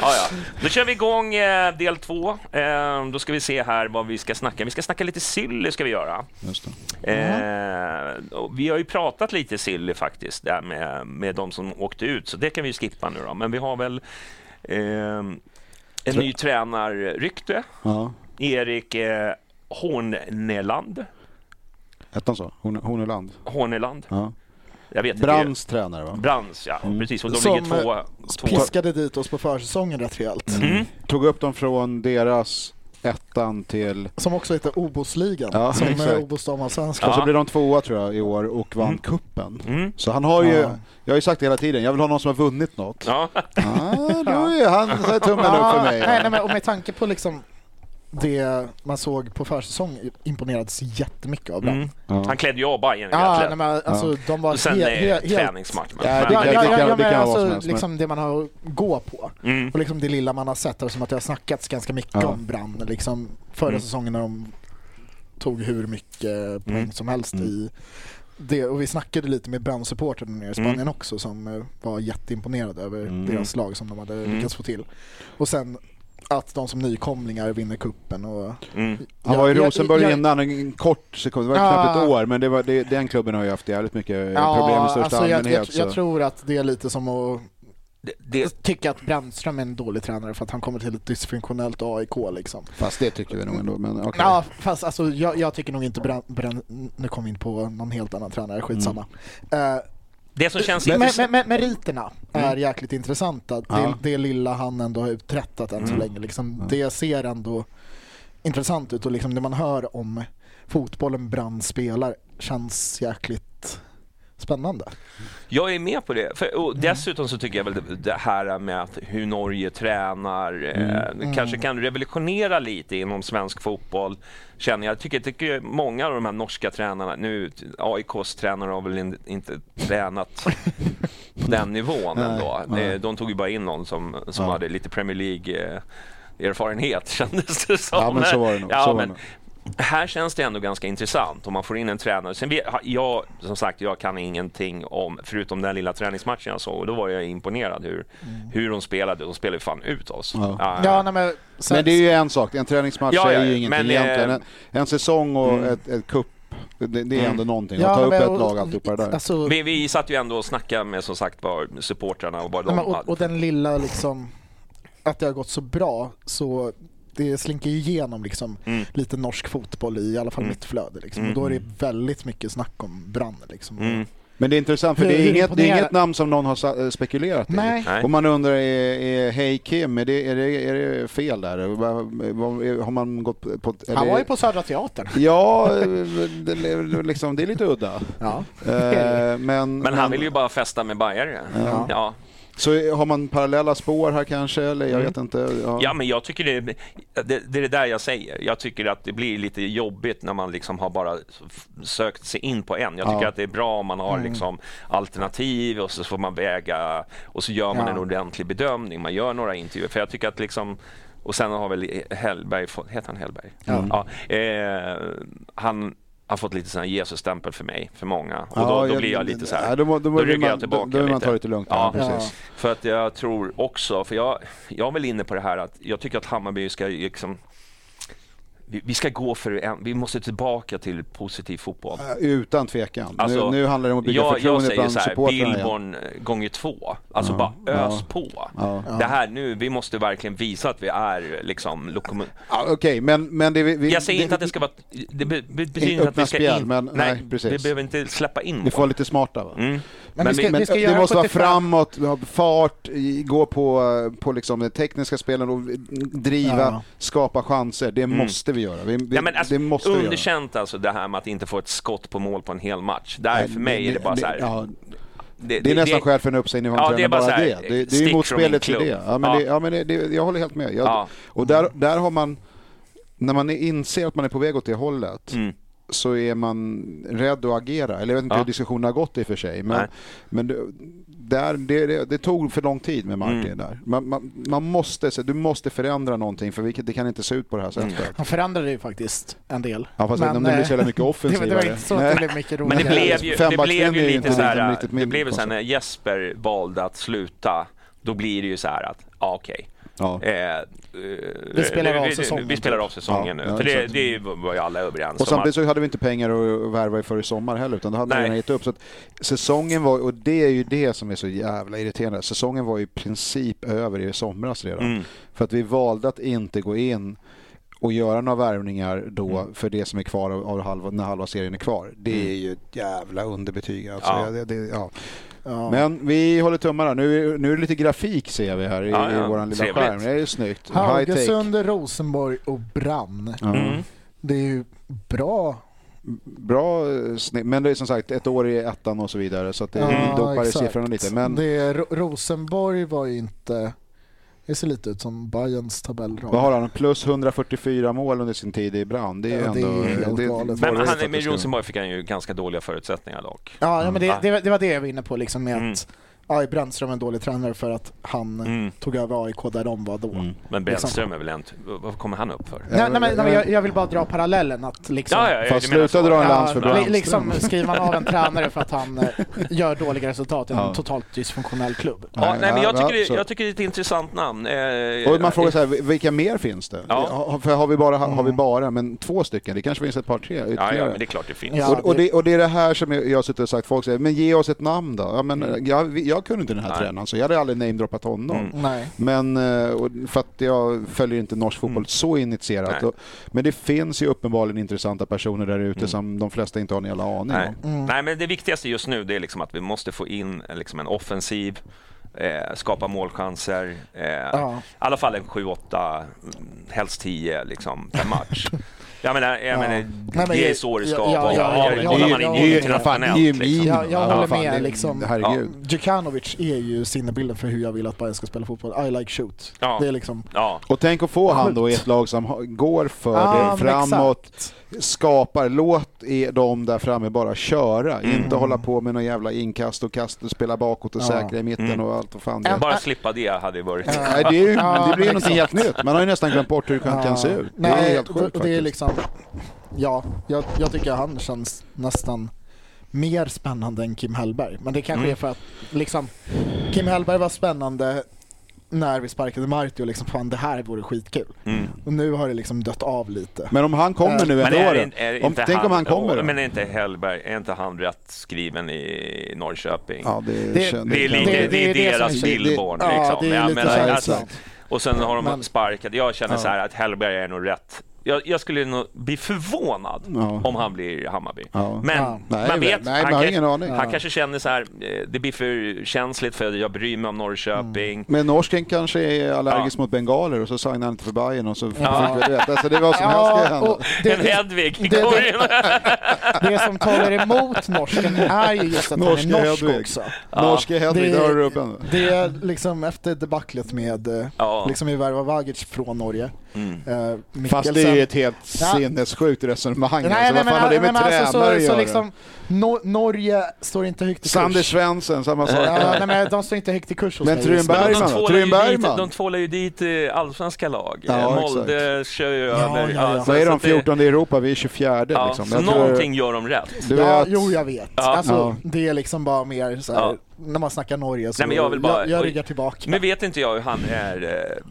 S1: ja, ja. Då kör vi igång eh, del två. Eh, då ska vi se här vad vi ska snacka. Vi ska snacka lite silly ska vi göra.
S2: Just det.
S1: Eh, och vi har ju pratat lite silly faktiskt där med, med de som åkte ut, så det kan vi skippa nu då. Men vi har väl ehm, en ny tränarrykte.
S2: Ja.
S1: Erik eh, Horneland.
S2: Ettan så? Horn- Horneland?
S1: Horneland.
S2: Ja.
S1: Jag vet inte.
S2: Brands tränare va?
S1: Brans, ja. Precis. Och de
S3: Som,
S1: ligger två, två
S3: Piskade dit oss på försäsongen rätt
S1: Mm.
S3: rejält.
S2: Tog upp dem från deras ettan till...
S3: Som också heter Obosligan.
S2: Ja,
S3: som eh,
S2: exakt.
S3: är Obos damallsvenskan.
S2: Och så blev de tvåa tror jag i år och vann
S1: Mm.
S2: kuppen. Så han har ju...
S3: Ja.
S2: Jag har ju sagt det hela tiden, jag vill ha någon som har vunnit något.
S1: Ja,
S2: Ah, då är han så här tummen upp för mig.
S3: nej, nej, men, och med tanke på liksom det man såg på försäsong imponerades jättemycket av
S2: Mm.
S3: Brann.
S1: Mm. han klädde ju av Bajen
S3: Ja, nej,
S1: egentligen.
S3: men alltså de var
S1: Och sen eh,
S3: helt...
S1: he,
S3: helt, helt
S1: träningsmatch. Men,
S2: Ja, det
S3: Ja,
S1: men,
S2: kan-
S3: ja, ja,
S2: det
S3: ja,
S2: kan
S3: men
S2: vara vad som
S3: alltså,
S2: helst, men-
S3: liksom det man har att gå på.
S1: Mm.
S3: Och liksom det lilla man har sett, och som att det har snackats ganska mycket
S2: Ja.
S3: om Brann. Liksom, förra
S1: Mm.
S3: säsongen när de tog hur mycket poäng
S1: Mm.
S3: som helst
S2: Mm.
S3: i det. Och vi snackade lite med Brann-supportrarna nere i
S1: Mm.
S3: Spanien också som eh, var jätteimponerade över
S2: Mm.
S3: deras lag som de hade lyckats få till. Och sen att de som nykomlingar vinner kuppen och...
S1: mm.
S2: Han
S3: Ja,
S2: var i
S3: jag-
S2: Rosenborg
S3: jag-
S2: innan, en kort sekund, det var
S3: Ja.
S2: knappt ett år, men det var, det, den klubben har ju haft jävligt mycket eh, problem i största
S3: alltså, jag,
S2: allmänhet.
S3: jag, jag tror att det är lite som att
S1: det, det,
S3: tycka att Brännström är en dålig tränare för att han kommer till ett dysfunktionellt AIK liksom.
S2: så. Fast det tycker vi nog ändå, men okej.
S3: Ja, fast alltså, jag, jag tycker nog inte Brän, Brän, Nu kom vi in på någon helt annan
S2: Mm.
S3: tränare, skitsamma. Eh,
S1: det som känns
S3: men, men,
S1: intressant...
S3: men, meriterna är jäkligt intressanta. Det,
S2: Mm. Ja. Mm.
S3: det lilla han ändå har uträttat än så länge. Liksom, Det ser ändå intressant ut och liksom det man hör om fotbollen Brann spelar känns jäkligt spännande.
S1: Jag är med på det. För, och
S2: Mm.
S1: dessutom så tycker jag väl det, det här med att hur Norge tränar eh,
S2: Mm.
S1: det kanske kan revolutionera lite inom svensk fotboll. Känner jag. jag tycker, tycker många av de här norska tränarna, nu AIKs tränare har väl in, inte tränat på den nivån ändå. De, de tog ju bara in någon som, som
S2: Ja.
S1: hade lite Premier League eh, erfarenhet kändes det som.
S2: Ja, men så var det nog.
S1: Ja,
S2: Så var det
S1: men
S2: nog.
S1: här känns det ändå ganska intressant om man får in en tränare. Sen vet, ha- jag, som sagt, jag kan ingenting om, förutom den lilla träningsmatchen jag såg, och då var jag imponerad hur, hur de spelade. De spelade ju fan ut oss.
S2: Ja.
S1: Ja,
S3: Ja, nej, men, sen,
S2: Men det är ju en sak, en träningsmatch
S1: Ja, ja,
S2: är
S1: ja,
S2: ju ingenting
S1: men, eh, mm.
S2: egentligen. En, en säsong och ett, ett cup, det, det är ändå någonting.
S3: Ja,
S2: Att ta
S3: nej,
S2: upp
S3: men-
S2: ett
S3: och-
S2: lag, alltihopa det där.
S3: Alltså,
S1: Vi, vi satt ju ändå och snackade med som sagt var supportrarna och vad
S3: Nej,
S1: de
S3: men, och, och den lilla liksom att det har gått så bra så det slinker ju igenom liksom
S2: Mm.
S3: lite norsk fotboll i, i alla fall mitt flöde. Liksom. Och då är det väldigt mycket snack om Brann. Liksom.
S2: Mm. Men det är intressant för
S3: Hur-
S2: det är,
S3: hur
S2: inget, det är
S3: imponerad-
S2: inget namn som någon har sa- eh, spekulerat
S3: Nej.
S2: i.
S1: Nej.
S2: Och man undrar, är, är Hey Kim, är det, är, det, är det fel där? Vad- vad- är- Har man gått på- på... eller-
S3: Han var ju på Södra Teatern.
S2: Ja, eh, det, det- liksom, det är lite udda.
S3: Ja.
S2: Eh, men,
S1: Men han vill ju bara festa med bajare. Ja.
S2: Så har man parallella spår här kanske? Eller jag vet inte. Ja.
S1: Mm. Ja, men jag tycker det, det, det är det där jag säger. Jag tycker att det blir lite jobbigt när man liksom har bara f- sökt sig in på en. Jag tycker att det är bra om man har liksom alternativ och så får man väga och så gör man
S3: Ja.
S1: en ordentlig bedömning. Man gör några intervjuer. För jag tycker att liksom och sen har väl Hellberg, fått- heter han Hellberg? Ja. eh, han har fått lite sån här Jesus-stämpel för mig, för många. Och
S2: Ja,
S1: då, då
S2: jag-
S1: blir jag lite så
S2: ja,
S1: här,
S2: då må- då vill
S1: ryggar
S2: man-
S1: jag tillbaka
S2: då- då vill man ta det lite lugnt, ja, precis.
S1: För att jag tror också, för jag, jag är väl inne på det här att jag tycker att Hammarby ska ju liksom vi, vi ska gå för en, vi måste tillbaka till positiv fotboll.
S2: Eh, Utan tvekan.
S1: Alltså,
S2: nu, nu handlar det om att bygga
S1: jag, jag
S2: förtroende
S1: säger
S2: bland
S1: så här,
S2: supportrarna igen.
S1: Billborn eh, gånger två. Alltså bara ös på. Det här nu, vi måste verkligen visa att vi är liksom lokomo-
S2: Ja, Okej, men, men det, vi, vi-
S1: Jag säger inte att det ska vara... Det be, be, betyder inte
S2: öppna
S1: att vi ska
S2: spjäl,
S1: in,
S2: men- nej, precis.
S1: vi behöver inte släppa in
S2: Vi
S1: mål.
S2: får vara lite smarta va?
S1: Mm.
S3: Men,
S1: Men vi-
S3: vi ska,
S2: Men
S3: vi ska
S2: det
S3: göra
S2: måste
S3: 75,
S2: vara framåt, ha fart, i- gå på, på liksom den tekniska spelen och driva,
S3: Ja.
S2: skapa chanser. Det måste vi göra. Vi, vi,
S1: Ja, Mm. men alltså,
S2: det måste vi göra.
S1: underkänt alltså det här med att inte få ett skott på mål på en hel match. Där för mig är det bara så här...
S2: ja, det är nästan skäl för en uppsägning från
S1: Ja, det är
S2: tränaren,
S1: bara
S2: bara,
S1: så här,
S2: det. Det, det är
S1: stick
S2: ju
S1: från
S2: motspelets
S1: min klubb.
S2: idé. Ja, men
S1: Ja.
S2: Det, ja, men det, det, jag håller helt med. Jag,
S1: Ja.
S2: Och där, där har man, när man inser att man är på väg åt det hållet, så är man rädd att agera. Eller jag vet
S1: Mm.
S2: inte
S1: Ja.
S2: hur diskussionen har gått i och för
S1: Nej.
S2: sig. Men, men det, där, det, det, det tog för lång tid med Martin
S1: Mm.
S2: där. Man, man, man måste, se- du måste förändra någonting för vi, kan- det kan inte se ut på det här sättet.
S1: Mm.
S3: Han förändrade ju faktiskt en del.
S2: Ja, fast jag vet inte om det
S3: eh,
S2: blir så jävla mycket
S3: det, var- det
S2: offensivare.
S3: var inte så att
S2: Nej.
S3: det blev mycket roligare.
S1: Men det blev ju, det blev
S2: Fembackslinje är
S1: ju
S2: ju
S1: lite
S2: inte
S1: så här,
S2: riktigt min
S1: det blev ju så här när
S2: koncept.
S1: Jesper valde att sluta, då blir det ju så här att, ja okej.
S2: Ja.
S1: Eh, eh,
S3: spelar av
S1: vi,
S3: säsongen,
S1: Vi spelar av
S2: Ja,
S1: säsongen nu.
S2: ja,
S1: För det,
S2: exakt.
S1: det var ju alla överens
S2: Och
S1: om.
S2: samtidigt
S1: Att,
S2: så hade vi inte pengar att värva för i sommar heller, utan då hade
S1: Nej.
S2: vi redan gett upp. Så att säsongen var, och det är ju det som är så jävla irriterande, säsongen var i princip över i somras redan.
S1: Mm.
S2: För att vi valde att inte gå in och göra några värvningar då
S1: Mm.
S2: för det som är kvar av, av halva, när halva serien är kvar. Det är ju ett jävla underbetyg. Alltså.
S1: Ja.
S2: Ja. Det, det, ja. Men vi håller tummarna. Nu, är- nu är det lite grafik ser vi här i,
S1: Ja, ja.
S2: i vår lilla
S1: Trevligt.
S2: skärm. Det är ju snyggt. High
S3: Haugesund, Rosenborg och Brann.
S1: Mm.
S2: take. Ja.
S3: Det är ju bra.
S2: Bra eh, snitt, men det är som sagt ett år i ettan och så vidare så att det
S3: Ja,
S2: dopar i
S3: exakt.
S2: siffrorna lite. Men
S3: Det är, Ro- Rosenborg var ju inte... Det ser lite ut som Bayerns tabellrad.
S2: vad har han? Plus 144 mål under sin tid i Brand. Det är ju
S3: Ja, det är
S2: ändå...
S3: ju helt galet.
S1: men
S2: svårare
S1: han,
S2: att det
S1: med
S2: ska-
S1: Rosenborg fick han ju ganska dåliga förutsättningar dock.
S3: Ja, ja, men det,
S1: Mm.
S3: det, var- det var det jag var inne på liksom med
S1: Mm.
S3: att ja, Brännström är en dålig tränare för att han
S1: Mm.
S3: tog över AIK där de var
S2: Mm.
S3: då.
S1: Men Brännström är väl en... Vad kommer han upp för?
S3: Nej, nej, men, nej, men jag, jag vill bara dra parallellen att liksom...
S1: Ja, ja, ja,
S2: Fast
S1: du menar
S2: sluta
S1: så.
S2: dra en
S1: Ja.
S2: lans för
S3: li-
S2: Brännström.
S3: liksom skriver man av en tränare för att han eh, gör dåliga resultat i en totalt dysfunktionell klubb.
S1: Ja, nej, men jag
S2: Ja,
S1: tycker, det-
S2: så.
S1: jag tycker det är ett intressant namn. Eh,
S2: Och man frågar så här, vilka mer finns det?
S1: Ja.
S2: Har- För har vi, bara, har
S3: Mm.
S2: vi bara, men två stycken? Det kanske finns ett par, tre
S1: Ja,
S2: ytterligare.
S1: ja, men det är klart det finns.
S3: Ja.
S2: och, och, det, och det är det här som jag, jag har suttit och sagt, folk säger, men ge oss ett namn då. Ja, men, jag, jag kunde inte den
S1: Mm.
S2: här
S1: Nej. Mm.
S2: tränaren, så jag hade aldrig namedroppat honom.
S3: Nej.
S2: Men eh, och för att jag följer inte norsk fotboll så initierat.
S1: Mm. Nej. Mm.
S2: Och- Men det finns ju uppenbarligen intressanta personer där ute som de flesta inte har en jävla aning
S1: Nej.
S2: om.
S1: Nej, men det viktigaste just nu det är liksom att vi måste få in eh, liksom en offensiv, eh, skapa målchanser. Eh, I alla fall en 7-8, mm, helst 10 liksom, per match. Jag menar, jag menar
S3: men
S1: det är
S3: jag-
S1: så det ska
S3: jag- jag-
S1: vara.
S3: jag- jag- jag-
S1: Kollar man
S3: jag-
S1: in
S3: jag-
S2: det är ju
S1: internationellt.
S2: min-
S1: Liksom.
S3: Jag, jag
S2: Ja,
S3: håller
S2: fan,
S3: med.
S2: det-
S3: liksom,
S2: herregud.
S3: Ja, Djukanovic är ju sinnebilden för hur jag vill att Bayern ska spela fotboll. I like shoot.
S1: Ja.
S3: Det är liksom...
S1: Ja.
S2: Och tänk att få han då i ett lag som har- går för
S3: Ja,
S2: det
S3: men
S2: framåt,
S3: exakt.
S2: skapar, låt er de där framme bara köra.
S1: Mm.
S2: Inte hålla på med någon jävla inkast och kast och spela bakåt och säkra i mitten och allt vad fan det är.
S1: Mm. Bara slippa det hade varit...
S2: Nej, det, är ju,
S3: Ja,
S2: det blir ju
S3: men
S2: någonting helt nytt. Man har ju nästan glömt bort hur det kan se ut. Det är
S3: Nej,
S2: helt sjukt
S3: det, det är
S2: faktiskt.
S3: liksom... Ja, jag, jag tycker han känns nästan mer spännande än Kim Hellberg. Men det kanske
S2: Mm.
S3: är för att liksom, Kim Hellberg var spännande när vi sparkade Marti och liksom fan det här vore skitkul. Och nu har det liksom dött av lite.
S2: Mm. Men om han kommer nu
S1: Men
S2: ett
S1: är,
S2: år,
S1: det in- är det
S2: om,
S1: inte
S2: tänk
S1: han,
S2: om han kommer då?
S1: Men är inte Hellberg, är inte han rätt skriven i Norrköping?
S2: Ja, det,
S3: Det-
S2: känner-
S1: Det är, lite, det,
S3: det-
S1: är
S3: det är det
S1: deras
S3: som är-
S1: Billborn.
S3: det-
S1: liksom.
S3: ja, det är
S1: Jag
S3: lite
S1: menar,
S3: så här,
S1: alltså,
S3: exakt.
S1: Och sen har de
S3: Men-
S1: sparkat. Jag känner
S3: Ja.
S1: så här att Hellberg är nog rätt. Jag, jag skulle nog bli förvånad
S2: Ja.
S1: om han blir Hammarby.
S2: Ja.
S1: Men
S3: Ja.
S2: Nej,
S1: man
S2: men-
S1: vet,
S2: nej,
S1: han,
S2: man har
S1: kanske-
S2: ingen aning.
S1: han
S2: Ja.
S1: kanske känner så här, eh, det blir för känsligt för jag bryr mig om Norrköping.
S2: Men norsken kanske är allergisk
S1: Ja.
S2: mot bengaler och så signar han inte för Bayern och så
S1: Ja.
S2: fick vi vet. Alltså det är vad som helst kan hända.
S3: och det,
S1: en
S3: det,
S1: Hedvig i
S3: det-
S1: korgen.
S3: det som talar emot norsken är ju just att han
S2: Norske
S3: är norsk
S2: Hedvig.
S3: också.
S2: Norske Hedvig,
S3: Det-
S2: det har du upp ändå.
S3: Det är liksom efter debaclet med, eh,
S1: Ja. Mm.
S3: liksom vi värvar Vagic från Norge. eh,
S2: Fast
S3: Mikkelsen-
S2: det är ju ett helt
S3: Ja.
S2: sinnessjukt resonemang.
S3: Nej,
S2: alltså,
S3: nej,
S2: vad
S3: men,
S2: fan har det med
S3: men
S2: tränare
S3: alltså, så,
S2: att
S3: så
S2: göra?
S3: liksom, no, Norge står inte högt i
S2: Sander
S3: kurs.
S2: Svensson, samma sak.
S3: Ja, nej, men de står inte högt i kurs hos
S2: Men
S3: mig.
S2: Trynberg-
S1: Men
S2: Bergman
S1: de
S2: då?
S1: tvålar ju
S2: Trym
S1: dit-
S2: Bergman?
S1: De tvålar ju dit eh, allsvenska lag.
S2: Ja,
S1: Eh,
S2: exakt.
S1: Molde kör ju
S3: Ja,
S1: över.
S3: ja, ja.
S1: så-
S2: Vad är
S1: så
S2: de
S1: att det-
S2: 14 i Europa? Vi är 24
S1: Ja,
S2: liksom.
S1: så
S2: Jag tror-
S1: någonting gör de rätt.
S2: Du
S3: Ja,
S2: vet,
S3: jo jag vet.
S1: Ja.
S3: alltså,
S2: Ja.
S3: Det är liksom bara mer så här,
S1: Ja.
S3: när man snackar Norge så
S1: Nej, men jag vill bara-
S3: jag,
S1: oj.
S3: ryggar tillbaka.
S1: Nu vet inte jag hur han är... eh,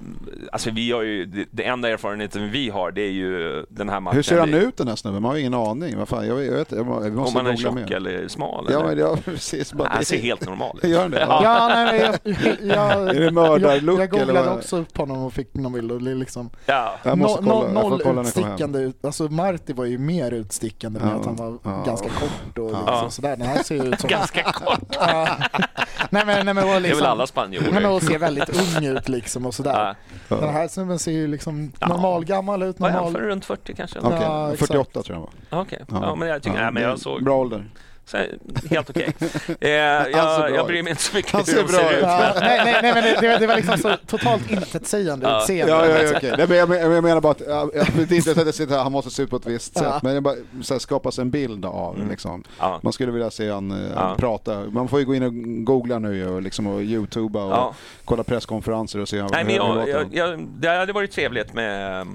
S1: Alltså vi har ju, det- det enda erfarenheten vi har det är ju den här matchen.
S2: hur ser han
S1: Vi-
S2: ut den här snubben? Man har ju ingen aning. Vad fan, jag, jag vet, jag, må- vi
S1: Om
S2: måste
S1: han är
S2: googla
S1: tjock
S2: mer.
S1: eller smal?
S2: Ja,
S1: eller?
S2: men ja, precis. Bara,
S1: han ser helt normal ut.
S2: Gör han det?
S3: Ja, nej, men jag, jag,
S2: Är det
S3: jag,
S2: mördarlook
S3: jag
S2: eller
S3: googlade
S2: vad?
S3: också upp honom och fick någon bild och det är liksom
S1: Ja.
S2: Jag måste
S3: no,
S2: kolla.
S3: no,
S2: Jag får
S3: noll
S2: kolla när jag kommer hem.
S3: utstickande ut. Alltså Marti var ju mer utstickande med
S2: Ja.
S3: att han var
S2: Ja.
S3: ganska kort och liksom sådär. Den här ser ju ut som...
S1: Ganska kort.
S3: Ja. nej men, nej, men och liksom,
S1: Det är väl alla
S3: Nej, men
S1: spanjorer?
S3: och ser väldigt ung ut liksom och sådär. Den här snubben ser ju liksom normalgammal ut.
S1: Vad är han för?
S3: Normal...
S1: Runt 40 kanske?
S2: Okej,
S3: Ja, exakt.
S2: 48 tror jag han var.
S1: Ja, Okej. Ja, men jag tycker...
S2: Ja,
S1: Nej, men
S2: det är
S1: jag såg...
S2: Bra ålder.
S1: Så, helt okej. Eh, jag,
S2: bra
S1: jag bryr
S2: ut.
S1: mig inte så
S2: Han
S1: mycket
S2: ser
S1: hur de
S2: bra
S1: ser
S2: ut.
S1: ut.
S3: Ja,
S1: Men,
S3: nej, nej, nej, men det, det, var- det var liksom så totalt intetsägande
S1: Ja.
S3: utseende.
S2: Ja, ja, ja, okej. Nej, men Jag, men- jag menar bara att ja, jag, det är inte så att jag sitter här, han måste se ut på ett visst sätt. Men jag bara, så här, skapas en bild av liksom.
S1: Ja.
S2: Man skulle vilja se han, eh, han
S1: Mm. Ja.
S2: prata. Man får ju gå in och googla nu och, liksom, och youtuba och
S1: Ja.
S2: kolla presskonferenser och se hur
S1: nej, men
S2: hur
S1: jag,
S2: låter han.
S1: jag, jag, det hade varit trevligt med,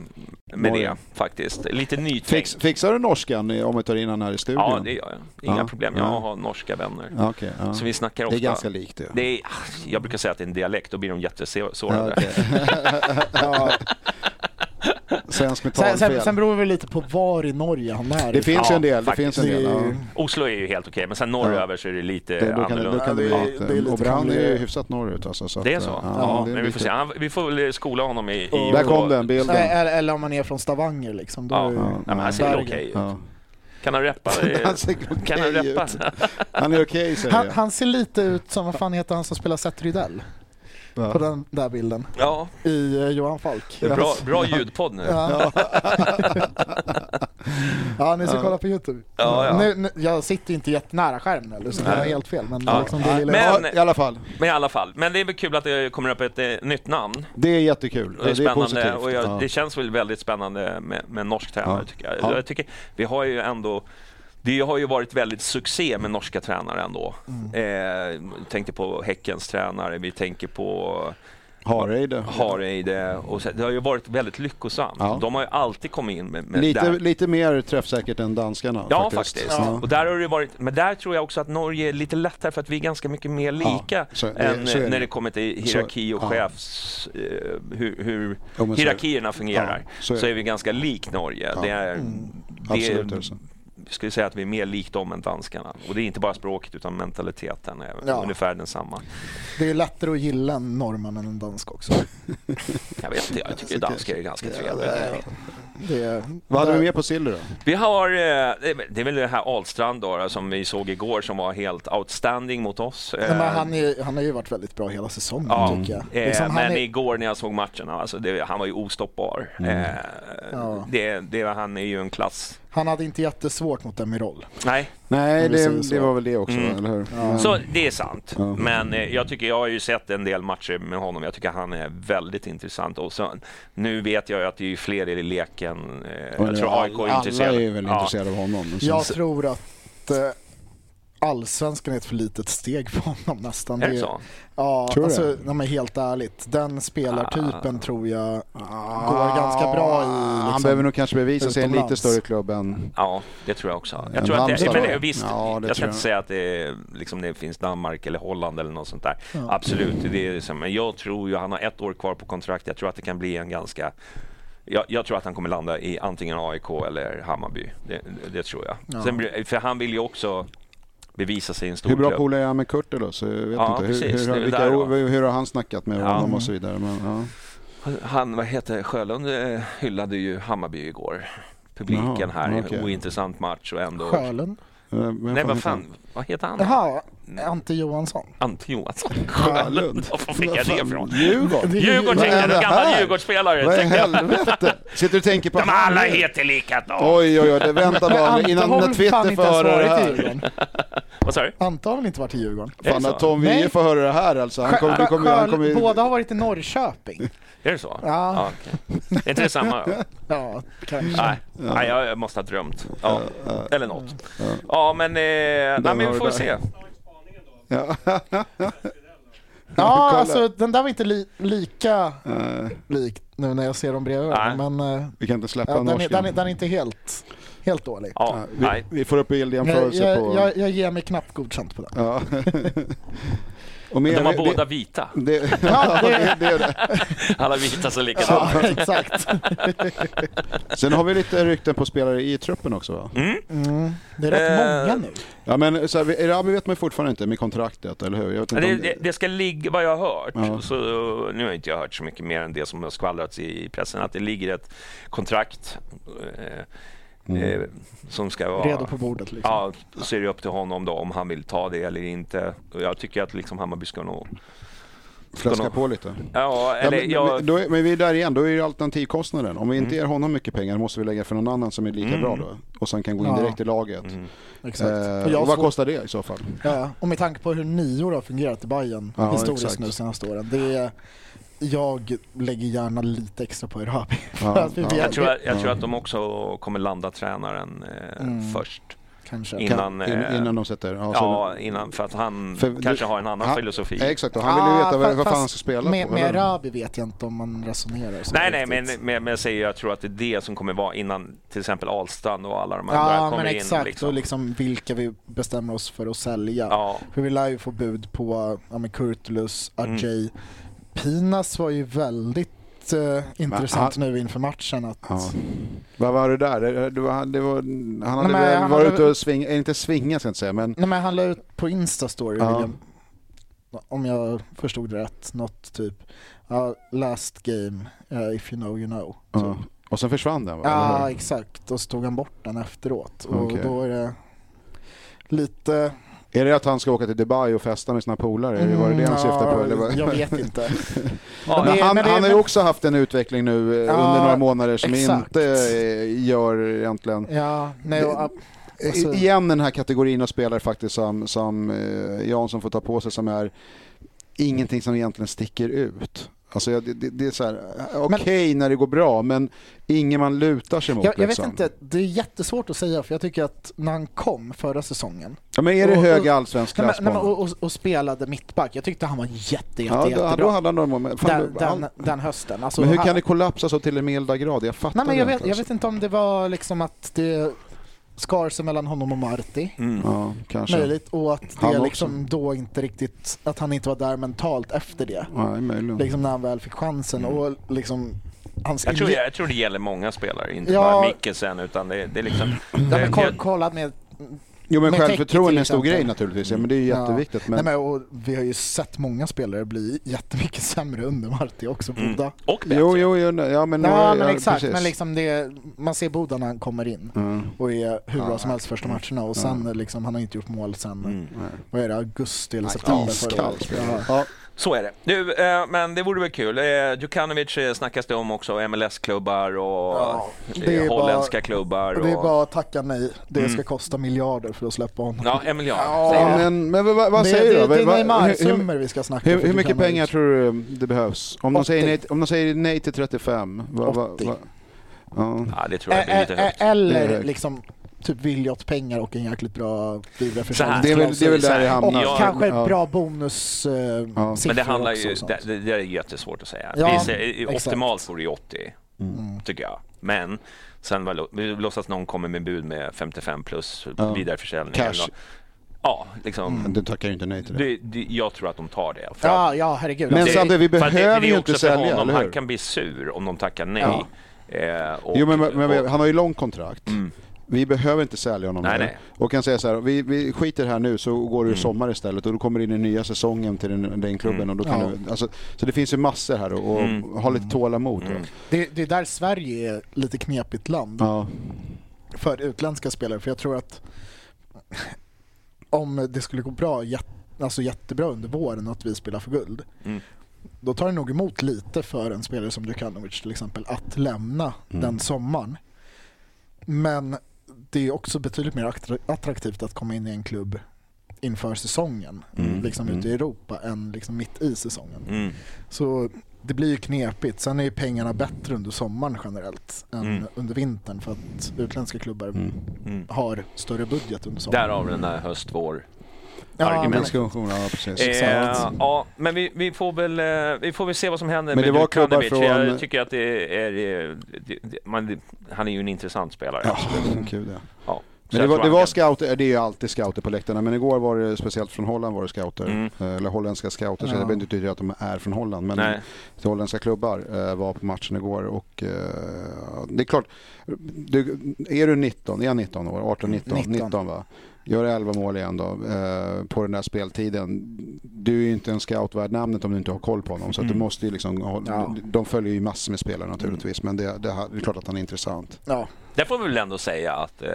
S1: med
S2: Norge.
S1: det faktiskt. Lite nytänk.
S2: Fix, Fixar du norskan i- om vi tar in han här i studion?
S1: Ja, det gör jag. Inga
S2: Ja.
S1: problem. Jag
S2: Ja.
S1: har norska vänner.
S2: Ja, okej, ja.
S1: Så vi snackar
S2: Det
S1: ofta.
S2: är ganska likt ju.
S1: Det är, jag brukar säga att det är en dialekt, då blir de jättesårade.
S2: Ja, okej. ja. Svensk
S3: Sen,
S2: metallfel.
S3: sen, sen beror det lite på var i Norge han är.
S2: det finns ju
S1: Ja,
S2: en del. Det
S1: faktiskt.
S2: finns en del. Ja.
S1: Oslo är ju helt okej, men sen norröver så är det lite
S2: Det, då kan, det-
S1: annorlunda.
S2: då kan det
S3: Ja, det-
S2: bli lite...
S3: det är lite
S2: och Brand är ju
S3: krångligare.
S2: hyfsat norrut alltså. Så att,
S1: Det är så?
S2: Ja,
S1: Ja,
S2: det är
S1: men vi får
S2: lite-
S1: se. Han, vi får väl skola honom i... i
S2: Där kom den bilden.
S3: Ä- Eller, eller om man är från Stavanger liksom. Då
S1: Ja.
S3: är-
S1: Nej, men han ser väl okej ut.
S2: Ja.
S1: Kan han rappa?
S2: Han ser okej
S1: kan han rappa?
S2: ut. Han är okej säger
S3: Han,
S2: jag.
S3: han ser lite ut som, vad fan heter han som spelar Seth Rydell?
S2: Ja.
S3: På den där bilden.
S1: Ja,
S3: I eh, Johan Falk.
S1: det är bra, bra ljudpodd nu.
S3: Ja. ja, ni ska kolla på Youtube.
S1: Ja, ja.
S3: Nu, nu, jag sitter ju inte jättenära skärmen eller så det är helt fel. Men
S1: Ja.
S3: liksom, det lilla-
S1: Men-
S2: ja, I alla fall,
S1: Men i alla fall. Men det är väl kul att det kommer upp ett eh, nytt namn.
S2: det är jättekul.
S1: Det är spännande
S2: positivt.
S1: och jag,
S2: Ja.
S1: det känns väl väldigt spännande med, med norsk tränare
S2: Ja.
S1: tycker jag.
S2: Ja.
S1: jag tycker, vi har ju ändå det har ju varit väldigt succé med norska tränare ändå.
S2: Mm.
S1: Eh, vi tänkte på Häckens tränare, vi tänker på
S2: Hareide.
S1: Hareide. Och så, det har ju varit väldigt lyckosamt.
S2: Ja.
S1: De har ju alltid kommit in med, med
S2: Lite,
S1: där.
S2: lite mer träffsäkert än danskarna.
S1: Ja,
S2: faktiskt.
S1: faktiskt. Och där har det varit, men där tror jag också att Norge är lite lättare för att vi är ganska mycket mer lika
S2: så är det-
S1: än
S2: så är det.
S1: när det kommer till
S2: Så-
S1: hierarki och
S2: ja.
S1: chefs... Eh, hur hur
S2: Jo, men så-
S1: hierarkierna fungerar.
S2: ja,
S1: så,
S2: så
S1: är
S2: är det.
S1: vi ganska lik Norge. Det är, det
S2: Absolut alltså. är
S1: är,
S2: det så.
S1: vi skulle säga att vi är mer lik dem än danskarna. Och det är inte bara språket utan mentaliteten är
S3: Ja.
S1: ungefär densamma.
S3: Det är lättare att gilla en norrman än en dansk också.
S1: Jag vet inte, jag tycker danskar är ganska trevliga.
S3: Det är,
S2: Vad hade vi mer på Silly då?
S1: Vi har, eh, det är väl- det är väl det här Ahlstrand då, då, som vi såg igår som var helt outstanding mot oss.
S3: Nej,
S1: Eh,
S3: men han, är, han har ju varit väldigt bra hela säsongen
S1: Ja,
S3: tycker jag.
S1: eh,
S3: Liksom, han
S1: men
S3: är,
S1: igår när jag såg matchen, alltså det, han var ju ostoppbar. Eh,
S3: Ja.
S1: det, det, han är ju en klass.
S3: han hade inte jättesvårt mot Emirol.
S1: Nej,
S2: Nej,
S3: det-
S2: det,
S3: det
S2: var
S3: var
S2: väl det också, eller hur?
S1: Mm. så det är sant. Men eh, jag tycker, jag har ju sett en del matcher med honom. Jag tycker han är väldigt intressant. Och så, nu vet jag ju att det är ju fler i leken. Eh, jag tror AIK är
S2: alla
S1: intresserade.
S2: är väl intresserade av honom. men
S3: Jag
S2: sen-
S3: tror att eh, allsvenskan är ett för litet steg för honom nästan.
S1: Är det så?
S3: Ja,
S2: Tror du
S3: alltså,
S2: det?
S3: nej, men helt ärligt. Den
S1: Ah.
S3: spelartypen tror jag Ah, går ganska bra i... Liksom,
S2: Ah, Han behöver nog kanske bevisa sig i en lite
S3: utomlands.
S2: större klubb än...
S1: Ja, det tror jag också. Jag
S2: En
S1: tror att det,
S2: Halmstad
S1: men det,
S2: då?
S1: visst,
S2: Ja, det
S1: jag ska
S2: tror
S1: inte
S2: jag.
S1: säga att det, är- liksom, det finns Danmark eller Holland eller något sånt där. Absolut, det är, liksom- men jag tror ju, han har ett år kvar på kontrakt, jag tror att det kan bli en ganska jag, jag tror att han kommer landa i antingen AIK eller Hammarby. Det, det tror jag. Sen, blir- för han vill ju också bevisa sig i en stor
S2: Hur bra
S1: klubb.
S2: polare är han med Kurt då? Så jag vet
S1: Ja,
S2: inte.
S1: precis.
S2: Hur,
S1: Det är
S2: hur,
S1: väl
S2: vilka,
S1: där då.
S2: hur, hur har han snackat med
S1: Ja.
S2: honom och så vidare? Men, ja. Eh,
S1: Han, vad heter Sjölund eh, hyllade ju Hammarby igår. Publiken
S2: Jaha,
S1: här,
S2: okej.
S1: ointressant match och ändå...
S3: Sjölund.
S1: Nej, vad fan, vad heter han?
S3: Jaha, Ante Johansson.
S1: Ante Johansson. Sjölund, var fick jag det ifrån?
S2: Djurgården?
S1: Djurgården
S2: Vad
S1: tänkte
S2: är
S1: jag,
S2: det
S1: en gammal
S2: här?
S1: Djurgårdsspelare.
S2: Vad i
S1: tänkte jag.
S2: helvete? Sitter du och tänker på...
S1: De alla heter likadant.
S2: Oj, oj, oj, det- vänta bara
S3: Ante
S2: innan
S3: har
S2: när
S3: väl fan
S2: Twitter
S3: inte
S2: får
S3: ens
S2: höra det
S3: varit i
S2: här.
S3: Djurgården.
S1: Vad sa du?
S3: Ante har väl inte varit i Djurgården?
S2: Fan,
S1: Är det
S2: när
S1: så?
S2: Tom Wiehe
S3: Nej.
S2: får höra det här alltså. Han kommer, du kommer, han
S3: Sjölund-
S2: kommer,
S3: Båda har varit i Norrköping.
S1: Är det så?
S3: Ja.
S1: okej. Är inte det samma? då?
S3: Ja, kanske.
S1: Nej, nej jag jag måste ha drömt. Ja. Eller något. Ja, men, eh, nej, men
S2: har
S1: vi
S2: du
S1: får
S2: där.
S1: se.
S3: Ja, alltså den där var inte li- lika lik nu när jag ser dem bredvid varandra. Men eh,
S2: Eh, vi kan inte släppa
S3: ja, den, är, den, är,
S2: norsken.
S3: den är inte helt, helt dålig.
S1: Ja,
S2: Vi,
S1: nej.
S2: vi får upp
S3: Jag,
S2: bildjämförelse
S3: jag,
S2: på...
S3: jag, jag ger mig knappt godkänt på den.
S2: Ja. Och med,
S1: De var
S2: det-
S1: båda vita.
S2: Det, ja, det, det, är det.
S1: Alla vita så likadana.
S3: Ja, exakt.
S2: Sen har vi lite rykten på spelare i truppen också va?
S1: Mm.
S3: Det är rätt
S1: Eh,
S3: många nu.
S2: Ja men så här, vi- Erabi vet man fortfarande inte med kontraktet, eller hur? Jag vet inte
S1: Det,
S2: om
S1: det, det ska ligga, vad jag har hört,
S2: Ja.
S1: så, nu har inte jag hört så mycket mer än det som har skvallrats i pressen, att det ligger ett kontrakt eh,
S2: Mm.
S1: eh, som ska vara...
S3: Redo på bordet liksom.
S1: Ja, så är det upp till honom då om han vill ta det eller inte. Och Jag tycker att liksom Hammarby ska nog...
S2: fläska på lite.
S1: Ja,
S2: Ja,
S1: eller
S2: men,
S1: jag... Mm.
S2: men, då är, men vi är där igen, då är det alternativkostnaden. Om vi inte ger honom mycket pengar måste vi lägga för någon annan som är lika bra då. Och sen kan gå in
S3: Ja.
S2: direkt i laget.
S1: Mm.
S3: Exakt.
S2: Eh,
S3: Och jag
S2: och vad
S3: har svårt-
S2: kostar det i så fall?
S3: Ja, och med tanke på hur nior har fungerat i Bayern
S2: Ja,
S3: historiskt
S2: exakt.
S3: nu senaste åren. Det är, jag lägger gärna lite extra på Erabi.
S2: Ja,
S3: För att vi
S2: ja.
S3: vet-
S1: Jag tror, jag tror att de också kommer landa tränaren eh, först.
S3: Kanske.
S1: In- Innan,
S2: Kan- in,
S1: eh,
S2: innan de sätter? Ja,
S1: Ja, innan, för att han
S2: För du-
S1: kanske har en annan
S2: han-
S1: filosofi.
S2: Ja, exakt, och han vill ju
S3: Ah,
S2: veta vad,
S3: fa-
S2: vad fan han
S3: fast
S2: ska spela
S3: med,
S2: på.
S3: Med
S2: eller?
S3: Erabi vet jag inte om man resonerar så
S1: Nej, nej, men,
S3: riktigt.
S1: men, men jag säger jag tror att det är det som kommer vara innan till exempel Ahlstrand och alla de andra
S3: Ja,
S1: kommer
S3: men
S1: in.
S3: exakt.
S1: liksom.
S3: Och liksom vilka vi bestämmer oss för att sälja.
S1: Ja.
S3: För vi lär ju få bud på ja, men Kurtulus,
S2: Mm.
S3: Ajay. Pinas var ju väldigt eh, intressant nu inför matchen. Att,
S2: Ja. Vad var det där? Det, det var, det var, han hade
S3: Nej, men
S2: väl
S3: han
S2: varit
S3: hade-
S2: ute och svingat, inte svingat ska jag inte säga, men
S3: Nej men han la ut på Insta-story,
S2: Ja.
S3: William, om jag förstod det rätt, något typ ja, “Last game, eh, if you know you know”. Typ.
S2: ja. Och sen försvann den va? Eller hur?
S3: Ja, exakt. Och så tog han bort den efteråt. Och
S2: Okej.
S3: då är det lite...
S2: Är det att han ska åka till Dubai och festa med sina polare? Eh, Är det- Var det det han syftade på? Eller vad?
S3: Mm, Jag vet inte.
S1: Ja,
S3: Men
S2: Men
S3: det-
S2: han,
S3: men det-
S2: han har ju
S3: men-
S2: också haft en utveckling nu eh,
S3: Ja,
S2: under några månader som
S3: exakt.
S2: inte eh, gör egentligen...
S3: Ja, nej, och,
S2: I-
S3: alltså,
S2: Igen den här kategorin av spelare faktiskt som, som eh, Jansson får ta på sig som är ingenting som egentligen sticker ut. Alltså jag- det, det, det är så här, eh, okej när det går bra men ingen man lutar sig mot.
S3: jag, jag vet
S2: liksom.
S3: inte, det är jättesvårt att säga för jag tycker att när han kom förra säsongen
S2: Ja, men är det
S3: Och-
S2: hög
S3: och-
S2: allsvensk
S3: nej, men-
S2: klass på
S3: nej, men,
S2: honom?
S3: och, och, och spelade mittback, jag tyckte han var jätte, jätte,
S2: Ja, då,
S3: jättebra.
S2: då hade han några moment. Fan,
S3: den,
S2: han-
S3: den, den hösten. Alltså,
S2: men hur kan
S3: han-
S2: det alltså? kollapsa så till en milda grad? Jag fattar
S3: Nej, men jag,
S2: det
S3: vet, jag vet inte om det var liksom att det skar sig mellan honom och Marti.
S1: Mm.
S2: inte. alltså. Ja, kanske.
S3: Möjligt. Och att
S2: Han också.
S3: det
S2: Mm.
S3: liksom då inte riktigt, att han inte var där mentalt efter det.
S2: Nej, möjligen.
S3: Liksom när han väl fick chansen.
S2: Mm.
S3: Och liksom, hans
S1: jag, tror,
S3: inle-
S1: jag tror det gäller många spelare, inte
S3: Ja.
S1: bara Mikkelsen utan det, det är liksom...
S3: Ja, men
S1: jag-
S3: koll, kolla med...
S2: Jo men
S3: Men
S2: självförtroende är en
S3: Fekir till
S2: stor grej
S3: exempel.
S2: naturligtvis, ja, men det är ju
S3: Ja.
S2: jätteviktigt. Men,
S3: Nej, men, och vi har ju sett många spelare bli jättemycket sämre under Marti också,
S1: Mm.
S3: Boda.
S1: och bättre.
S2: jo, jo, jo, nej, ja men...
S3: Ja,
S2: ja,
S3: men
S2: ja,
S3: exakt.
S2: precis. Mm.
S3: Men liksom det, man ser Boda när han kommer in och är hur bra som helst första matcherna och sen liksom, han har inte gjort mål sen,
S1: Mm.
S3: vad är det,
S2: Alltså,
S3: augusti eller september förra
S2: Iskall
S3: året.
S2: spelare.
S3: Ja.
S2: Ja.
S1: Så är det. Du, eh, men det vore väl kul. Eh, Djukanovic eh, snackas det om också, MLS-klubbar och
S3: Ja, det
S1: eh,
S3: är bara-
S1: holländska klubbar.
S3: Och
S1: Och,
S3: det är bara att tacka nej. Det ska kosta miljarder för att släppa honom.
S1: Mm. Ja, en miljard. säger
S2: Ja,
S1: jag.
S2: men, men vad, vad
S3: det,
S2: säger
S3: det,
S2: du?
S3: det är
S2: Vad-
S3: Neymar-summor
S2: hur,
S3: vi ska snacka
S2: hur,
S3: för
S2: hur mycket
S3: Djukanovic.
S2: pengar tror du um, det behövs? Om de
S3: 80.
S2: säger nej, om de säger nej till 35? Vad, vad,
S3: 80.
S2: vad, ja.
S1: Ja, det tror jag blir
S3: Ä-
S1: lite
S3: ä- ä-
S1: högt.
S2: Det är
S3: Eller
S2: högt.
S3: liksom typ Williot-pengar och en jäkligt bra
S1: Så här.
S3: vidareförsäljning.
S2: Det är väl- det är väl där det
S3: Och
S2: hamnar.
S1: Ja,
S3: kanske
S2: Ja.
S3: bra bonus eh, siffror
S1: Men det handlar
S3: också
S1: ju...
S3: och sånt.
S1: Det, det, det är jättesvårt att säga.
S3: Ja,
S1: Vi säger,
S3: exakt.
S1: optimalt vore ju 80,
S3: Mm.
S1: tycker jag. Men sen var, vi låtsas någon kommer med bud med 55 plus vidareförsäljning.
S2: Cash.
S1: eller något. Ja, liksom.
S2: Du tackar ju inte nej till det.
S1: Det, det, jag tror att de tar det. För att-
S3: Ja, ja, herregud. Alltså,
S2: Men
S1: det-
S2: Sandra, vi
S1: för att det-
S2: behöver
S1: det är
S2: ju
S1: också
S2: inte
S1: för
S2: sälja,
S1: honom.
S2: eller hur?
S1: Han kan bli sur om de tackar nej. Eh, och,
S2: Jo, men, men,
S1: och, Mm.
S2: men han har ju lång kontrakt. Vi behöver inte sälja honom
S1: Nej,
S2: nu.
S1: nej. Mm.
S2: Och kan säga så här, vi, vi skiter här nu så går du i sommar istället och då kommer du in i nya säsongen till den, den klubben. Och då kan
S3: Ja.
S2: du, alltså, så det finns ju massor här och, och
S1: Mm.
S2: ha lite tålamod. då.
S3: Det, det är där Sverige är lite knepigt land
S2: Ja.
S3: för utländska spelare. För jag tror att om det skulle gå bra, jät- alltså jättebra under våren och att vi spelar för guld. Då tar det nog emot lite för en spelare som Djukanovic till exempel att lämna den sommaren. Men det är också betydligt mer attra- attraktivt att komma in i en klubb inför säsongen, liksom ute i Europa, än liksom mitt i säsongen.
S1: mm,
S3: Så det blir ju knepigt. Sen är ju pengarna bättre under sommaren generellt än
S2: Mm.
S3: under vintern för att utländska klubbar har större budget under sommaren.
S1: mm. Därav den där höst, vår.
S3: Ja, men,
S1: argumentet.
S2: Diskussion, ja, precis.
S1: Eh, ja, men vi, vi, får väl, eh, vi får väl se vad som händer
S2: Men det
S1: med
S2: var klubbar
S1: Djukanovic. Jag
S2: från-
S1: tycker att det är... eh, Det, det, man, han är ju en intressant spelare.
S2: Ja, kul ja.
S1: Ja. Så
S2: Men det
S1: jag tror
S2: var, det
S1: han
S2: var
S1: kan-
S2: scouter, det är ju alltid scouter på läktarna, men igår var det speciellt från Holland var det scouter,
S1: Mm.
S2: eh, eller holländska scouter, så det behöver inte betyda att de är från Holland, men
S1: Nej.
S2: till holländska klubbar eh, var på matchen igår och eh, det är klart, du, är du 19, är jag 19 år, 18, 19, 19,
S3: 19.
S2: va? Gör 11 mål igen då, eh, på den där speltiden. Du är ju inte en scout värd namnet om du inte har koll på honom, så att du måste ju liksom, ha-
S3: Mm. Ja. Mm.
S2: de följer ju massor med spelare naturligtvis, men det, det, här- det är klart att han är intressant.
S3: ja,
S1: Där får vi väl ändå säga att eh,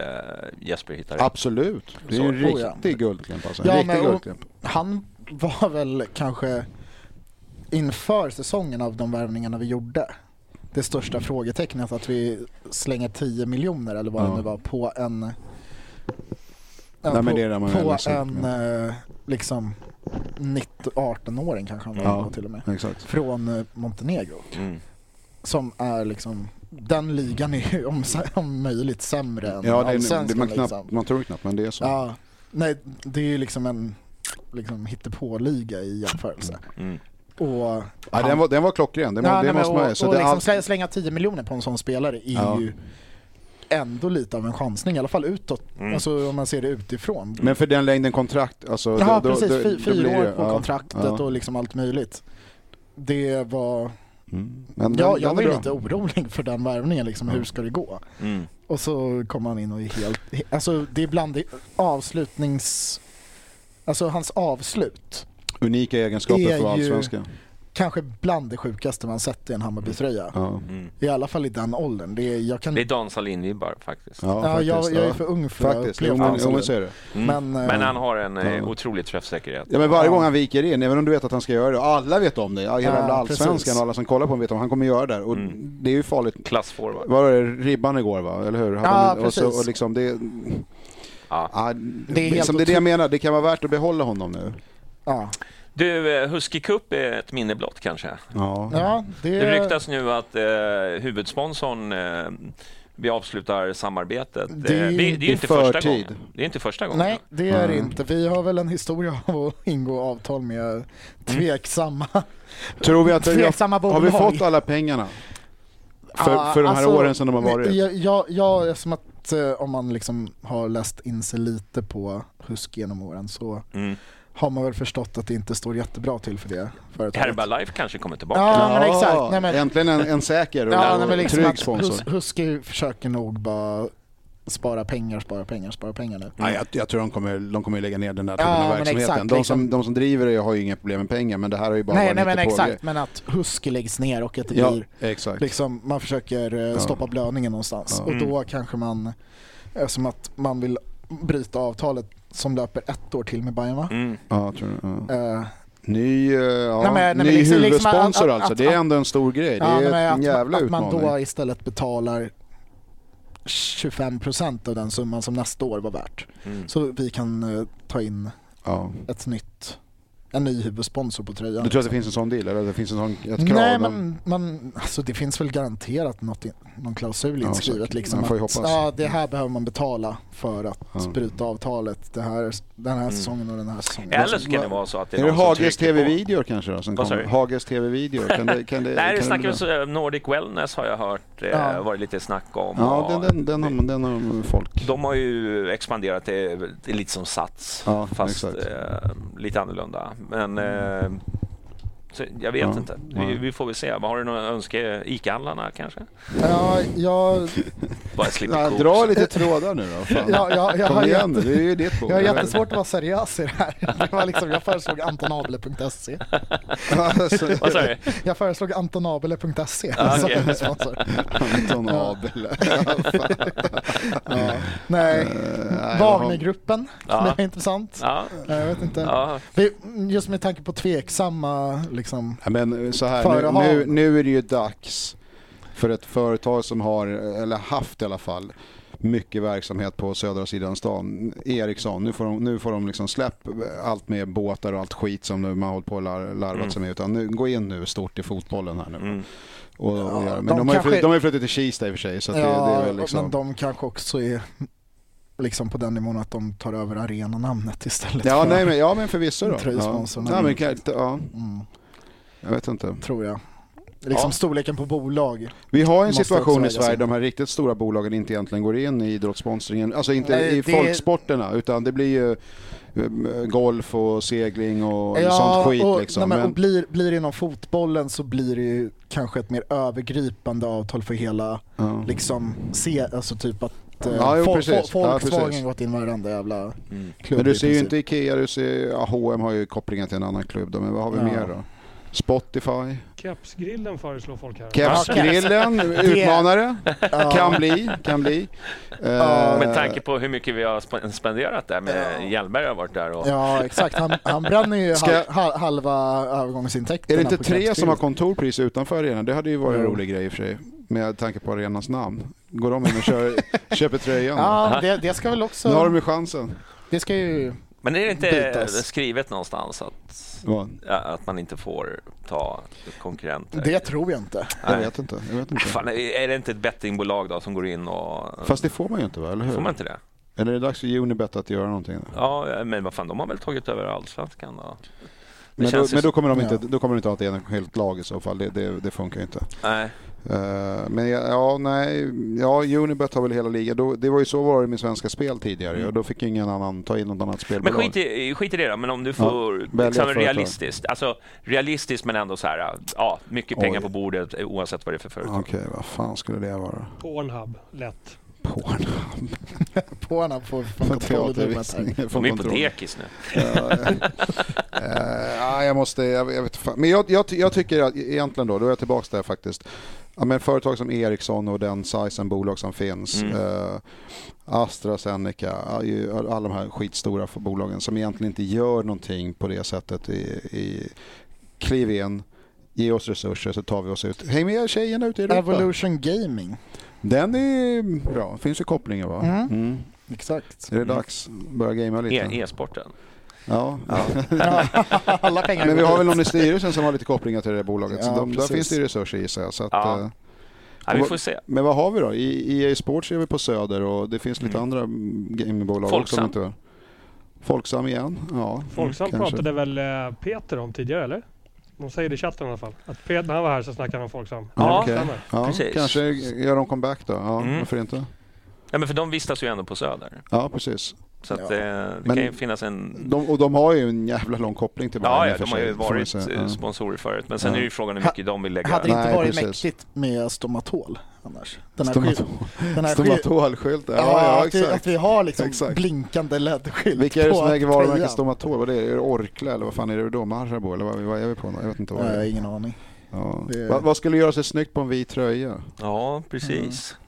S1: Jesper hittar rätt.
S2: Absolut. Det är
S1: Så-
S2: en
S3: oh, ja.
S2: riktig guldklimp alltså. En
S3: Ja,
S2: riktig
S3: men Mm, och-
S2: guldklimp.
S3: han var väl kanske inför säsongen av de värvningarna vi gjorde det största frågetecknet att vi slänger 10 miljoner eller vad
S2: Ja.
S3: det nu var på en eh,
S2: Nej,
S3: på,
S2: men det är där man är
S3: på
S2: ledsen.
S3: en eh, liksom 18-åring kanske han var
S2: Ja.
S3: då till och med.
S2: Exakt.
S3: från eh, Montenegro.
S1: Mm.
S3: Som är liksom, den ligan är ju om, om möjligt sämre än
S2: Ja, det är, det,
S3: allsvenskan.
S2: man,
S3: liksom.
S2: knappt, man tror knappt, men det är så.
S3: ja, nej, det är ju liksom en liksom, hittepåliga i jämförelse.
S1: Mm.
S3: Och,
S2: Ja, den, var, den var klockren, det, må- det
S3: nej, men
S2: måste man ju.
S3: och,
S2: Så
S3: och
S2: det är
S3: liksom
S2: allt-
S3: slä- slänga 10 miljoner på en sån spelare är
S2: Ja.
S3: ju ändå lite av en chansning, i alla fall utåt,
S1: Mm.
S3: alltså, om man ser det utifrån.
S2: Men för den längden kontrakt, alltså...
S3: Ja,
S2: då- då-
S3: precis.
S2: då-
S3: Fy,
S2: då
S3: fyra
S2: blir
S3: år
S2: det-
S3: på
S2: ja,
S3: kontraktet
S2: ja.
S3: och liksom allt möjligt. Det var...
S2: Mm. Men den-
S3: Ja,
S2: den är
S3: jag var ju
S2: bra.
S3: lite orolig för den värvningen, liksom, hur ska det gå?
S1: Mm.
S3: Och så kom han in och är helt... Alltså det är bland det avslutnings... Alltså hans avslut,
S2: Unika egenskaper
S3: är
S2: för
S3: ju-
S2: allsvenskan.
S3: kanske bland det sjukaste man sett i en Hammarbytröja.
S2: Ja,
S3: I alla fall i den åldern. Det är, jag kan...
S1: mm. Det är Dan Sahlin-vibbar faktiskt.
S2: ja,
S3: ja,
S2: faktiskt.
S3: jag, jag är
S2: ja.
S3: för ung för
S2: Faktiskt,
S3: uppleva
S2: jo men,
S3: hans
S2: jo, men
S3: ålder.
S2: så är det.
S3: Men, eh,
S1: Mm. Men han har en eh, otrolig träffsäkerhet.
S2: Ja, men varje gång han viker in, även om du vet att han ska göra det, och alla vet om det, ja, hela
S3: Ja,
S2: jävla allsvenskan
S3: precis.
S2: och alla som kollar på honom vet om han kommer göra det där. Och det är ju farligt.
S1: Klassforward.
S2: Vad var det, ribban igår va, eller hur? Hade
S3: Ja,
S2: de- och så,
S3: precis.
S2: och liksom det,
S1: Ja.
S2: ja,
S3: är helt
S2: liksom det är det jag menar, det kan vara värt att behålla honom nu.
S3: ja.
S1: Du, eh, Husky Cup är ett minne blott kanske?
S2: Ja.
S3: ja, det...
S1: Det ryktas nu att eh, huvudsponsorn eh, vi avslutar samarbetet. Eh,
S3: Det är
S1: vi- det är
S2: i
S1: ju inte första
S2: förtid.
S1: gången. Det är inte första gången.
S3: Nej, det är
S2: Mm.
S3: det inte. Vi har väl en historia av att ingå avtal med
S1: Mm.
S3: tveksamma
S2: Tror vi att vi
S3: Tveksamma
S2: har, har vi
S3: bolag.
S2: fått alla pengarna? För,
S3: Ja,
S2: för de här
S3: alltså,
S2: åren sedan de har varit?
S3: Jag, jag, jag, eftersom att eh, om man liksom har läst in sig lite på Husk genom åren så
S1: Mm.
S3: har man väl förstått att det inte står jättebra till för det företaget.
S1: Herba Life kanske kommer tillbaka.
S3: Ja, men exakt. Nej, men,
S2: Äntligen en, en säker och,
S3: ja, nej,
S2: och
S3: men liksom
S2: trygg
S3: att
S2: sponsor.
S3: Hus, Husky försöker nog bara spara pengar, spara pengar, spara pengar nu.
S2: Nej, jag, jag tror de kommer, de kommer lägga ner den där typen
S3: Ja,
S2: av
S3: men
S2: verksamheten. de,
S3: exakt,
S2: som,
S3: liksom.
S2: de som driver det har ju inga problem med pengar, men det här har ju bara
S3: nej,
S2: varit
S3: nej men
S2: lite
S3: exakt. Men att Husky läggs ner och att det
S2: Ja,
S3: blir
S2: exakt.
S3: liksom, man försöker eh, stoppa blödningen någonstans och då kanske man, eh, som att man vill bryta avtalet som löper ett år till med Bayern va?
S1: Mm,
S2: Ja, tror jag, ja.
S3: Eh,
S2: Ny, eh, ja,
S3: Nej, men- nej, men
S2: ny
S3: liksom- liksom
S2: huvudsponsor
S3: att- att-
S2: alltså,
S3: att-
S2: det är ändå en stor grej. Det
S3: ja,
S2: är
S3: men
S2: en
S3: att,
S2: jävla
S3: att man
S2: utmaning.
S3: då istället betalar 25% av den summan som nästa år var värt.
S1: mm.
S3: Så vi kan eh, ta in
S2: ja.
S3: ett nytt, en ny huvudsponsor på tröjan.
S2: Du tror att det finns en sån deal? Eller det finns en sån, ett krav?
S3: Nej,
S2: om-
S3: men man, alltså det finns väl garanterat något in, någon klausul
S2: Ja,
S3: inskrivet.
S2: säkert.
S3: liksom,
S2: Man får ju
S3: att,
S2: hoppas.
S3: ja, det här behöver man betala för att bryta avtalet. Det här, den här säsongen och den här säsongen.
S1: Eller så kan det vara så att det är,
S2: Är det
S1: någon som
S2: Hages
S1: trycker på.
S2: TV-videor kanske då? Som
S1: Vad sa
S2: kommer?
S1: du?
S2: Hages TV-videor? Kan det, kan det,
S1: Nej, det
S2: kan bli
S1: snackas
S2: bra?
S1: eh, Nordic Wellness har jag hört. Eh,
S3: Ja.
S1: varit lite snack om.
S2: Ja,
S1: och
S2: den, den, den, har, den har folk.
S1: De har ju expanderat till, till lite som Sats,
S2: Ja,
S1: fast
S2: exakt. Mm.
S1: eh, lite annorlunda. Men eh, Så jag vet inte. Vi, vi får väl se. Vad Har du några önske ICA-handlarna kanske?
S3: Ja, jag,
S1: Bara slipper
S2: Ja,
S1: koks.
S2: dra lite trådar nu då. Fan.
S3: Ja, ja, jag
S2: Kom
S3: har
S2: igen nu,
S3: jätte-
S2: det är ju ditt bord.
S3: jag har jättesvårt att vara seriös i det här. Det var liksom, jag föreslog antonable.se.
S2: Alltså,
S1: Vad sa du?
S3: Jag föreslog antonable.se
S1: Ah,
S3: som
S1: okej.
S3: en sponsor.
S2: Anton Abel.
S1: Mm.
S3: Ja.
S1: Eh,
S3: Nej,
S2: nej,
S3: Wagnergruppen,
S1: Ja.
S3: det är intressant.
S1: Ja,
S3: Jag vet inte.
S1: ja.
S3: Vi- Just med tanke på tveksamma, liksom.
S2: Ja, men eh, så här,
S3: Förehav.
S2: nu, nu, nu är det ju dags för ett företag som har, eller haft i alla fall, mycket verksamhet på södra sidan stan. Ericsson, nu får de, nu får de liksom släpp allt med båtar och allt skit som de har hållit på och lar, larvat
S3: Mm.
S2: sig med. Utan nu, gå in nu stort i fotbollen här nu. Och, och, göra- men
S3: de
S2: de, har ju
S3: kanske-
S2: flytt- de har ju flyttat till Kista i och för sig. Så att det, det är väl liksom...
S3: men de kanske också är liksom på den nivån att de tar över arenanamnet istället.
S2: Ja,
S3: för-
S2: nej, men, ja men förvisso då. Ja.
S3: Tröjsponsorn.
S2: Ja, men, kan- ja.
S3: Mm,
S2: Jag vet inte.
S3: tror jag. Liksom
S1: Ja.
S3: storleken på bolag.
S2: Vi har ju en
S3: Måste också
S2: situation i
S3: väga
S2: Sverige
S3: sig.
S2: de här riktigt stora bolagen inte egentligen går in i idrottssponsringen, alltså inte
S3: Nej,
S2: i
S3: det-
S2: folksporterna utan det blir ju eh, golf och segling och sånt skit
S3: och,
S2: liksom.
S3: nej, men,
S2: men,
S3: och blir, blir det inom fotbollen så blir det ju kanske ett mer övergripande avtal för hela,
S2: ja.
S3: liksom, se, alltså typ att eh,
S2: Ja, jo,
S3: Vol-
S2: precis.
S3: Vol-
S2: Ja,
S3: Volkswagen
S2: precis.
S3: gått in i varenda jävla
S1: Mm.
S3: klubb
S2: men du
S3: i
S2: ser ju
S3: princip.
S2: inte Ikea, du ser, ja, H&M har ju kopplingen till en annan klubb då, men vad har vi
S3: Ja.
S2: mer då? Spotify,
S7: Kepsgrillen föreslår folk här.
S2: Kepsgrillen, utmanare, kan bli, kan bli. Eh,
S1: Med tanke på hur mycket vi har sp- spenderat där med Hjelmberg har varit där och...
S3: Ja exakt, han, han bränner ju
S2: Ska-
S3: hal, hal, halva övergångsintäkterna.
S2: Är det inte
S3: på
S2: tre som
S3: Kepsgrillen.
S2: har kontor precis utanför arenan? Det hade ju varit en
S3: Jo.
S2: rolig grej i och för sig. Med tanke på arenans namn. Går de in och kör, köper tröjan?
S3: Ja, det, det ska väl
S2: då? Nu har
S3: också...
S2: de ju chansen.
S3: Det ska ju...
S1: Men är det inte
S3: Bitas.
S1: skrivet någonstans att,
S2: Ja,
S1: att man inte får ta konkurrenter?
S3: Det tror jag inte.
S2: jag
S1: Nej.
S2: vet inte. Jag vet inte.
S1: Fan, är det inte ett bettingbolag då som går in och...
S2: Fast det får man ju inte va? Eller hur?
S1: Får man inte det?
S2: Eller är det dags för Unibet att göra någonting? då?
S1: Ja, men vad fan, de har väl tagit över allsvenskan då? Det
S2: Men, då,
S1: känns ju
S2: men då,
S1: som-
S2: kommer de inte,
S3: Ja.
S2: då kommer de inte ha ett enskilt lag i så fall. Det, det, det funkar ju inte.
S1: Nej.
S2: Eh, men ja, ja, nej. Ja, Unibet har väl hela ligan. Då, det var ju så var det med Svenska Spel tidigare. Och då fick ju ingen annan ta in något annat
S1: Mm. Men
S2: spelbolag.
S1: skit i, skit i det då, men om du får
S2: välja
S1: liksom
S2: företag.
S1: realistiskt. Alltså realistiskt men ändå så här, ja, mycket pengar
S2: Oj.
S1: på bordet oavsett vad det är för företag.
S2: Okej, vad fan skulle det vara?
S7: Pornhub, lätt.
S2: Pornhub.
S3: Påarna får fan
S2: Från
S3: kontroll över det
S2: teatervisning.
S3: här.
S2: Från
S1: De är på
S2: kontroll.
S1: dekis nu.
S2: Eh, ja, jag måste, jag, jag vet fan. Men jag, jag, ty- jag tycker att egentligen då, då är jag tillbaka där faktiskt. Ja, men företag som Ericsson och den sizen bolag som finns.
S1: Mm.
S2: Eh, AstraZeneca, ja, ju- alla de här skitstora för bolagen som egentligen inte gör någonting på det sättet. I, i, kliv in, ge oss resurser så tar vi oss ut. Häng med tjejerna ute i Europa.
S3: Evolution Gaming.
S2: Den är bra, finns ju kopplingar va?
S3: Mm.
S2: Mm.
S3: Exakt.
S2: Är det dags? Börja gamea lite?
S1: E- E-sporten.
S2: Ja.
S3: Alla pengar
S2: Men vi
S3: går
S2: har
S3: dit.
S2: väl någon i styrelsen som har lite kopplingar till det där bolaget. så
S3: Ja,
S2: de, där
S3: precis.
S2: finns det ju resurser gissar jag. Så att,
S1: Ja.
S2: eh,
S1: Ja, vi får se.
S2: Men vad har vi då? I EA Sports är vi på Söder och det finns lite andra mm, gamingbolag
S1: Folksam.
S2: också. Folksam. Folksam igen. Ja,
S7: Folksam
S2: kanske.
S7: pratade väl eh, Peter om tidigare eller? De säger det i chatten i alla fall. Att Peter, när han var här så snackade han om Folksam.
S1: Ja.
S2: Okej.
S7: stämmer.
S2: ja
S1: Precis.
S2: Kanske gör de comeback då. Ja,
S1: Mm.
S2: Varför inte?
S1: Ja, men för de vistas ju ändå på Söder.
S2: Ja, precis.
S1: Så att,
S3: Ja.
S1: eh, det
S2: Men-
S1: kan ju finnas en...
S2: De, och de har ju en jävla lång koppling till
S1: Ja,
S2: Bayern i
S1: ja,
S2: och för
S1: de har ju
S2: sig, får man
S1: varit
S2: säga.
S1: eh,
S2: Ja.
S1: sponsorer förut. Men sen
S2: Ja.
S1: är det ju frågan hur mycket de vill lägga.
S3: Hade det inte
S2: Nej,
S3: varit
S2: precis.
S3: mäktigt med stomatol annars? Den här
S2: Stomatol.
S3: skyl- den här skyl-
S2: Stomatolskylt. Ja,
S3: Ja,
S2: ja,
S3: att, vi,
S2: exakt.
S3: att vi har liksom
S2: Exakt.
S3: blinkande LED-skylt
S2: Vilka är det
S3: på
S2: som äger varumärket
S3: tröjan.
S2: Stomatol? Vad är det? Är det Orkla eller vad fan är det då? Marabou eller vad, vad är vi på? Jag vet inte vad
S3: Nej,
S2: det
S3: jag har
S2: är.
S3: ingen aning.
S2: Ja.
S3: det-
S2: Va, vad skulle göra sig snyggt på en vit tröja?
S1: Ja, precis.
S2: Mm.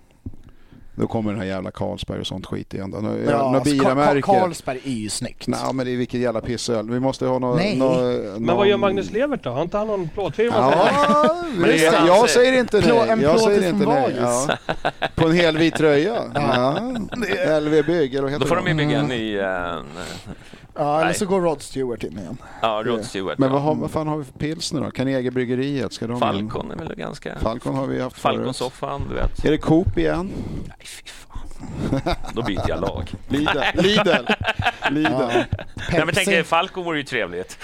S2: Då kommer den här jävla Carlsberg och sånt skit igen. Då. Nå,
S3: Ja,
S2: ja, några
S3: alltså, Ka- Ka-
S2: biramärke.
S3: Carlsberg är ju snyggt.
S2: Nej men det är vilket jävla pissöl. Vi måste ha någon...
S3: Nej.
S2: någon
S7: Men vad gör Magnus Levert då? Har inte han någon plåtfirma?
S2: Ja, men
S1: det är-
S2: jag säger inte
S3: Plå- en
S2: nej. Jag
S3: plåtis
S2: säger inte nej. Ja. På en hel vit tröja? Ja. LV Bygg, eller vad heter
S1: Då får de ju
S2: det?
S1: bygga en ny... Eh,
S3: Ja, eller
S1: Nej.
S3: så går Rod Stewart in igen.
S1: ja, Rod Stewart.
S2: Men vad,
S1: ja.
S2: har, vad fan har vi för pilsner då? Carnegiebryggeriet, ska de in?
S1: Falcon är väl ganska...
S2: Falcon har vi haft förut.
S1: Falconsoffan, du vet.
S2: Är det Coop igen?
S1: Nej, fy fan. Då byter jag lag.
S2: Lidl. Lidl. Lidl.
S1: Nej, men tänk dig, Falcon vore ju trevligt.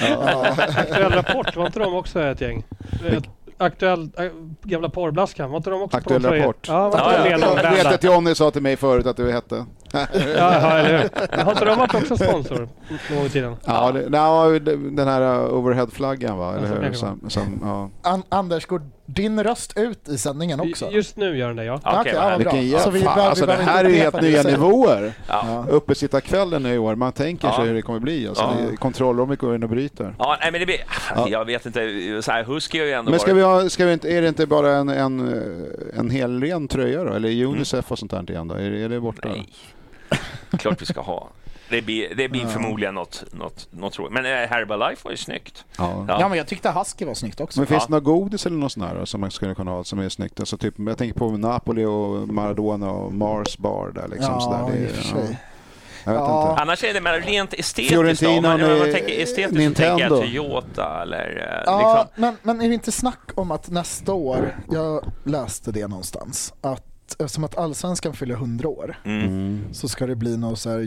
S7: Aktuell Rapport, var inte de också ett gäng? Ett Aktuell, äh, gamla porrblaskan, var inte de också
S2: Aktuell
S7: på någon tröja?
S2: Rapport.
S7: Ja, var inte
S1: Ja,
S7: de
S1: ja.
S7: ledande
S2: Jag vet
S7: där?
S2: att Jonny sa till mig förut att du hette.
S7: ja, eller hur? Men Har inte de varit också sponsor? En gång i tiden.
S2: Ja, det, nej, den här uh, overhead-flaggan va? Eller
S7: Ja, så
S2: hur?
S7: kanske det var.
S2: Som, som, ja.
S3: An- Anders, går din röst ut i sändningen också?
S7: Just nu gör den det ja.
S3: Okej, Okej, ja, vad bra.
S2: Vilken
S3: Alltså,
S2: jävla...
S3: vi
S2: fan,
S3: behöver-
S2: alltså
S3: vi
S2: det
S3: behöver
S2: här är
S3: inte
S2: ju
S3: upprepa
S2: helt
S3: det
S2: nya
S3: du säger.
S2: nivåer. Ja. Uppesittarkvällen i år. Man tänker sig
S1: Ja.
S2: hur det kommer bli. Alltså,
S1: Ja.
S2: det är Kontroll om vi går in och bryter.
S1: Ja, nej, men det blir... Jag vet inte. Så här, Husky har ju ändå
S2: Men ska
S1: varit-
S2: vi ha, ska vi inte, är det inte bara en, en, eh, en helren tröja då? Eller Unicef och sånt där igen då? Är, är det borta?
S1: Mm. Nej. Klart vi ska ha. Det blir, det blir
S2: Ja.
S1: förmodligen något, något, något roligt. Men eh, Herbalife var ju snyggt.
S2: Ja.
S1: Ja.
S3: Ja, men jag tyckte Husky var snyggt också.
S2: Men finns det något godis eller något sånt där då, som man skulle kunna ha som är snyggt? Alltså, typ, jag tänker på Napoli och Maradona och Mars bar där liksom.
S3: Ja,
S2: sådär. Det,
S3: i
S2: är-
S3: och för sig.
S2: Jag vet inte.
S1: Annars är det mer rent estetiskt. Då. Om
S2: Fiorentina
S1: man, om man
S2: och,
S1: tänker
S2: eh,
S1: estetiskt så tänker jag
S2: Nintendo.
S1: Toyota eller eh,
S3: Ja,
S1: liksom.
S3: men, men är det inte snack om att nästa år, jag läste det någonstans, att eftersom att allsvenskan fyller 100 år
S1: Mm.
S2: Mm.
S3: så ska det bli några så här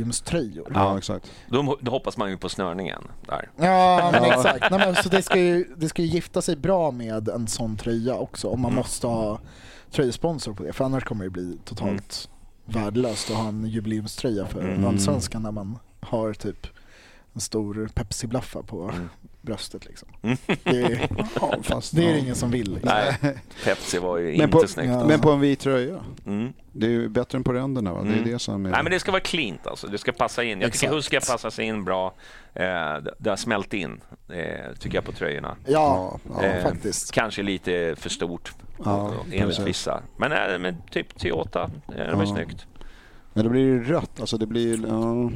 S3: jubileumströjor.
S2: Ja, exakt.
S1: Då, då hoppas man ju på snörningen. Där.
S3: Ja, men exakt. Nej, men, så det ska, ju, det ska ju gifta sig bra med en sån tröja också om
S2: Mm.
S3: man måste ha tröjsponsor på det för annars kommer det bli totalt
S2: Mm.
S3: värdelöst att ha en jubileumströja för
S1: Mm.
S3: allsvenskan när man har typ en stor Pepsi-blaffa på
S2: Mm.
S3: bröstet liksom. Det är,
S2: fast-
S3: det är det
S2: ja.
S3: ingen som vill. Liksom.
S1: Nej, Pepsi var ju
S2: Men
S1: inte
S2: på,
S1: snyggt.
S3: Ja.
S2: men på en vit tröja.
S1: Mm.
S2: Det är ju bättre än på ränderna va? Det
S1: Mm.
S2: är det som är...
S1: Nej, men det ska vara cleant alltså. Det ska passa in. Jag tycker
S3: Exakt.
S1: Husky passar sig in bra. Eh, det- det har smält in, eh, tycker jag, på tröjorna.
S3: Ja,
S2: Ja,
S3: ja,
S1: Eh,
S3: faktiskt.
S1: Kanske lite för stort,
S2: Ja,
S1: enligt
S2: precis.
S1: vissa. Men, eh, men typ Toyota, eh, det var ju
S2: Ja.
S1: snyggt.
S2: Men då blir det ju rött. Alltså det blir... Ja.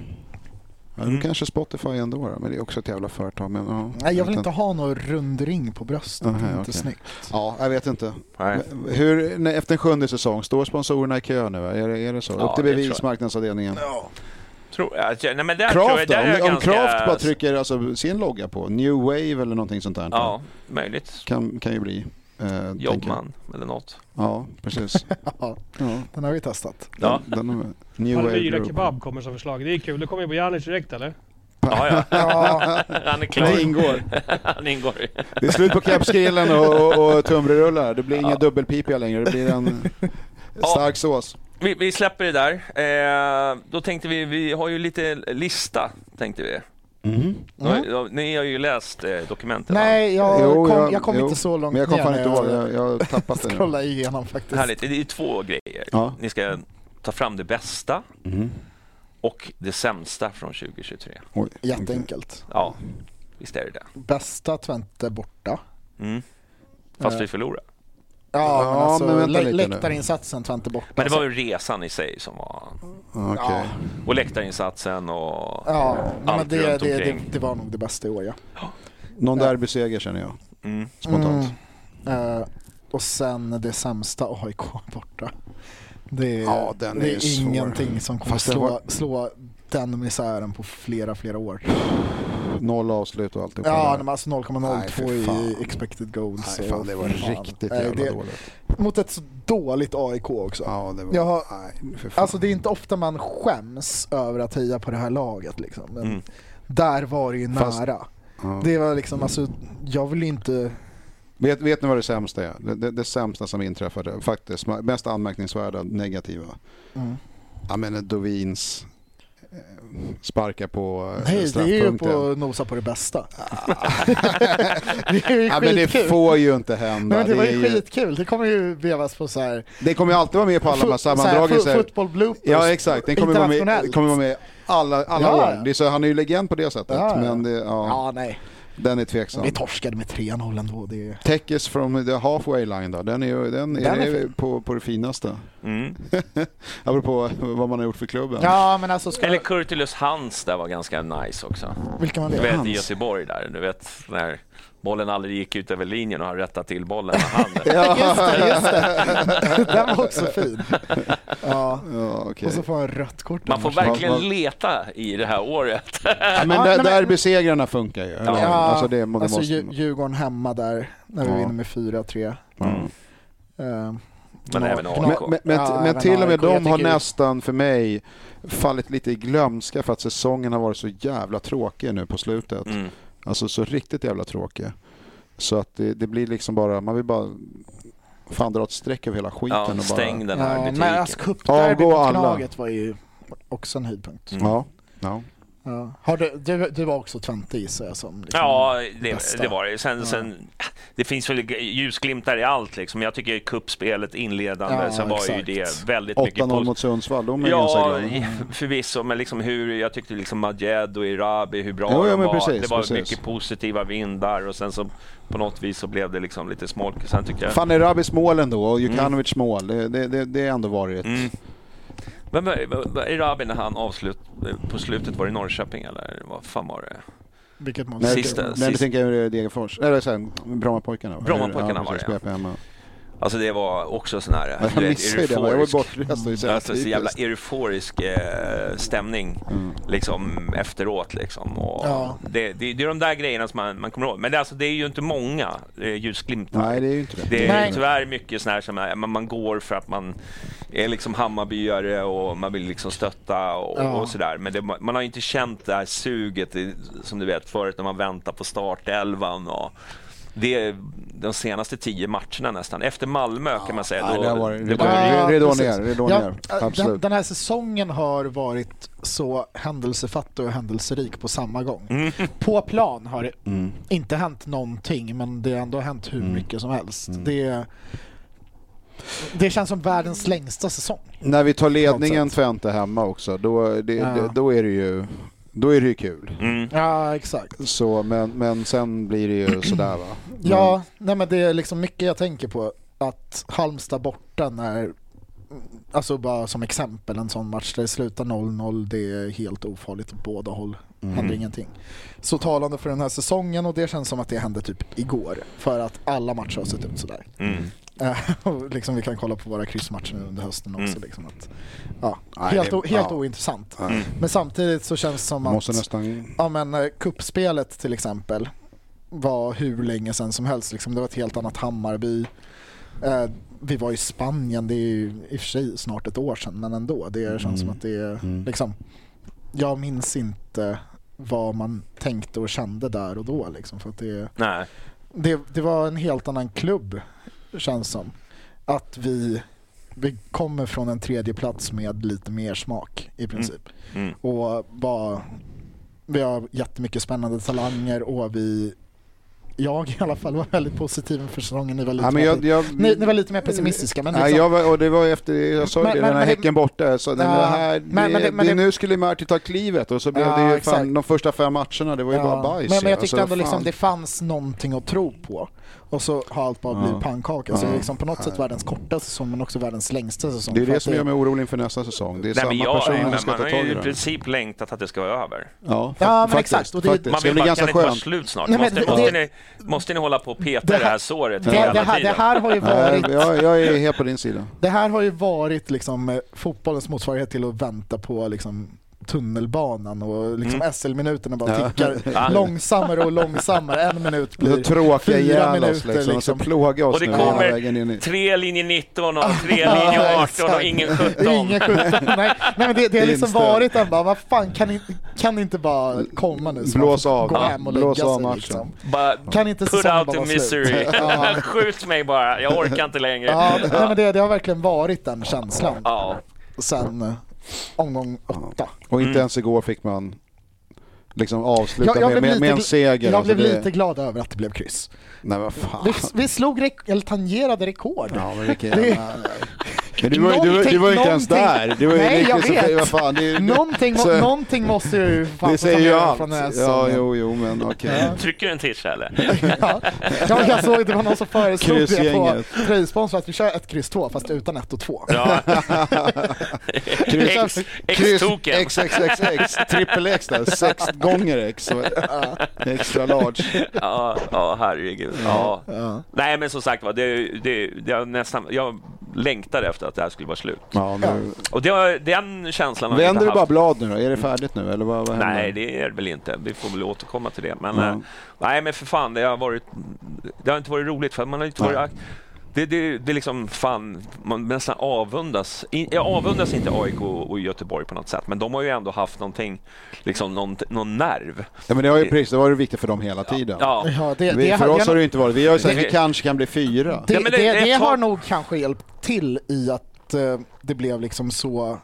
S2: Ja,
S1: Mm.
S2: då kanske Spotify ändå då, men det är också ett jävla företag. Men, ja,
S3: Nej, jag vill
S2: vet
S3: inte ha någon rundring på bröstet.
S2: Aha,
S3: det är inte
S2: okej.
S3: snyggt.
S2: Ja, jag vet inte.
S1: Nej.
S2: Men Hur, nej, efter en sjunde säsong, står sponsorerna i kö nu? va? Är det, är det så?
S1: Ja,
S2: Upp till
S1: det tror
S2: bevis,
S1: jag.
S2: marknadsavdelningen.
S1: Tror, alltså, nej, men där tror
S2: Kraft
S1: jag,
S2: då?
S1: där är jag
S2: Om, om
S1: ganska-
S2: Kraft bara trycker alltså, sin logga på, New Wave eller någonting sånt där.
S1: Ja, möjligt.
S2: Kan, kan ju bli. eh, tänker jag.
S1: Jobbman eller något.
S2: Ja, precis.
S3: Ja,
S2: Ja,
S3: den har vi testat.
S1: Ja,
S2: den, har- New Wave
S7: Palmyra
S2: Group.
S7: Kebab kommer som förslag. Det är kul. Då kommer jag på Janic direkt eller?
S1: ja, ja.
S3: Ja,
S1: han är
S2: Det
S1: klar.
S2: ingår.
S1: Han ingår. i-
S2: Det är slut på kepsgrillen och, och, och tumbrerullar. Det blir inga dubbelpipiga längre. Det blir en stark sås.
S1: Vi, vi släpper det där. Eh, då tänkte vi, vi har ju lite lista, tänkte vi.
S3: Mm.
S2: Mm.
S1: Ni, ni har ju läst eh, dokumenten. va?
S3: Nej, jag
S2: Jo,
S3: kom,
S2: jag-
S3: jag kom
S2: jo.
S3: inte så långt
S2: Men jag kom
S3: ner
S2: fan
S3: när
S2: inte ihåg. Jag jag har tappat det nu.
S3: Kolla igenom faktiskt.
S1: Härligt. Det är ju två grejer.
S2: Ja.
S1: Ni ska ta fram det bästa
S2: Mhm.
S1: och det sämsta från 2023.
S2: Oj.
S3: Jätteenkelt.
S1: Ja, visst är det det.
S3: Bästa Twente borta.
S1: Mm. Fast
S3: Eh.
S1: vi förlorade.
S3: Ja, men
S2: Ja,
S3: alltså
S2: men vänta
S3: lä-
S2: lite nu.
S3: läktarinsatsen Twente borta.
S1: Men det var ju resan i sig som var...
S2: Okej.
S3: Ja.
S1: Och läktarinsatsen och...
S3: Ja, nej, men
S1: Allt
S3: det,
S1: runt
S3: det, det,
S1: omkring.
S3: det var nog det bästa i år ja.
S2: Någon derbyseger känner jag
S1: Mm.
S2: spontant.
S3: Eh, och sen det sämsta AIK borta. Det är,
S2: Ja, den
S3: det
S2: är
S3: är
S2: svår.
S3: ingenting som kommer
S2: Fast den
S3: slå,
S2: var-
S3: slå den misären på flera, flera år.
S2: Noll avslut och alltihopa.
S3: Mm. Ja,
S2: där.
S3: men alltså
S2: Nej, för
S3: 0,02
S2: fan.
S3: i expected goals.
S2: Nej,
S3: och-
S2: fan, det var
S3: fan.
S2: riktigt
S3: Nej,
S2: jävla
S3: det-
S2: dåligt.
S3: Mot ett så dåligt AIK också.
S2: Ja, det var...
S3: Jag har-
S2: Nej, för fan.
S3: Alltså det är inte ofta man skäms över att heja på det här laget liksom. Men
S1: Mm.
S3: där var det ju
S2: Fast-
S3: nära.
S2: Ja.
S3: Det var liksom, alltså jag vill ju inte...
S2: Vet, vet ni vad det sämsta är? Det, det, det sämsta som inträffade, faktiskt. Mest anmärkningsvärda, negativa.
S3: Mm.
S2: Ja, men Dovins eh, sparka på eh,
S3: Nej, det är ju
S2: straffpunkten. Ah.
S3: på att nosa på det bästa. det är ju
S2: Ja, men det
S3: skitkul.
S2: får ju inte hända.
S3: Nej, men det, var
S2: är
S3: ju
S2: ju-
S3: skitkul. Det kommer ju vevas på så här...
S2: det kommer ju alltid vara med på alla de här
S3: fo- så här, fo-
S2: sammandragelser.
S3: Football bloopers.
S2: Ja exakt, den kommer vara med,
S3: internationellt.
S2: kommer vara med alla, alla
S3: Ja,
S2: år.
S3: ja.
S2: Det är så, han är ju legend på det sättet.
S3: Ja, ja.
S2: Men det, ja,
S3: Ja, nej.
S2: den är tveksam.
S3: Vi torskade med 3-0 ändå. Det är...
S2: Teckes from the halfway line då, den är, ju- den,
S3: Den
S2: är,
S3: är
S2: det
S3: fin.
S2: på, på det finaste.
S1: Mm.
S2: Apropå vad man har gjort för klubben.
S3: Ja, men alltså ska...
S1: Eller Kurtulus Hans där var ganska nice också.
S3: Vilka man
S1: Du
S3: det?
S1: vet i Göteborg där, du vet när bollen aldrig gick ut över linjen och han rättade till bollen med handen.
S3: Ja. Just det, just det. Den var också fin. Ja.
S2: Ja, okej.
S3: Och så får han rött kort.
S1: Man får
S3: annars.
S1: verkligen leta i det här året.
S2: Ja, men
S3: Ja,
S2: där,
S3: nej, men-
S2: derbysegrarna funkar ju. eller?
S3: Ja,
S2: Alltså det, det
S3: alltså
S2: måste,
S3: Dju- Djurgården hemma där när vi
S2: Ja.
S3: vinner med 4-3.
S2: Mm.
S3: Ehm,
S1: Men
S3: Gna-
S1: även
S3: Gna-
S1: AIK.
S2: Men, men, men,
S3: Ja,
S2: men
S3: även
S2: till och med
S3: AIK, jag
S2: de har
S3: tycker-
S2: nästan för mig fallit lite i glömska för att säsongen har varit så jävla tråkig nu på slutet.
S1: Mm.
S2: Alltså så riktigt jävla tråkig. Så att det, det blir liksom bara, man vill bara fan dra ett streck över hela skiten
S1: Ja,
S2: och bara...
S1: stäng den här
S3: Ja,
S1: butiken.
S3: men alltså cupderbyt
S2: Avgå
S3: mot
S2: alla.
S3: Gnaget var ju också en höjdpunkt.
S1: Mm.
S2: Ja. ja.
S3: Ja. Har du, du, du var också Twente gissar jag som liksom
S1: Ja, det,
S3: bästa.
S1: det var det. Sen, sen, det finns väl ljusglimtar i allt. Liksom. Jag tycker kuppspelet inledande,
S2: Ja,
S1: sen var
S2: exakt.
S1: ju det väldigt mycket...
S2: 8-0 mot Sundsvall, de är
S1: Ja,
S2: ganska glada.
S1: förvisso, men liksom hur, jag tyckte liksom Majed och Irabi, hur bra
S2: Jo, ja,
S1: de
S2: men
S1: var.
S2: precis,
S1: det var
S2: precis.
S1: mycket positiva vindar och sen så på något vis så blev det liksom lite smolk. Sen tycker jag...
S2: Fanny Rabis mål ändå
S1: Mm.
S2: och Jukanovic mål. Det, det, det, det har ändå varit...
S1: Vem var, var- var Irabi när han avslut på slutet? Var det Norrköping eller vad fan var det?
S3: Vilket mål?
S1: Sista,
S2: nej,
S1: sista.
S2: Nej, du tänker jag Degerfors. Eller sen Brommapojkarna va?
S1: Brommapojkarna var det,
S2: precis, BP, men-
S1: Alltså det var också sån här...
S2: Jag
S1: du vet,
S2: missade ju det, jag var
S1: euforisk-
S2: bortrest och det är så jävla
S1: Alltså så jävla
S2: typiskt.
S1: euforisk eh, stämning liksom efteråt liksom. Och
S2: Mm. Ja.
S1: det, det, det är de där grejerna som man, man kommer ihåg. Men det, alltså, det är ju inte många eh, ljusglimtar.
S2: Nej, det är ju inte det.
S1: Det är
S2: Nej.
S1: ju tyvärr mycket sån här som är, man, man går för att man är liksom Hammarbyare och man vill liksom stötta och,
S2: Ja.
S1: och sådär. Men det, man har ju inte känt det här suget i, som du vet förut när man väntar på startelvan. Och, det är de senaste tio matcherna nästan. Efter Malmö kan man säga.
S2: nej,
S1: då-
S2: det har varit-
S1: det
S2: det
S1: var-
S2: har varit- Ridå
S3: precis.
S2: ner, ridå
S3: Ja,
S2: ner.
S3: äh, Den,
S2: Absolut.
S3: den här säsongen har varit så händelsefattig och händelserik på samma gång. På plan har det
S2: Mm.
S3: inte hänt någonting men det har ändå hänt hur mycket som helst.
S2: Mm.
S3: Det, det känns som världens längsta säsong.
S2: När vi tar ledningen Twente hemma också, då, det,
S3: Ja.
S2: det, då är det ju... Då är det ju kul.
S1: Mm,
S3: Ja, exakt.
S2: Så, men, men sen blir det ju sådär va.
S3: Ja,
S2: Mm.
S3: nej men det är liksom mycket jag tänker på. Att Halmstad borta när, alltså bara som exempel, en sån match där det slutar 0-0, det är helt ofarligt åt båda håll.
S2: Mm.
S3: Händer ingenting. Så talande för den här säsongen och det känns som att det hände typ igår. För att alla matcher har sett ut sådär.
S1: Mm.
S3: Eh, och liksom vi kan kolla på våra kryssmatcher nu under hösten också.
S2: Mm.
S3: Liksom att, ja,
S2: Nej,
S3: helt
S2: det-
S3: o- helt
S2: ja.
S3: ointressant.
S2: Mm.
S3: Men samtidigt så känns det som
S2: Man
S3: att
S2: måste nästan...
S3: Ja men eh, kuppspelet till exempel var hur länge sedan som helst. Liksom. Det var ett helt annat Hammarby. Eh, vi var i Spanien, det är ju i och för sig snart ett år sedan men ändå. Det känns som att det är liksom, jag minns inte vad man tänkte och kände där och då. Liksom, för att det,
S1: Nej.
S3: det, det var en helt annan klubb känns som. Att vi, vi kommer från en tredje plats med lite mer smak i princip
S1: Mm.
S3: och bara, vi har jättemycket spännande talanger och vi jag i alla fall var väldigt positiv inför säsongen. Ni var lite,
S2: Ja, men
S3: mer-
S2: jag- jag-
S3: ni, ni var lite mer pessimistiska. Men
S2: Nej,
S3: liksom,
S2: jag var, och det var efter, jag sa ju
S3: Men-
S2: det,
S3: men-
S2: den här
S3: men det-
S2: Häcken borta. Så den
S3: Ja,
S2: här,
S3: men-
S2: det,
S3: men det- men
S2: det,
S3: det-
S2: nu skulle Marti ta klivet och så blev
S3: Ja,
S2: det ju fan,
S3: exakt.
S2: de första fem matcherna, det var ju bara bajs.
S3: men, men
S2: ju.
S3: jag tyckte
S2: Alltså,
S3: ändå liksom,
S2: fan.
S3: det fanns någonting att tro på. Och så har allt bara blivit
S2: Ja.
S3: pannkaka. Så det är
S2: Ja.
S3: liksom på något sätt världens kortaste säsong men också världens längsta säsong.
S2: det är
S3: För
S2: det
S3: att
S2: som gör mig orolig inför nästa säsong. Det
S1: Nej,
S2: är samma
S1: men jag,
S2: personer
S1: men
S2: som ska
S1: man
S2: ta
S1: har
S2: tag
S1: ju
S2: i
S1: i
S2: det.
S1: princip längtat att det ska vara över.
S2: Ja,
S3: Ja, men exakt, och det-
S1: Man
S2: Det
S1: vill
S2: blir
S1: bara, kan
S2: ganska
S1: det inte vara
S2: skönt.
S1: slut snart?
S3: Nej, men
S1: måste,
S3: det-
S1: måste,
S3: det-
S1: ni, måste ni hålla på och peta
S3: Det
S1: i
S3: här-
S1: det här såret
S3: det-
S1: hela
S3: det här-
S1: tiden?
S3: det här har ju
S2: Nej,
S3: varit-
S2: jag, jag är helt på din sida.
S3: Det här har ju varit liksom eh, fotbollens motsvarighet till att vänta på liksom tunnelbanan och liksom
S2: Mm.
S3: SL-minuterna
S2: Ja.
S3: bara tickar
S2: Ja.
S3: långsammare och långsammare. En minut
S2: Det
S3: blir
S2: tråkar
S3: fyra
S2: ihjäl oss
S3: minuter.
S2: liksom, så plåga oss
S1: Och det
S2: nu hela vägen in
S1: kommer
S2: i...
S1: tre linje 19 och tre
S3: Ja,
S1: linje 18 och
S3: exakt.
S1: ingen 17.
S3: Ingen 17. Nej, nej men det, det har liksom
S2: Inställd.
S3: varit en bara, vad fan kan ni, kan ni inte bara komma nu? så man
S2: Blås
S3: får
S2: av.
S3: Gå
S2: Ja,
S3: hem och
S2: blås
S3: lägga
S2: av
S3: sig,
S2: matchen.
S3: Liksom.
S1: Bara
S3: Kan inte
S1: put
S3: säsongen
S1: out
S3: bara
S1: the
S3: vara slut?
S1: misery.
S3: Ja.
S1: Skjut mig bara, jag orkar inte längre.
S3: Ja, nej, men det, det har verkligen varit den känslan
S1: Ja.
S3: sen eh, omgång åtta.
S2: Och
S1: Mm.
S2: inte ens igår fick man liksom avsluta
S3: Jag- jag
S2: med,
S3: blev
S2: med,
S3: lite
S2: med en
S3: gl-
S2: seger.
S3: Jag
S2: Alltså,
S3: blev
S2: det-
S3: lite glad över att det blev kryss.
S2: Nej, vad fan.
S3: Vi, vi slog, rek- eller tangerade rekord.
S2: Ja, men vilken
S3: Det-
S2: jävla... Men du var, ju- du, var- du var ju inte ens
S3: Någonting-
S2: där. Du var ju
S3: Nej, jag
S2: liksom-
S3: vet.
S2: vad fan, det,
S3: någonting, må,
S2: så-
S3: någonting måste jag ju fan
S2: Det
S3: få
S2: säger ju
S3: tangera
S2: allt.
S3: från den här
S2: Ja,
S3: säsongen.
S2: jo, jo, men okej.
S1: Trycker du en tisha eller?
S3: Ja, jag såg att det var någon som föreslog det på
S2: Kryssgänget.
S3: tröjsponsor att vi kör ett kryss två fast utan ett och två.
S1: Ja.
S2: Kryss-
S1: X- X-token.
S2: X, X, X, X, trippel X där, sex gånger X. Extra large.
S1: Ja, ja herregud. Ja. Nej, men som sagt var, det, det, det, jag, nästan, jag längtade efter att det här skulle vara slut.
S2: Ja, nu.
S1: Och det, var- den känslan har jag
S2: Vänder
S1: inte
S2: du
S1: haft.
S2: bara blad nu då? Är det färdigt nu eller vad, vad händer?
S1: Nej, det är det väl inte. Vi får väl återkomma till det. Men,
S2: Ja.
S1: eh, nej, men för fan, det har, varit, det har inte varit roligt för man har inte varit... ak- Det, det, det är liksom fan, man nästan avundas. I- Jag avundas inte AIK och och Göteborg på något sätt, men de har ju ändå haft någonting, liksom någon, någon nerv.
S2: Ja, men det har ju precis, det var ju viktigt för dem hela tiden.
S1: Ja.
S3: Ja, det,
S2: Vi,
S3: det,
S2: för
S3: har-
S2: oss har det ju inte varit, vi har ju sagt
S1: Det-
S2: vi kanske kan bli fyra.
S3: det,
S1: Ja, men det-
S3: det, det,
S1: det är ett
S3: har
S1: tag-
S3: nog kanske hjälpt till i att eh, det blev liksom så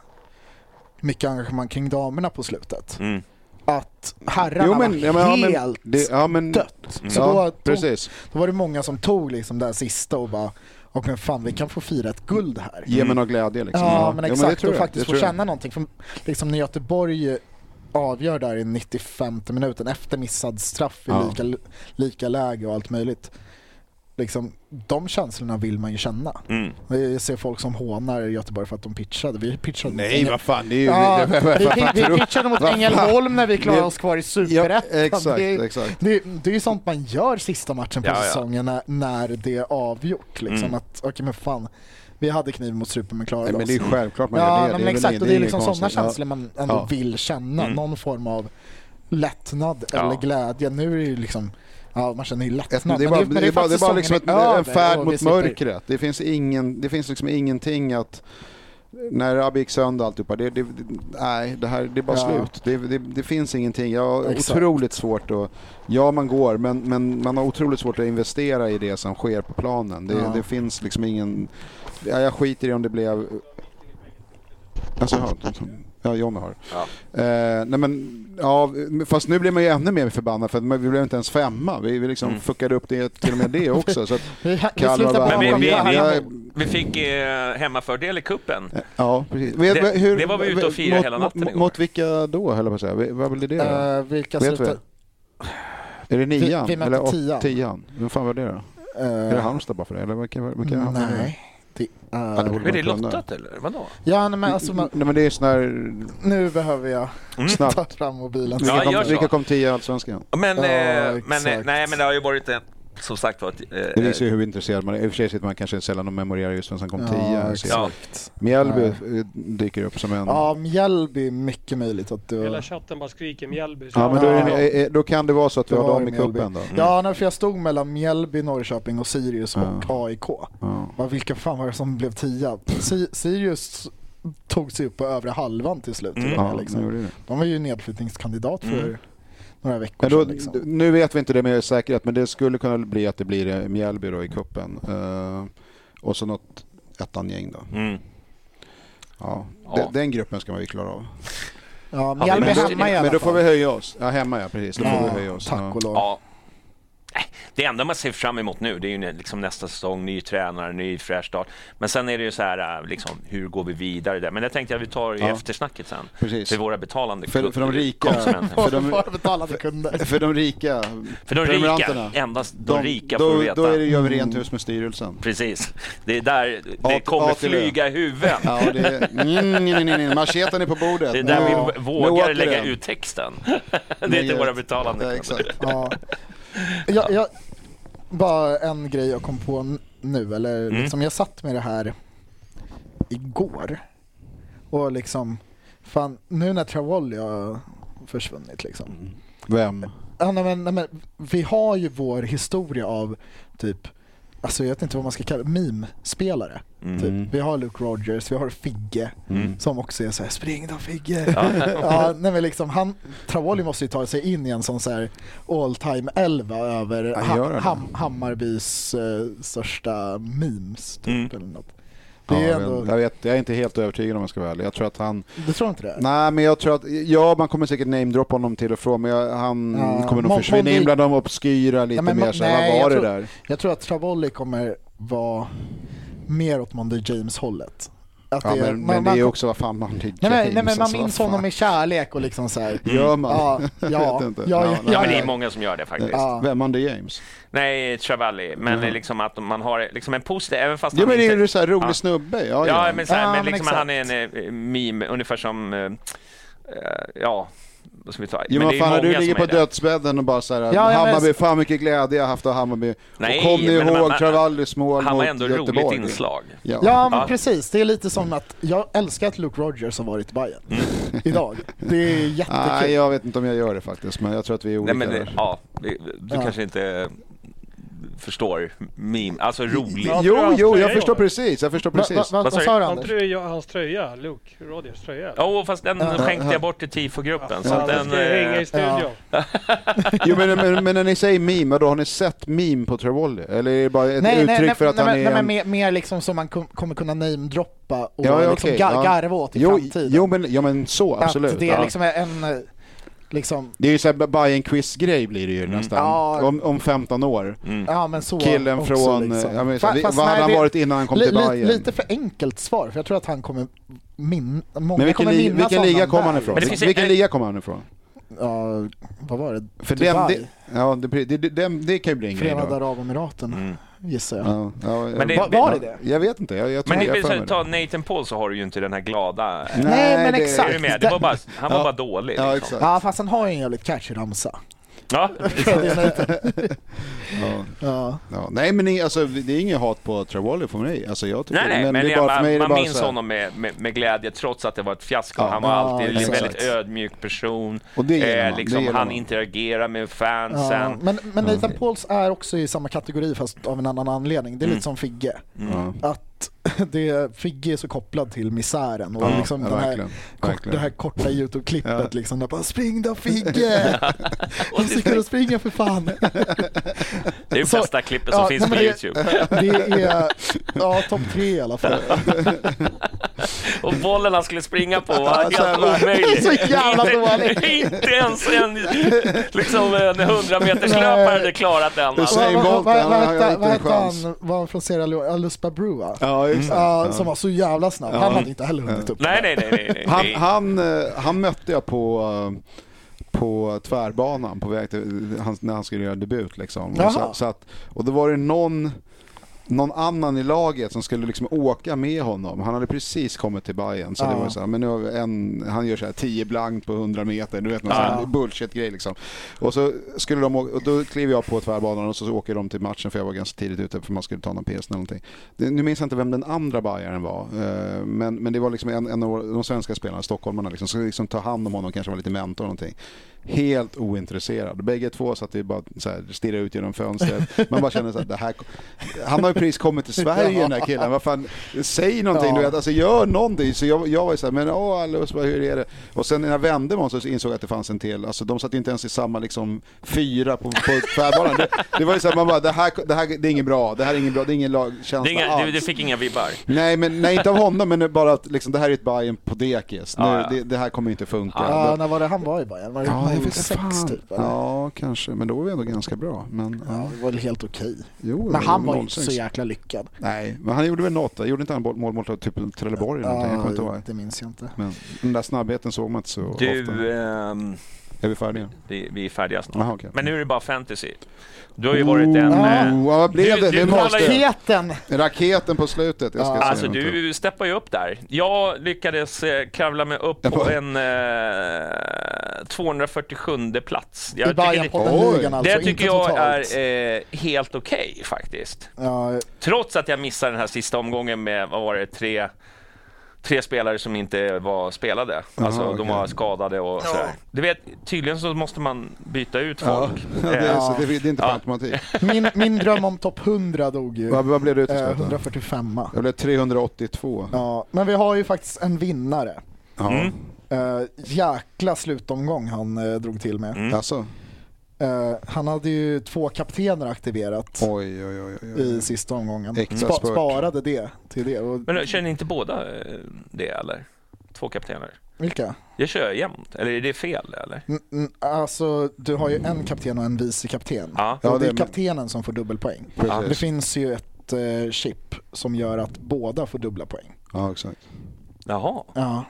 S3: mycket engagemang kring damerna på slutet.
S1: Mm.
S3: Att herrarna var helt
S2: ja, men, det, ja, men,
S3: dött. Så
S2: Mm. ja,
S3: då, tog,
S2: precis.
S3: då var det många som tog liksom det här sista och bara och men fan vi kan få fira ett guld här.
S2: Ge mig någon glädje liksom.
S3: Mm. Ja, men
S2: det
S3: exakt.
S2: tror jag,
S3: och
S2: det
S3: faktiskt få
S2: tror jag.
S3: känna någonting. För liksom när Göteborg avgör där i 95 minuten efter missad straff i
S2: Ja.
S3: lika, lika läge och allt möjligt. Liksom, de känslorna vill man ju känna.
S1: Mm.
S3: Jag ser folk som hånar Göteborg för att de pitchade. Vi pitchade mot
S2: Nej,
S3: Engel-
S2: vad fan, det är ju...
S3: Ja,
S2: vad- vad-
S3: vi,
S2: vad fan
S3: vi,
S2: tror-
S3: vi pitchade mot
S2: vad fan?
S3: Ängelholm när vi klarade
S2: Det-
S3: oss kvar i
S2: Ja,
S3: Superettan.
S2: exakt,
S3: det,
S2: exakt.
S3: det, det är ju sånt man gör sista matchen på
S1: Ja, ja.
S3: säsongen när, när det är avgjort. Liksom,
S1: Mm.
S3: att, okej men fan, vi hade kniv mot strupen men klarade
S2: Nej, men det är ju
S3: oss.
S2: självklart man
S3: ja,
S2: gör det.
S3: men
S2: väl
S3: exakt,
S2: inget-
S3: och det är
S2: inget
S3: liksom sådana
S2: konstigt. Ja.
S3: känslor man ändå
S2: Ja.
S3: vill känna.
S1: Mm.
S3: Någon form av lättnad
S1: Ja.
S3: eller glädje. Nu är det ju liksom, ja man känner ju
S2: Ett,
S3: lättnad.
S2: det är bara,
S3: men
S2: det är
S3: för
S2: bara,
S3: att
S2: det är bara
S3: säsongen
S2: liksom ett,
S3: är över
S2: en färd
S3: och vi
S2: mot
S3: slipper-
S2: mörkret. Det finns, ingen, det finns liksom ingenting att... När Rabbi gick sönder och alltihopa, det, det, det, nej, det, här, det är bara
S3: Ja.
S2: slut. Det, det, det finns ingenting. Jag har
S3: Exakt.
S2: otroligt svårt att... Ja, man går, men, men man har otroligt svårt att investera i det som sker på planen. Det,
S3: Ja.
S2: det finns liksom ingen... Ja, jag skiter i om det blev... Alltså, ja, ja, Johnny har.
S1: Ja.
S2: Eh, nej men, ja, fast nu blir man ju ännu mer förbannad för att vi blev inte ens femma. Vi, vi liksom
S1: Mm.
S2: fuckade upp det, till och med det också. Så att,
S3: Vi, vi
S2: Kalmar
S3: slutar
S2: vann.
S3: på
S1: Men vi- vi-
S3: alla-
S2: vi-
S1: Vi fick eh, hemmafördel i kuppen.
S2: ja, precis.
S1: Det- det var vi ute och firade
S2: mot,
S1: hela natten
S2: mot,
S1: igår.
S2: mot vilka då, höll jag på att säga? Vi- Vad blev det då?
S3: Eh, vilka
S2: Vet vi?
S3: slutar?
S2: är det nian?
S3: vi mötte
S2: eller åt-
S3: tian.
S2: tian? Vem fan var det då?
S3: Eh,
S2: är det Halmstad bara för det? Eller vilka, vilka hamnade det?
S3: Nej. Det
S2: Ja, det
S3: är...
S2: borde
S1: Är det
S2: man kunna.
S1: lottat eller vadå?
S3: Ja, nej, men alltså, man,
S2: Nej, men det är sån här...
S3: nu behöver jag
S2: Snabbt.
S3: ta fram mobilen.
S1: Mm. Ja,
S2: Vilka,
S1: gör
S2: kom,
S1: så.
S2: vilka kom tia i Allsvenskan?
S1: Men, eh,
S3: Ja,
S1: men, eh,
S3: exakt.
S1: nej, men det har ju varit en, som sagt var, ett, eh,
S2: Det visar ju hur intresserad man är. I och för sig sitter man kanske sällan och memorerar just vem som kom tia. Så-
S1: Ja.
S2: Mjällby eh, dyker upp som en...
S3: Ja, Mjällby, mycket möjligt att du...
S7: Hela chatten bara skriker Mjällby.
S2: Ja, men då, är
S3: Ja.
S2: det, eh, eh, då kan det vara så att vi
S3: Det
S2: har
S3: var
S2: dem i
S3: Mjällby. Mm.
S2: cupen då.
S3: Ja, nej, för jag stod mellan Mjällby, Norrköping och Sirius och AIK.
S2: Ja.
S3: Bara, vilka fan var det som blev tia? Si- Sirius tog sig upp på övre halvan till slut.
S1: Mm.
S3: tror jag,
S2: Ja,
S3: liksom.
S2: nu gjorde det.
S3: De var ju nedflyttningskandidat för
S1: Mm.
S3: några veckor
S2: Men då,
S3: sedan. Liksom.
S2: Nu vet vi inte det med säkerhet, men det skulle kunna bli att det blir eh, Mjällby då i cupen. Eh, och så något ettan-gäng då.
S1: Mm.
S2: Ja.
S1: Ja.
S2: Den, den gruppen ska man ju klara av.
S3: Ja,
S1: Ja,
S3: Mjällby
S1: men-
S3: hemma i alla
S2: Men då får
S3: fall.
S2: vi höja oss. Ja, hemma ja, precis. Då får vi
S3: Ja,
S2: höja oss.
S3: Tack
S2: Ja.
S3: och lov.
S1: Ja. Nej, Det enda man ser fram emot nu det är ju nä- liksom nästa säsong, ny tränare, ny fräsch start. Men sen är det ju så här, äh, liksom, hur går vi vidare där? Men jag tänkte att vi tar i
S2: Ja.
S1: eftersnacket sen.
S2: Precis.
S1: För våra betalande
S2: För- för de rika.
S1: konsumenter.
S3: För
S2: För
S3: de
S2: de-
S3: betalade kunder.
S2: För de rika
S1: För de rika,
S2: prenumeranterna,
S1: endast de,
S2: de-
S1: rika
S2: då,
S1: får veta.
S2: Då är det,
S3: Mm.
S2: gör vi rent hus med styrelsen.
S1: Precis. Det är där det
S2: A-
S1: kommer
S2: ATV.
S1: flyga i huvudet.
S2: Ja, det är... Mm, nej, nej, nej. Macheten är på bordet.
S1: Det är där
S2: Ja.
S1: vi
S2: Nu
S1: vågar
S2: åker
S1: lägga
S2: den.
S1: ut texten. Det är till våra betalande
S2: Ja,
S1: kunder.
S2: exakt.
S3: Ja. Jag, jag, bara en grej jag kom på n- nu, eller liksom jag satt med det här igår och liksom, fan nu när Travolli har försvunnit liksom.
S2: Vem?
S3: Ja, nej, men, nej, men, vi har ju vår historia av typ, alltså jag vet inte vad man ska kalla det, meme-spelare. Typ. Vi har Luke Rogers, vi har Figge som också är såhär “spring då Figge”. Ja. nej, men liksom, han, Travolli måste ju ta sig in i en sån så här all time elva över
S2: Ja,
S3: ha,
S2: gör han.
S3: ham, Hammarbys eh, största memes. Typ, eller något. Det är
S2: Mm. ja,
S3: ju
S2: jag vet-
S3: ändå,
S2: jag, vet, jag är inte helt övertygad om jag ska vara ärlig. Jag tror att han...
S3: du tror inte det?
S2: Nej, men jag tror att... Ja, man kommer säkert namedroppa honom till och från, men jag, han
S3: Ja,
S2: kommer nog
S3: Mon-
S2: försvinna in
S3: Mondi-
S2: bland de obskyra lite
S3: Ja, men
S2: mer.
S3: Mon-
S2: Så här, vad
S3: nej,
S2: var det
S3: jag tror-
S2: där?
S3: Jag tror att Travolli kommer vara mer åt Monday James-hållet. Att
S2: Ja,
S3: det är-
S2: men, men det är också vad fan man tycker.
S3: Nej, men, nej, men man
S2: alltså, vad
S3: minns
S2: fan.
S3: honom i kärlek och liksom så här.
S2: Gör man?
S3: Ja, ja,
S2: vet inte. Ja,
S3: ja, ja,
S2: nej.
S3: ja,
S1: Men det är många som gör det faktiskt.
S3: Ja.
S2: Vem Monday James?
S1: Nej, Travalli. Men det är liksom att man har liksom en positiv... Även fast
S2: Mm. Jo
S1: han
S2: men det är
S1: inte...
S2: ju så här rolig
S1: Ja.
S2: snubbe. Ja,
S1: Ja,
S2: ja.
S1: men, så här,
S3: Ja,
S1: men
S3: men
S1: liksom han är en eh, meme, ungefär som... eh, eh, ja, vad ska vi ta?
S2: Jo,
S1: men
S2: men
S1: det är
S2: fan, när
S1: många
S2: du
S1: som
S2: ligger
S1: är
S2: på
S1: det.
S2: dödsbädden och bara så här,
S3: ja, men-
S2: Hammarby, fan mycket glädje jag haft av Hammarby.
S1: Nej,
S2: och kom ni
S1: men man-
S2: ihåg
S1: man-
S2: Travallis mål
S1: Han var
S2: mot
S1: ändå ett
S2: Göteborg?
S1: roligt inslag.
S2: Ja.
S3: ja, men
S1: Ja.
S3: precis. Det är lite som att jag älskar att Luke Rogers har varit i Bayern idag. Det är
S2: Nej,
S3: jättekul.
S2: jag vet inte om jag gör det faktiskt, men jag tror att vi är olika
S1: Nej, men, eh,
S2: där.
S1: ja, det- du
S3: Ja.
S1: kanske inte förstår meme, alltså rolig. Ja,
S2: jo, jo, jag förstår precis. Jag förstår precis.
S3: Va, va, vad sa
S7: Han
S3: du Anders?
S7: tror jag hans tröja, Luke Rodgers tröja.
S1: fast den skänkte jag bort till tifogruppen. Så
S7: Ja,
S1: att
S7: den
S1: den... eh,
S7: ska ju hänga i studion.
S2: Jo, men, men, men när ni säger meme, då har ni sett meme på Travolle? Eller är det bara ett uttryck för att
S3: nej,
S2: han
S3: men-
S2: är
S3: nej, men
S2: en...
S3: mer, mer liksom som man kom, kommer kunna namedroppa och
S2: Ja, ja,
S3: liksom
S2: okej,
S3: gar,
S2: ja.
S3: garva åt i
S2: jo,
S3: framtiden.
S2: jo, men, ja, men så, absolut.
S3: Att det
S2: ja.
S3: är liksom en, eh, liksom,
S2: det är ju såhär bayern quiz grej blir det ju
S1: Mm.
S2: nästan.
S3: Ja.
S2: Om, om 15 år.
S3: ja men så
S2: Killen
S3: också,
S2: från...
S3: liksom.
S2: Ja, men,
S3: Fa-
S2: vi-
S3: fast
S2: vad hade
S3: nej,
S2: han
S3: det-
S2: varit innan han kom
S3: li-
S2: till
S3: li-
S2: Bayern?
S3: Lite för enkelt svar, för jag tror att han kommer, min, många
S2: men vilken,
S3: kommer
S2: li,
S3: minnas
S2: vilken
S3: honom
S2: liga kom han
S3: där.
S2: ifrån?
S1: Men det finns ju
S2: vilken
S1: en-
S2: liga kom han ifrån?
S3: Ja, vad var det?
S2: För den,
S3: Dubai?
S2: det, ja, det, det, det, den- det kan ju bli en grej
S3: Förenade
S2: då.
S3: Arabemiraten,
S2: Mm.
S3: gissar jag.
S2: Ja, ja,
S1: Men det-
S2: ja.
S3: Va, var det det?
S2: Jag vet inte, jag, jag tror
S1: Men det,
S2: jag har för
S1: är-
S2: mig
S1: ta Nathan Paul så har du ju inte den här glada...
S3: Nej, men
S2: det-
S1: Är du
S3: exakt.
S1: med? Det var bara, han var bara dålig.
S2: Ja,
S1: liksom.
S2: exakt.
S3: Ja, fast han har ju en jävligt catchy ramsa.
S1: Ja,
S2: Ja.
S3: Ja.
S2: Ja, nej men ni- alltså, det är inget hat på Travolli för mig. Alltså, jag tycker,
S1: Nej, nej, men,
S2: det är
S1: jag,
S2: bara, för mig är
S1: man,
S2: det
S1: man
S2: bara
S1: minns
S2: så här-
S1: honom med, med, med glädje trots att det var ett fiasko.
S2: Ja.
S1: han var
S2: Ja,
S1: alltid en
S2: exakt.
S1: väldigt ödmjuk person.
S2: Och det gillar man, det
S1: liksom,
S2: gillar
S1: han
S2: man.
S1: interagerar med
S3: Ja,
S1: fansen.
S3: men, men Nathan Pauls är också i samma kategori fast av en annan anledning. Det är
S1: Mm.
S3: lite som Figge.
S2: Ja.
S3: Att det, Figge är så kopplad till misären och
S2: Ja,
S3: liksom
S2: ja,
S3: den här,
S2: verkligen,
S3: kort,
S2: verkligen.
S3: det här korta YouTube-klippet.
S2: Ja.
S3: Liksom, där bara “Spring då Figge! Han sitter och springer för fan!”
S1: Det är det
S3: så-
S1: bästa klippet som
S3: Ja,
S1: finns
S3: nej,
S1: på
S3: men
S1: Youtube.
S3: Det är ja, topp tre i alla fall.
S1: Och bollen han skulle springa på var
S2: så här
S1: helt
S2: var-
S1: omöjlig.
S3: Så jävla
S1: Inte, inte ens en, liksom en 100 meterslöpare
S3: Nej.
S1: hade klarat den.
S2: Det
S1: Alltså.
S2: säger- Usain
S3: Vad- vad-
S2: Bolt,
S3: vad-
S2: han
S3: vad
S2: har
S3: hette-
S2: inte
S3: Vad
S2: en
S3: hette
S2: chans.
S3: han? Var han från Sierra Leone? Aluspa Brua?
S2: Ja, just det.
S3: Ja, som var så jävla snabb. Han hade inte heller hunnit upp.
S1: Nej, nej, nej. nej, nej.
S2: Han,
S1: Det-
S2: han, eh, han mötte jag på, eh, på tvärbanan på väg till, han, när han skulle göra debut. Liksom. Och,
S3: Jaha.
S2: så, så att, och då var det någon, någon annan i laget som skulle liksom åka med honom. Han hade precis kommit till Bayern så det
S3: Ja.
S2: var ju så här, men nu har vi en, han gör så här 10 blankt på 100 meter, du vet någon sån här bullshit-grej liksom. Och så skulle de åka, och då kliver jag på tvärbanan och så åker de till matchen för jag var ganska tidigt ute för man skulle ta någon PS eller någonting. Det, nu minns jag inte vem den andra Bayern var, eh, men, men det var liksom en, en av våra- de svenska spelarna, stockholmarna, liksom, som liksom ta hand om honom, kanske vara lite mentor eller någonting. Helt ointresserad. Bägge två satt ju bara så här, stirrade ut genom fönstret. Man bara kände så här, det här, han har ju precis kommit till Sverige den här killen, vad fan, säg någonting du vet, alltså gör någonting. Så jag, jag var ju så här, men åh Alice, vad- hur är det? Och sen när jag vände mig om så insåg jag att det fanns en till, alltså de satt inte ens i samma liksom fyra på, på tvärbanan. Det, det var ju så här, man bara, det här, det här det är inget bra, det här är ingen bra, det är ingen lagkänsla
S1: det, är inga, du,
S2: alls.
S1: du fick inga vibbar.
S2: Nej, men, nej, inte av honom, men bara att liksom, det här är ett Bayern på dekis. Nu,
S1: Ja, ja.
S2: Det, det här kommer ju inte funka.
S3: Ja, när var det han var i Bayern? Var det
S2: Ja, jag vet
S3: 06
S2: fan.
S3: typ? Eller?
S2: Ja, kanske. Men då var vi ändå ganska bra. Men, ja.
S3: Ja, det var väl helt okej.
S2: Jo, det
S3: Men han var ju
S2: 06.
S3: inte så jäkla lyckad.
S2: Nej, men han gjorde väl något. där. Gjorde inte han mål mot typ Trelleborg eller någonting? Jag kommer inte ihåg.
S3: det minns jag inte.
S2: Men den där snabbheten såg man inte så
S1: Du,
S2: ofta.
S1: ehm,
S2: Är vi färdiga?
S1: vi, vi är färdiga snart.
S2: Aha, okej.
S1: Men nu är det bara fantasy. Du har ju varit en... eh,
S2: Oh, vad blev
S1: du-
S2: det?
S1: du
S2: det
S1: kollar
S2: måste...
S1: ju-
S3: Raketen!
S2: Raketen på slutet. Jag ska
S3: Ja.
S2: säga
S1: Alltså
S2: någonting.
S1: du steppar ju upp där. Jag lyckades eh, kravla mig upp
S2: Jag
S1: på
S2: bara-
S1: en eh, 247 plats. Jag
S3: I Bayern
S1: tycker
S3: på den
S2: Oj.
S3: ligan
S1: det,
S3: alltså,
S1: det tycker
S3: inte
S1: jag
S3: totalt.
S1: är eh, helt okej faktiskt.
S3: Ja,
S1: Trots att jag missade den här sista omgången med, vad var det, tre, tre spelare som inte var spelade. Alltså
S2: Aha,
S1: de
S2: okej.
S1: var skadade och sådär. Du vet, tydligen så måste man byta ut
S2: Ja,
S1: folk. Eh,
S2: det, är, så, det, är- det är inte
S1: Ja.
S2: på automatik.
S3: min, min dröm om topp 100 dog ju.
S2: Vad, vad blev det till
S3: Eh,
S2: slut? då?
S3: 145
S2: Jag blev 382.
S3: ja, Men vi har ju faktiskt en vinnare.
S2: Ja.
S3: Eh, jäkla slutomgång han eh, drog till med.
S2: Alltså,
S3: Eh, han hade ju två kaptener aktiverat
S2: oj, oj, oj. oj, oj.
S3: i sista omgången.
S2: Extra
S3: Spa-
S2: spurt.
S3: sparade det till det. Och,
S1: Men känner inte båda eh, det eller? Två kaptener?
S3: vilka?
S1: Jag kör jämnt, eller är det fel eller?
S3: N- n- alltså, du har ju en kapten och en vicekapten.
S1: Ja.
S2: Ja,
S3: och det
S2: det
S3: är
S2: är-
S3: kaptenen som får dubbelpoäng.
S2: Precis.
S3: Det finns ju ett eh, chip som gör att båda får dubbla poäng.
S2: Ja, exakt.
S1: Jaha.
S3: Ja.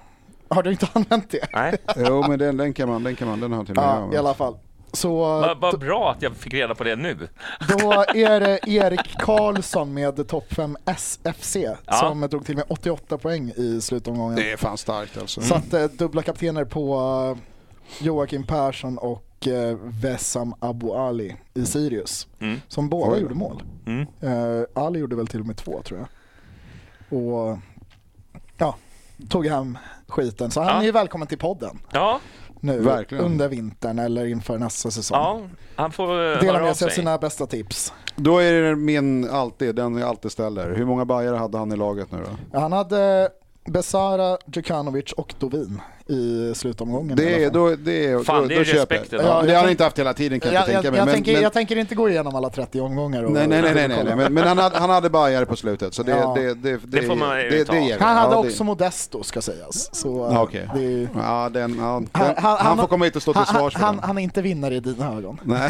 S3: Har du inte använt det?
S1: Nej.
S2: Jo, men den, den kan man, den kan man, den har till och med
S3: Ja, i alla fall. Så
S1: Vad vad bra att jag fick reda på det nu.
S3: då är det Erik Karlsson med topp 5 SFC som drog till med 88 poäng i slutomgången.
S2: Det är fan starkt alltså.
S3: Så att eh, dubbla kaptener på eh, Joakim Persson och eh, Wessam Abu Ali i Sirius. Som båda
S2: Oj.
S3: gjorde mål. Eh, Ali gjorde väl till och med två tror jag. Och ja, tog hem skiten. Så han
S1: Ja.
S3: är ju välkommen till podden.
S1: Ja,
S3: nu
S2: Verkligen.
S3: under vintern eller inför nästa säsong.
S1: Ja, han får eh,
S3: Dela
S1: höra av
S3: med sig av sina bästa tips.
S2: Mm. Då är det min alltid, den jag alltid ställer. Hur många bajare hade han i laget nu då?
S3: Han hade Besara, Djukanovic och Dovin i slutomgången. i alla
S2: Det är,
S3: fall.
S2: då, det är,
S1: Fan,
S2: då,
S1: det är
S2: då köper
S1: respekten.
S2: jag. Ja,
S3: Ja,
S2: det
S3: jag
S2: har han
S3: tänk-
S2: inte haft hela tiden kan jag,
S3: jag,
S2: inte tänka
S3: jag,
S2: mig.
S3: jag,
S2: Men,
S3: tänker,
S2: men,
S3: jag tänker inte gå igenom alla 30 omgångar. Och,
S2: nej, nej, nej, nej,
S3: och
S2: nej,
S3: kolla.
S2: nej. Men, men han, hade, han hade bajare på slutet så det,
S3: Ja.
S2: det, det,
S1: Det får man ju
S2: det,
S1: ta.
S2: det ger vi.
S3: Han hade
S2: ja,
S3: också Modesto ska sägas. Så
S2: Det, ja, okej.
S3: det är-
S2: ja, den, ja, den, han, får komma hit och stå till
S3: han-
S2: svars för
S3: han,
S2: den.
S3: han är inte vinnare i dina ögon.
S2: Nej.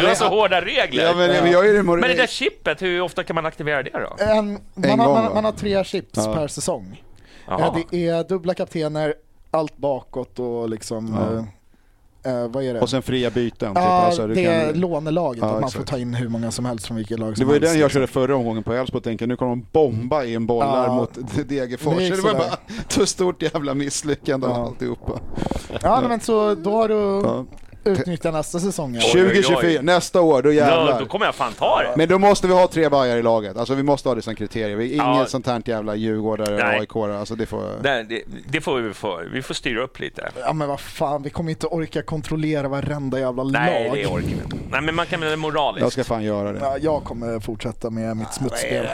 S1: Du har så hårda regler.
S2: Ja, men, men jag är ju mor-
S1: Men det där chippet, hur ofta kan man aktivera det då?
S3: En,
S2: En
S3: man, har,
S2: gång,
S3: man,
S2: va?
S3: man har tre chips per säsong.
S1: Jaha.
S3: Eh, Det är dubbla kaptener, allt bakåt och liksom... eh, Eh, vad är det?
S2: Och sen fria byten. Typ.
S3: ja,
S2: Alltså, du
S3: det är
S2: kan-
S3: lånelaget,
S2: Ja,
S3: att man
S2: exakt.
S3: får ta in hur många som helst från vilket lag
S2: Det
S3: som
S2: var ju
S3: helst.
S2: den jag körde förra omgången på Elfsborg och tänkte nu kommer de bomba in bollar
S3: Ja.
S2: mot
S3: Det
S2: Degerfors.
S3: gick
S2: Det var
S3: sådär.
S2: bara så stort jävla misslyckande av
S3: Ja.
S2: alltihopa.
S3: Ja, nej, men så då har du
S2: Ja.
S3: utnyttjat nästa säsong. ja.
S2: 2024, nästa år, då
S1: Ja,
S2: jävlar.
S1: då kommer jag fan ta det.
S2: Men då måste vi ha tre bajar i laget. Alltså vi måste ha det som kriterier. Vi- Inget
S1: Ja.
S2: sånt här jävla djurgårdare
S1: Nej.
S2: aik alltså det får...
S1: Nej, det, det får vi få. Vi får styra upp lite.
S3: Ja men vad fan, vi kommer inte orka kontrollera varenda jävla
S1: Nej,
S3: lag.
S1: det orkar vi inte. Nej, men man kan väl
S2: Jag
S1: moraliskt.
S2: ska fan göra det.
S3: Ja, jag kommer fortsätta med mitt smutsspel.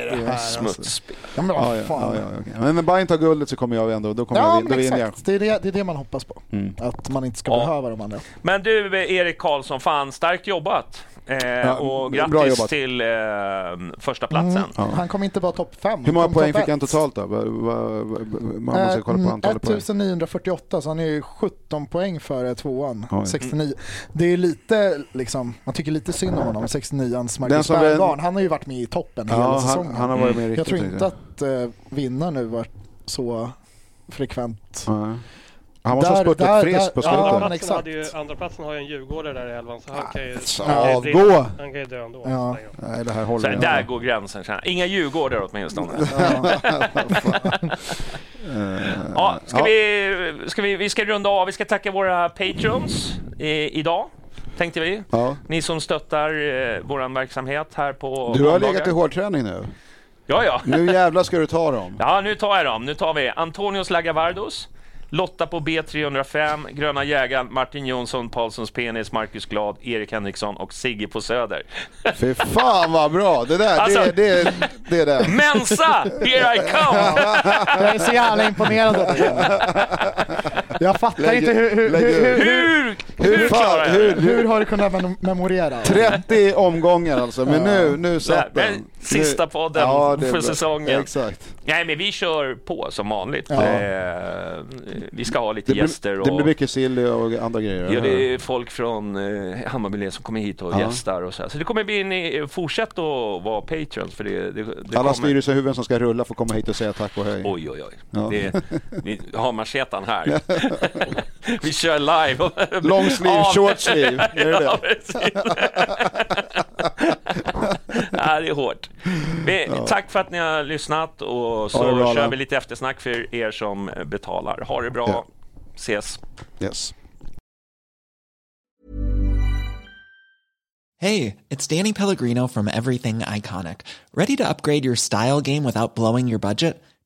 S3: alltså.
S1: Smutsspel.
S3: Ja, men
S2: Ja,
S3: vad
S2: ja,
S3: fan.
S2: ja, ja, okej. Men när Bayern tar guldet så kommer jag ändå, då kommer
S3: Ja,
S2: jag, då
S3: men
S2: vinner jag.
S3: exakt. Det är det, det är det man hoppas på.
S2: Mm.
S3: Att man inte ska
S1: Ja.
S3: behöva de andra.
S1: Men du, eh, Erik Karlsson, fan starkt jobbat. Eh, och
S2: bra
S1: grattis
S2: jobbat. Mm.
S1: till eh, första platsen.
S3: Han kommer inte vara topp 5.
S2: Hur många poäng fick han totalt då? Va- va- va- Man
S3: Eh,
S2: måste kolla på antalet poäng.
S3: mm, 1948, så han är ju 17 poäng före tvåan,
S2: Oj.
S3: 69. Det är lite, liksom, man tycker lite synd om honom, 69ans
S2: Den
S3: Marcus
S2: som är-
S3: Bergdahl. Han har ju varit med i toppen hela
S2: Ja,
S3: säsongen. Mm.
S2: han, han har varit med
S3: jag
S2: riktigt.
S3: tror inte
S2: tänkte
S3: att eh, vinna nu varit så frekvent.
S2: jag. Nej. Han måste ha
S3: Där-
S2: spurtat
S3: där-
S2: frisk
S3: där-
S2: på
S3: ja,
S2: slutet.
S3: men
S7: Platsen hade ju,
S3: exakt.
S7: andra platsen har ju en djurgårdare där i elvan så han kan ju...
S2: alltså,
S7: han kan ju
S2: avgå!
S7: brinna. Han kan ju dö ändå.
S3: Ja.
S2: Nej, det här
S1: Så
S2: håller Mm.
S1: här,
S2: inte.
S1: där går gränsen. känner jag. Inga djurgårdar åtminstone. Ja, ska,
S2: Ja.
S1: Vi, ska vi, vi ska runda av. Vi ska tacka våra patrons i, idag, tänkte vi.
S2: Ja.
S1: Ni som stöttar eh, vår verksamhet här på...
S2: Du har
S1: måndagar.
S2: legat i hårdträning nu.
S1: Ja, ja.
S2: Nu jävlar ska du ta dem.
S1: Ja, nu tar jag dem. Nu tar vi Antonios Lagavardos, Lotta på B305, Gröna jägaren, Martin Jonsson, Paulssons penis, Marcus Glad, Erik Henriksson och Sigge på Söder.
S2: Fy fan vad bra! Det där,
S1: Alltså-
S2: det, det, det där.
S1: Mensa! Here I come!
S3: Jag är så jävla imponerad av dig. Jag fattar
S2: Lägg-
S3: inte hur, hur,
S2: lägg
S3: hur, hur,
S1: Hur, hur
S2: Hur
S1: klarar
S2: fan,
S1: jag det?
S2: hur,
S3: hur
S2: hur,
S3: har du kunnat mem- memorera?
S2: 30 omgångar alltså, men nu, nu
S1: Där,
S2: satt
S1: det är
S2: den.
S1: sista
S2: Nu-
S1: podden
S2: det är
S1: för
S2: bra.
S1: säsongen.
S2: Exakt.
S1: Nej, men vi kör på som vanligt.
S3: Ja.
S1: Eh, vi ska ha lite
S2: Det
S1: gäster.
S2: blir,
S1: Och...
S2: det blir mycket sill och andra grejer.
S1: Ja, det är folk från eh, Hammarby län som kommer hit och
S2: Ja.
S1: gästar och så, här. så det kommer bli en, eh, fortsätt att vara patrons för det, det, det
S2: Alla
S1: kommer...
S2: styrelsehuvuden som ska rulla får komma hit och säga tack och hej.
S1: Oj, oj, oj.
S2: Ja.
S1: Det, vi har machetan här. vi kör live.
S2: Long sleeve,
S1: Av-
S2: short sleeve. Är det
S1: ja,
S2: det?
S1: precis. ja, det är hårt. Vi, Tack för att ni har lyssnat och
S2: Ha
S1: så
S2: det bra,
S1: kör
S2: då.
S1: vi lite eftersnack för er som betalar. Ha det bra.
S2: Ja.
S1: Ses.
S2: Yes.
S8: Hey, it's Danny Pellegrino from Everything Iconic. Ready to upgrade your style game without blowing your budget?